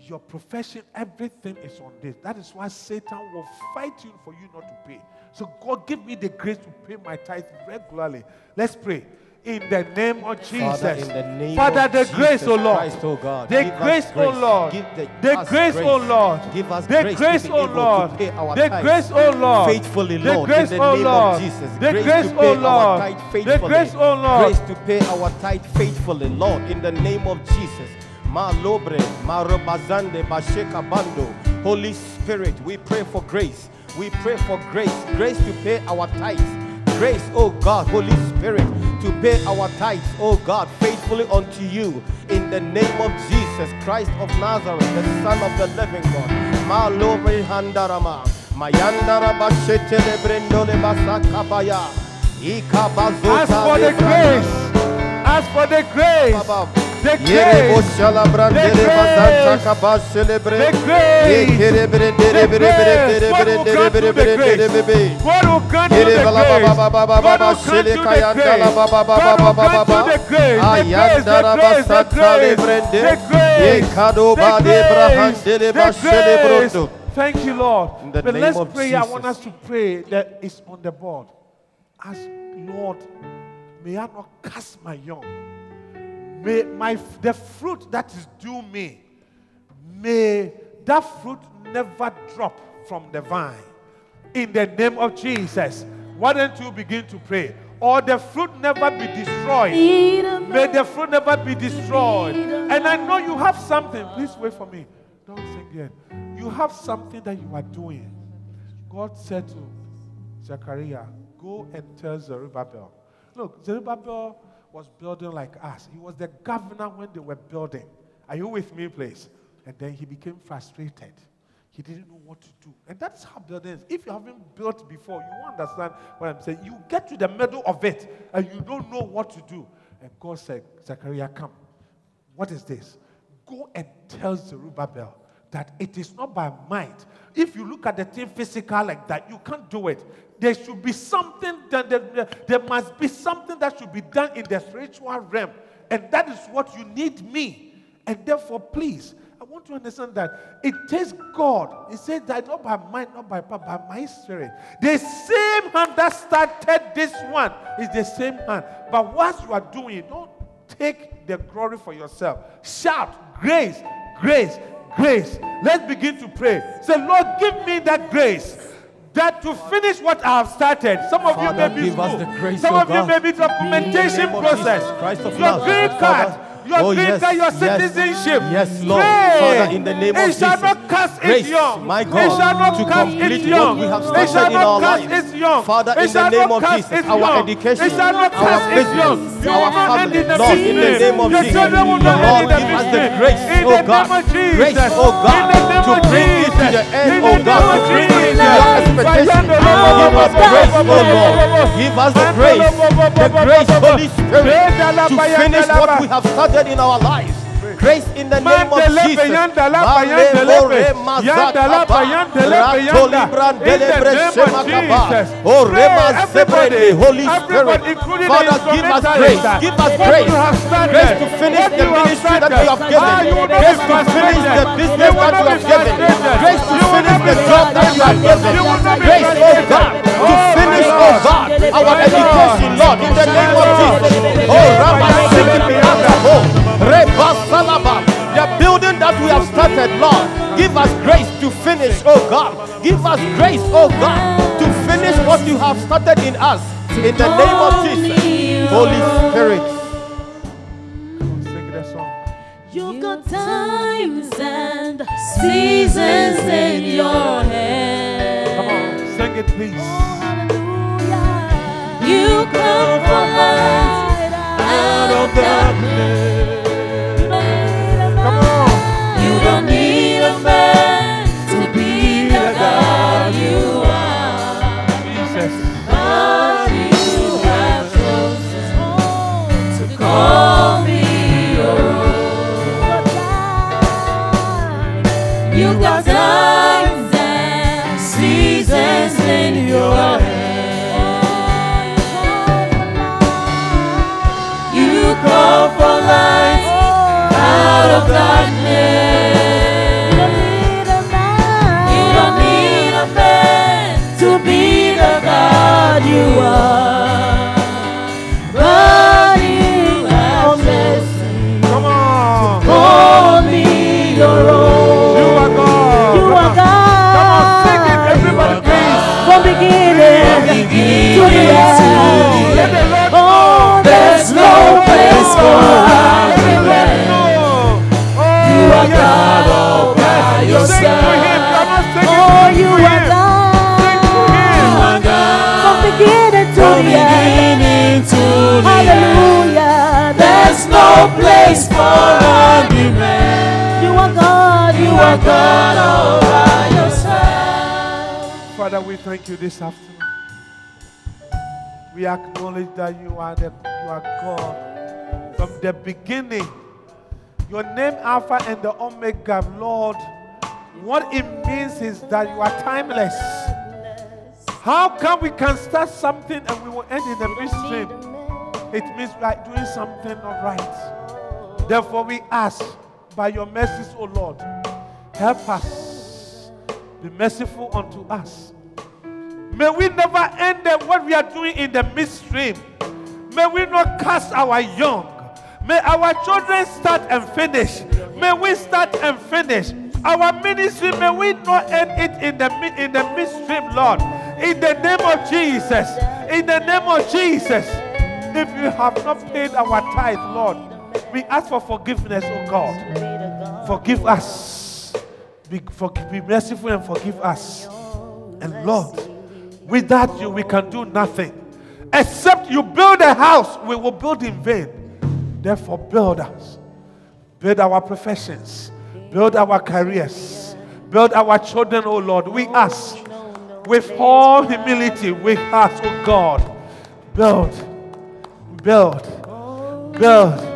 Speaker 11: your profession, everything is on this. That is why Satan will fight you for you not to pay. So, God, give me the grace to pay my tithe regularly. Let's pray. In the name of Jesus.
Speaker 4: Father, in the name
Speaker 11: Father,
Speaker 4: of
Speaker 11: the
Speaker 4: Jesus
Speaker 11: grace, O Lord.
Speaker 4: Christ, O God,
Speaker 11: the
Speaker 4: give us
Speaker 11: grace, O
Speaker 4: grace.
Speaker 11: Lord.
Speaker 4: Give the-
Speaker 11: the
Speaker 4: us
Speaker 11: grace, O
Speaker 4: grace.
Speaker 11: Lord.
Speaker 4: Give us
Speaker 11: the
Speaker 4: grace to
Speaker 11: grace,
Speaker 4: be
Speaker 11: O
Speaker 4: able to
Speaker 11: Lord.
Speaker 4: pay our
Speaker 11: The
Speaker 4: tithes
Speaker 11: grace, O Lord.
Speaker 4: faithfully, Lord,
Speaker 11: The
Speaker 4: in
Speaker 11: grace,
Speaker 4: the
Speaker 11: O
Speaker 4: name of
Speaker 11: Lord.
Speaker 4: Jesus.
Speaker 11: The
Speaker 4: Grace
Speaker 11: grace,
Speaker 4: to
Speaker 11: O
Speaker 4: pay our
Speaker 11: Lord.
Speaker 4: tithe
Speaker 11: The
Speaker 4: faithfully.
Speaker 11: grace, O Lord.
Speaker 4: Grace to pay our tithe faithfully, Lord, in the name of Jesus. Ma lobre, ma robazande, ba sheka bando. Holy Spirit, we pray for grace. We pray for grace. Grace to pay our tithes. Grace, oh God, Holy Spirit, to pay our tithes, oh God, faithfully unto you. In the name of Jesus Christ of Nazareth, the Son of the living God. Ma lobre handarama. Mayandara ba shetele brendole basakabaya. Ikabazota
Speaker 11: Ask for the
Speaker 4: lebranda.
Speaker 11: grace. Ask for the grace. The
Speaker 4: Yerebo
Speaker 11: grace.
Speaker 4: shala brandele basanta kabashele bre.
Speaker 11: The grace.
Speaker 4: Yekere bre dere bre bre dere bre dere bre bre dere bre bre.
Speaker 11: God will grant you the
Speaker 4: Yere
Speaker 11: grace.
Speaker 4: bala ba ba ba ba
Speaker 11: God
Speaker 4: ba ba
Speaker 11: will grant
Speaker 4: shele
Speaker 11: you the
Speaker 4: kayanda la
Speaker 11: grace.
Speaker 4: ba ba ba ba
Speaker 11: God
Speaker 4: ba
Speaker 11: will
Speaker 4: ba
Speaker 11: grant
Speaker 4: ba
Speaker 11: you
Speaker 4: ba.
Speaker 11: the grace. The grace.
Speaker 4: Ayanda
Speaker 11: The
Speaker 4: ra ba
Speaker 11: grace. The
Speaker 4: santa le
Speaker 11: grace.
Speaker 4: brende.
Speaker 11: The grace.
Speaker 4: Yekado ba
Speaker 11: The
Speaker 4: de brahan
Speaker 11: grace.
Speaker 4: dele
Speaker 11: The
Speaker 4: ba shele
Speaker 11: grace.
Speaker 4: brondo.
Speaker 11: Thank you, Lord.
Speaker 4: In the
Speaker 11: but
Speaker 4: name
Speaker 11: let's
Speaker 4: of
Speaker 11: pray. I want
Speaker 4: Jesus.
Speaker 11: us to pray that it's on the board. Ask, Lord, may I not cast my young. May my the fruit that is due me, may that fruit never drop from the vine. In the name of Jesus, why don't you begin to pray? Or the fruit never be destroyed. May the fruit never be destroyed. And I know you have something. Please wait for me. Don't sing yet. You have something that you are doing. God said to Zechariah, Go and tell Zerubbabel. Look, Zerubbabel was building like us. He was the governor when they were building. Are you with me, please? And then he became frustrated. He didn't know what to do. And that's how building is. If you haven't built before, you won't understand what I'm saying. You get to the middle of it and you don't know what to do. And God said, Zechariah, come. What is this? Go and tell Zerubbabel that it is not by might. If you look at the thing physical like that, you can't do it. There should be something that there, there must be something that should be done in the spiritual realm. And that is what you need me. And therefore, please, I want to understand that it takes God. He said that not by mind, not by power, by my spirit. The same hand that started this one is the same hand. But what you are doing, don't take the glory for yourself. Shout, grace, grace, grace. Let's begin to pray. Say, Lord, give me that grace. That to finish what I have started. Some of
Speaker 8: Father,
Speaker 11: you may be
Speaker 8: give us
Speaker 11: school.
Speaker 8: the grace,
Speaker 11: Some
Speaker 8: O
Speaker 11: of you
Speaker 8: God,
Speaker 11: may be
Speaker 8: to be in the
Speaker 11: documentation
Speaker 8: name of
Speaker 11: process.
Speaker 8: Jesus Christ of
Speaker 11: Your green
Speaker 8: Nazareth.
Speaker 11: card.
Speaker 8: Father,
Speaker 11: Your
Speaker 8: oh,
Speaker 11: green
Speaker 8: yes,
Speaker 11: card, your
Speaker 8: yes.
Speaker 11: citizenship.
Speaker 8: Yes, Lord.
Speaker 11: Pray.
Speaker 8: Father, in the name
Speaker 11: it
Speaker 8: of
Speaker 11: shall
Speaker 8: Jesus,
Speaker 11: not cast
Speaker 8: grace,
Speaker 11: its young.
Speaker 8: my
Speaker 11: it
Speaker 8: God,
Speaker 11: shall not
Speaker 8: to
Speaker 11: cast its
Speaker 8: complete
Speaker 11: young.
Speaker 8: what we have
Speaker 11: it shall
Speaker 8: started in
Speaker 11: not
Speaker 8: our
Speaker 11: cast
Speaker 8: lives.
Speaker 11: its young.
Speaker 8: Father,
Speaker 11: it
Speaker 8: in the
Speaker 11: shall
Speaker 8: name
Speaker 11: not
Speaker 8: of
Speaker 11: cast
Speaker 8: Jesus,
Speaker 11: its
Speaker 8: our
Speaker 11: young.
Speaker 8: education,
Speaker 11: it shall not
Speaker 8: our
Speaker 11: cast its
Speaker 8: business,
Speaker 11: young.
Speaker 8: our
Speaker 11: You will not end
Speaker 8: family,
Speaker 11: in the
Speaker 8: Lord, in the
Speaker 11: business.
Speaker 8: name of
Speaker 11: Your
Speaker 8: Jesus.
Speaker 11: children will not
Speaker 8: Lord,
Speaker 11: end in the
Speaker 8: give us the
Speaker 11: business.
Speaker 8: grace,
Speaker 11: in
Speaker 8: oh
Speaker 11: the
Speaker 8: God.
Speaker 11: name of Jesus.
Speaker 8: Grace, oh God,
Speaker 11: in the name
Speaker 8: to
Speaker 11: of
Speaker 8: bring it to
Speaker 11: Jesus.
Speaker 8: the end,
Speaker 11: in
Speaker 8: oh
Speaker 11: the
Speaker 8: God, to
Speaker 11: name of
Speaker 8: bring it to
Speaker 11: Jesus.
Speaker 8: your expectation. Give us grace, oh Lord. Give us the grace, the grace, Holy Spirit, to finish what we have started in our lives. Grace in the name of
Speaker 11: Mandelebe,
Speaker 8: Jesus.
Speaker 11: yandalaba,
Speaker 8: Male
Speaker 11: yandelebe,
Speaker 8: more mazakaba,
Speaker 11: yandalaba, yandelebe,
Speaker 8: ratoli
Speaker 11: yanda.
Speaker 8: brandelebre
Speaker 11: In the name of
Speaker 8: shemakaba,
Speaker 11: Jesus.
Speaker 8: o Oh, rema
Speaker 11: Pray,
Speaker 8: zebre de Holy
Speaker 11: everybody,
Speaker 8: Spirit.
Speaker 11: including the
Speaker 8: Father, give us
Speaker 11: instrumentalists,
Speaker 8: grace.
Speaker 11: that
Speaker 8: Give us
Speaker 11: what
Speaker 8: grace.
Speaker 11: you have started,
Speaker 8: Grace to finish
Speaker 11: what
Speaker 8: the
Speaker 11: you have
Speaker 8: ministry that you
Speaker 11: started,
Speaker 8: have given.
Speaker 11: ah, you will not
Speaker 8: Grace to finish the
Speaker 11: be frustrated. You
Speaker 8: business
Speaker 11: will
Speaker 8: that
Speaker 11: not
Speaker 8: you
Speaker 11: be
Speaker 8: have given.
Speaker 11: frustrated.
Speaker 8: Grace to
Speaker 11: You will
Speaker 8: finish
Speaker 11: not be
Speaker 8: the job that you have
Speaker 11: frustrated.
Speaker 8: given.
Speaker 11: You will not be
Speaker 8: Grace, oh
Speaker 11: frustrated.
Speaker 8: God, to
Speaker 11: Oh, my
Speaker 8: finish, oh
Speaker 11: Lord.
Speaker 8: God, our
Speaker 11: My
Speaker 8: education, Lord, in the name of Jesus. Oh, Rabba Sikimiakabo, Reba Salaba, the building that we have started, Lord, give us grace to finish, oh God. Give us grace, oh God, to finish what you have started in us. In the name of Jesus, Holy Spirit.
Speaker 2: You've got times and seasons in your hand.
Speaker 11: Sing it, please.
Speaker 2: You come for light out of darkness. Come on. You don't need a man to be the God you are. God, you have chosen to call me your own. You've got times and seasons in your hand. You call for light out of darkness. You don't need a man to be the God you are. But you have chosen
Speaker 11: Come on.
Speaker 2: to call me your own.
Speaker 11: You are God.
Speaker 2: You are God. Come on,
Speaker 11: sing it, everybody, please.
Speaker 2: From beginning to the end. Oh, there's no place for argument. You are God all by yourself. Oh, you are God. From beginning to the end. Hallelujah. There's no place for argument. You are God. You are God all by yourself.
Speaker 11: Father, we thank you this afternoon. We acknowledge that you are the you are God from the beginning. Your name Alpha and the Omega, Lord. What it means is that you are timeless. How come we can start something and we will end in the midstream? It means we are doing something not right. Therefore, we ask by your mercies, O Lord, help us. Be merciful unto us. May we never end up what we are doing in the midstream. May we not cast our young. May our children start and finish. May we start and finish. Our ministry, may we not end it in the, mi- in the midstream, Lord. In the name of Jesus. In the name of Jesus. If you have not paid our tithe, Lord, we ask for forgiveness, oh God. Forgive us. Be, forg- be merciful and forgive us. And Lord, without you, we can do nothing. Except you build a house, we will build in vain. Therefore, build us. Build our professions. Build our careers. Build our children, O Lord. We ask with all oh humility, we ask, O God, build, build, God.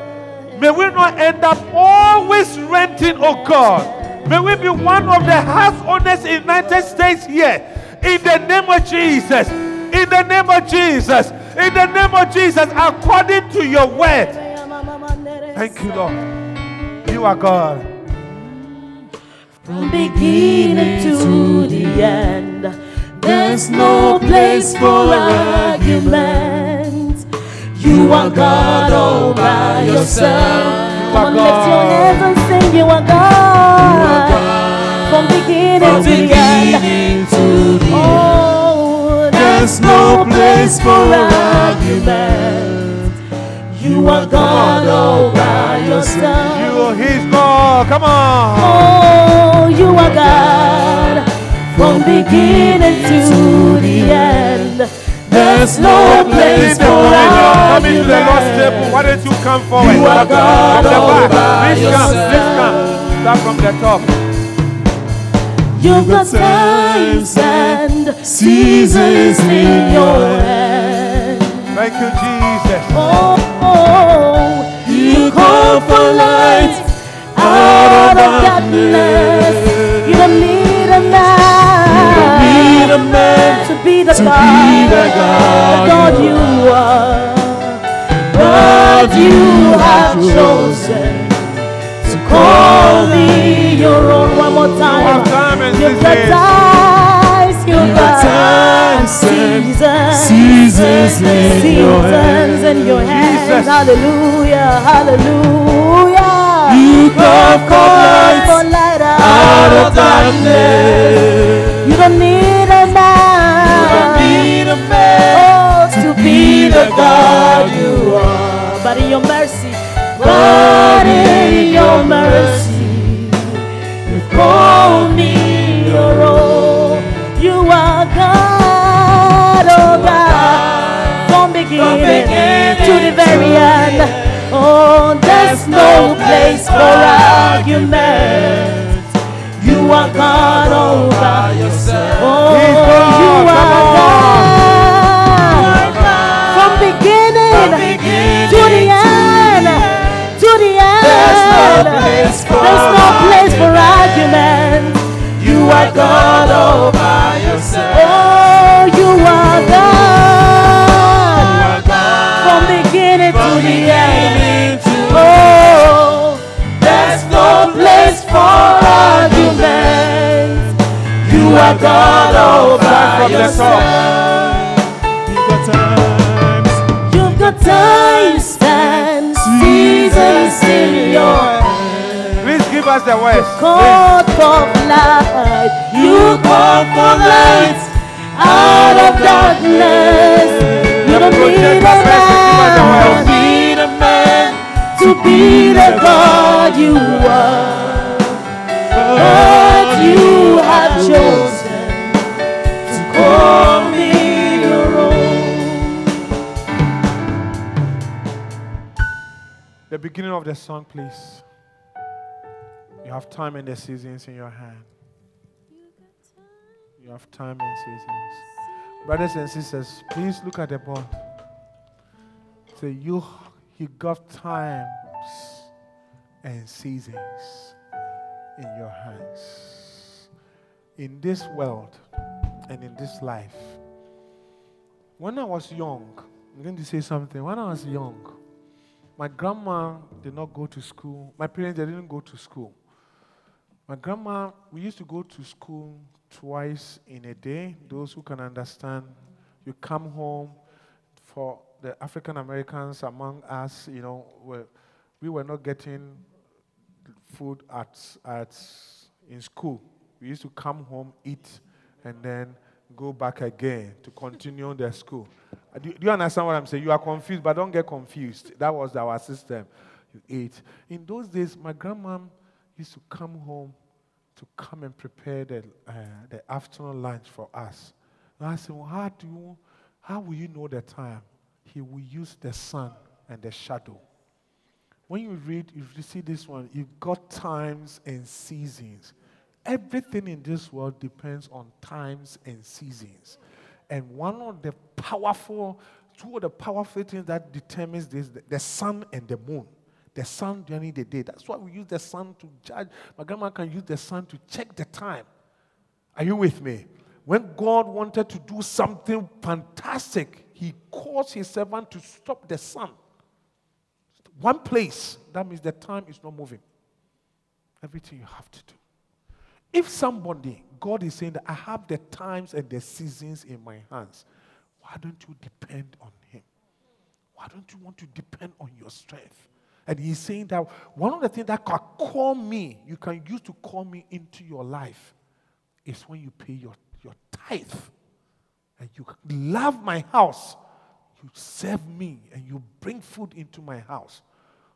Speaker 11: May we not end up always renting, oh God. May we be one of the house owners in United States here. In the name of Jesus. In the name of Jesus. In the name of Jesus. According to your word. Thank you, Lord. You are God.
Speaker 2: From beginning to the end, there's no place for argument. You are God all by yourself. Come on, lift your hands and sing, You are God. From beginning
Speaker 16: From
Speaker 2: to the end. Oh, there's no place for argument. You are God all by yourself.
Speaker 11: You are His God. Come on.
Speaker 2: Oh, you are God. From beginning to the end. There's no place for
Speaker 11: Come into the Lord's table. Why don't you come forward?
Speaker 2: You are God
Speaker 11: from the
Speaker 2: all
Speaker 11: back.
Speaker 2: by
Speaker 11: Please come. Please come. Start from the top.
Speaker 2: You've got times and seasons in your hand.
Speaker 11: Thank you, Jesus.
Speaker 2: Oh, oh, you call for light out of darkness. You don't need a man. You don't need a man to be the God. The God you are. God you have chosen to call me your own one more time. You've got times, you've got times, seasons,
Speaker 16: seasons in your
Speaker 2: seasons in your hands. Hallelujah, hallelujah. You
Speaker 16: call for light
Speaker 2: for light out of darkness. You don't need a man. need a man oh, to be the God you are. But in your mercy, but in your mercy, you call me your own. You are God, oh God, from beginning to the very end. Oh, there's no place for argument. You are God all by yourself. Oh, you are God. From beginning to the end. To the end. There's no place for, argument. You are God all by yourself. Oh, you are God. From beginning to the end. Oh. There's no place for argument. You are God all by yourself. You've got times. You've got times and seasons in your
Speaker 11: Please give us the words.
Speaker 2: call for light. You call for light out of darkness. You don't need a man. You need a man to be the God you are. But you have chosen to call me your own.
Speaker 11: The beginning of the song, please. You have time and the seasons in your hand. You have time and seasons. Brothers and sisters, please look at the board. Say, you, you got times and seasons in your hands. In this world and in this life, when I was young, I'm going to say something. When I was young, my grandma did not go to school. My parents they didn't go to school. My grandma, we used to go to school twice in a day. Those who can understand, you come home for the African Americans among us, you know, were, we were not getting food at, at in school. We used to come home, eat, and then go back again to continue their school. Uh, Do, do you understand what I'm saying? You are confused, but don't get confused. That was our system. You ate. In those days, my grandma used to come home to come and prepare the, uh, the afternoon lunch for us. And I said, well, how, do you, how will you know the time? He will use the sun and the shadow when you read, if you see this one, you've got times and seasons. Everything in this world depends on times and seasons. And one of the powerful two of the powerful things that determines this: the, the sun and the moon. The sun during the day. That's why we use the sun to judge. My grandma can use the sun to check the time. Are you with me? When God wanted to do something fantastic, He caused His servant to stop the sun. One place, that means the time is not moving. Everything you have to do. If somebody, God is saying that I have the times and the seasons in my hands, why don't you depend on Him? Why don't you want to depend on your strength? And He's saying that one of the things that can call me, you can use to call me into your life, is when you pay your, your tithe and you love my house, you serve me, and you bring food into my house.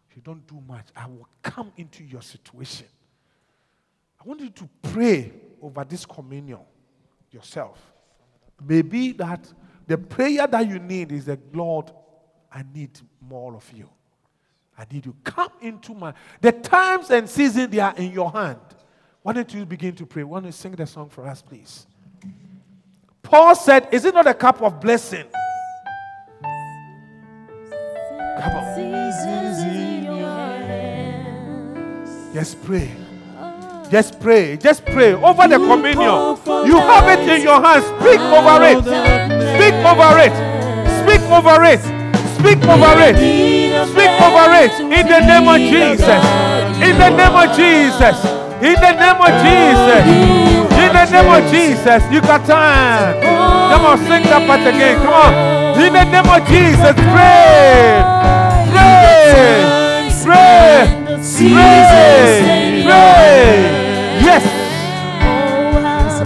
Speaker 11: If you don't do much, I will come into your situation. I want you to pray over this communion yourself. Maybe that the prayer that you need is that, Lord, I need more of you. I need you. Come into my. The times and seasons, they are in your hand. Why don't you begin to pray? Why don't you sing the song for us, please? Paul said, Is it not a cup of blessing? Come on. Just pray. Just pray. Just pray over the communion. You have it in your hands. Speak over it. Speak over it. Speak over it. Speak over it. Speak over it. In the name of Jesus. In the name of Jesus. In the name of Jesus. In the name of Jesus. You got time. Come on, sing that part again. Come on. In the name of Jesus. Pray. Pray. Pray. Pray. Pray. Yes.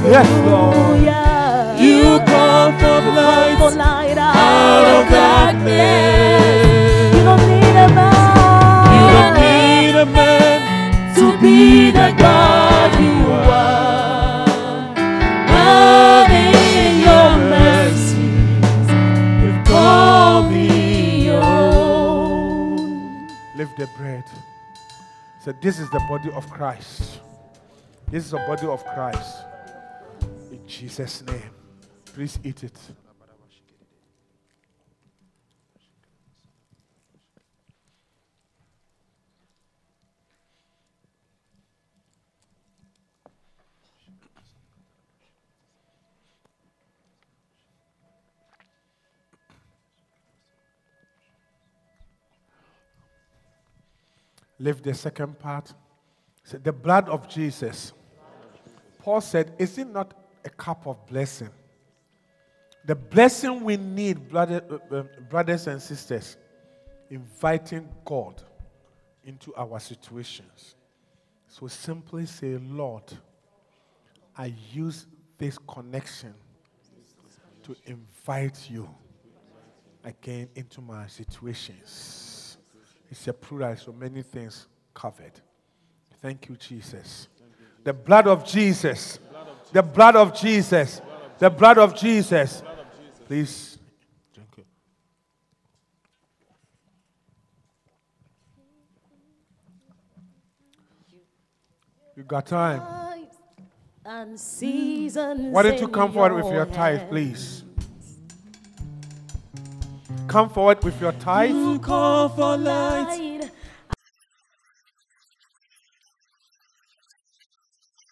Speaker 11: Yes, Lord.
Speaker 2: You brought the light, out of darkness. You don't need a man. You don't need a man to be the God you are. But in your mercies, you've called me your own.
Speaker 11: Lift the bread. So this is the body of Christ. This is the body of Christ. In Jesus' name. Please eat it. Lift the second part. Say, the blood of Jesus. Paul said, Is it not a cup of blessing? The blessing we need, brother, uh, uh, brothers and sisters, inviting God into our situations. So simply say, Lord, I use this connection to invite you again into my situations. It's a plural, so many things covered. Thank you, Jesus. The blood of Jesus. The blood of Jesus. The blood of Jesus. Please. Thank you. You got time.
Speaker 2: And seasons.
Speaker 11: Why don't you
Speaker 2: in
Speaker 11: come forward with your tithe,
Speaker 2: hand.
Speaker 11: please? Come forward with your tithe.
Speaker 2: Call for light.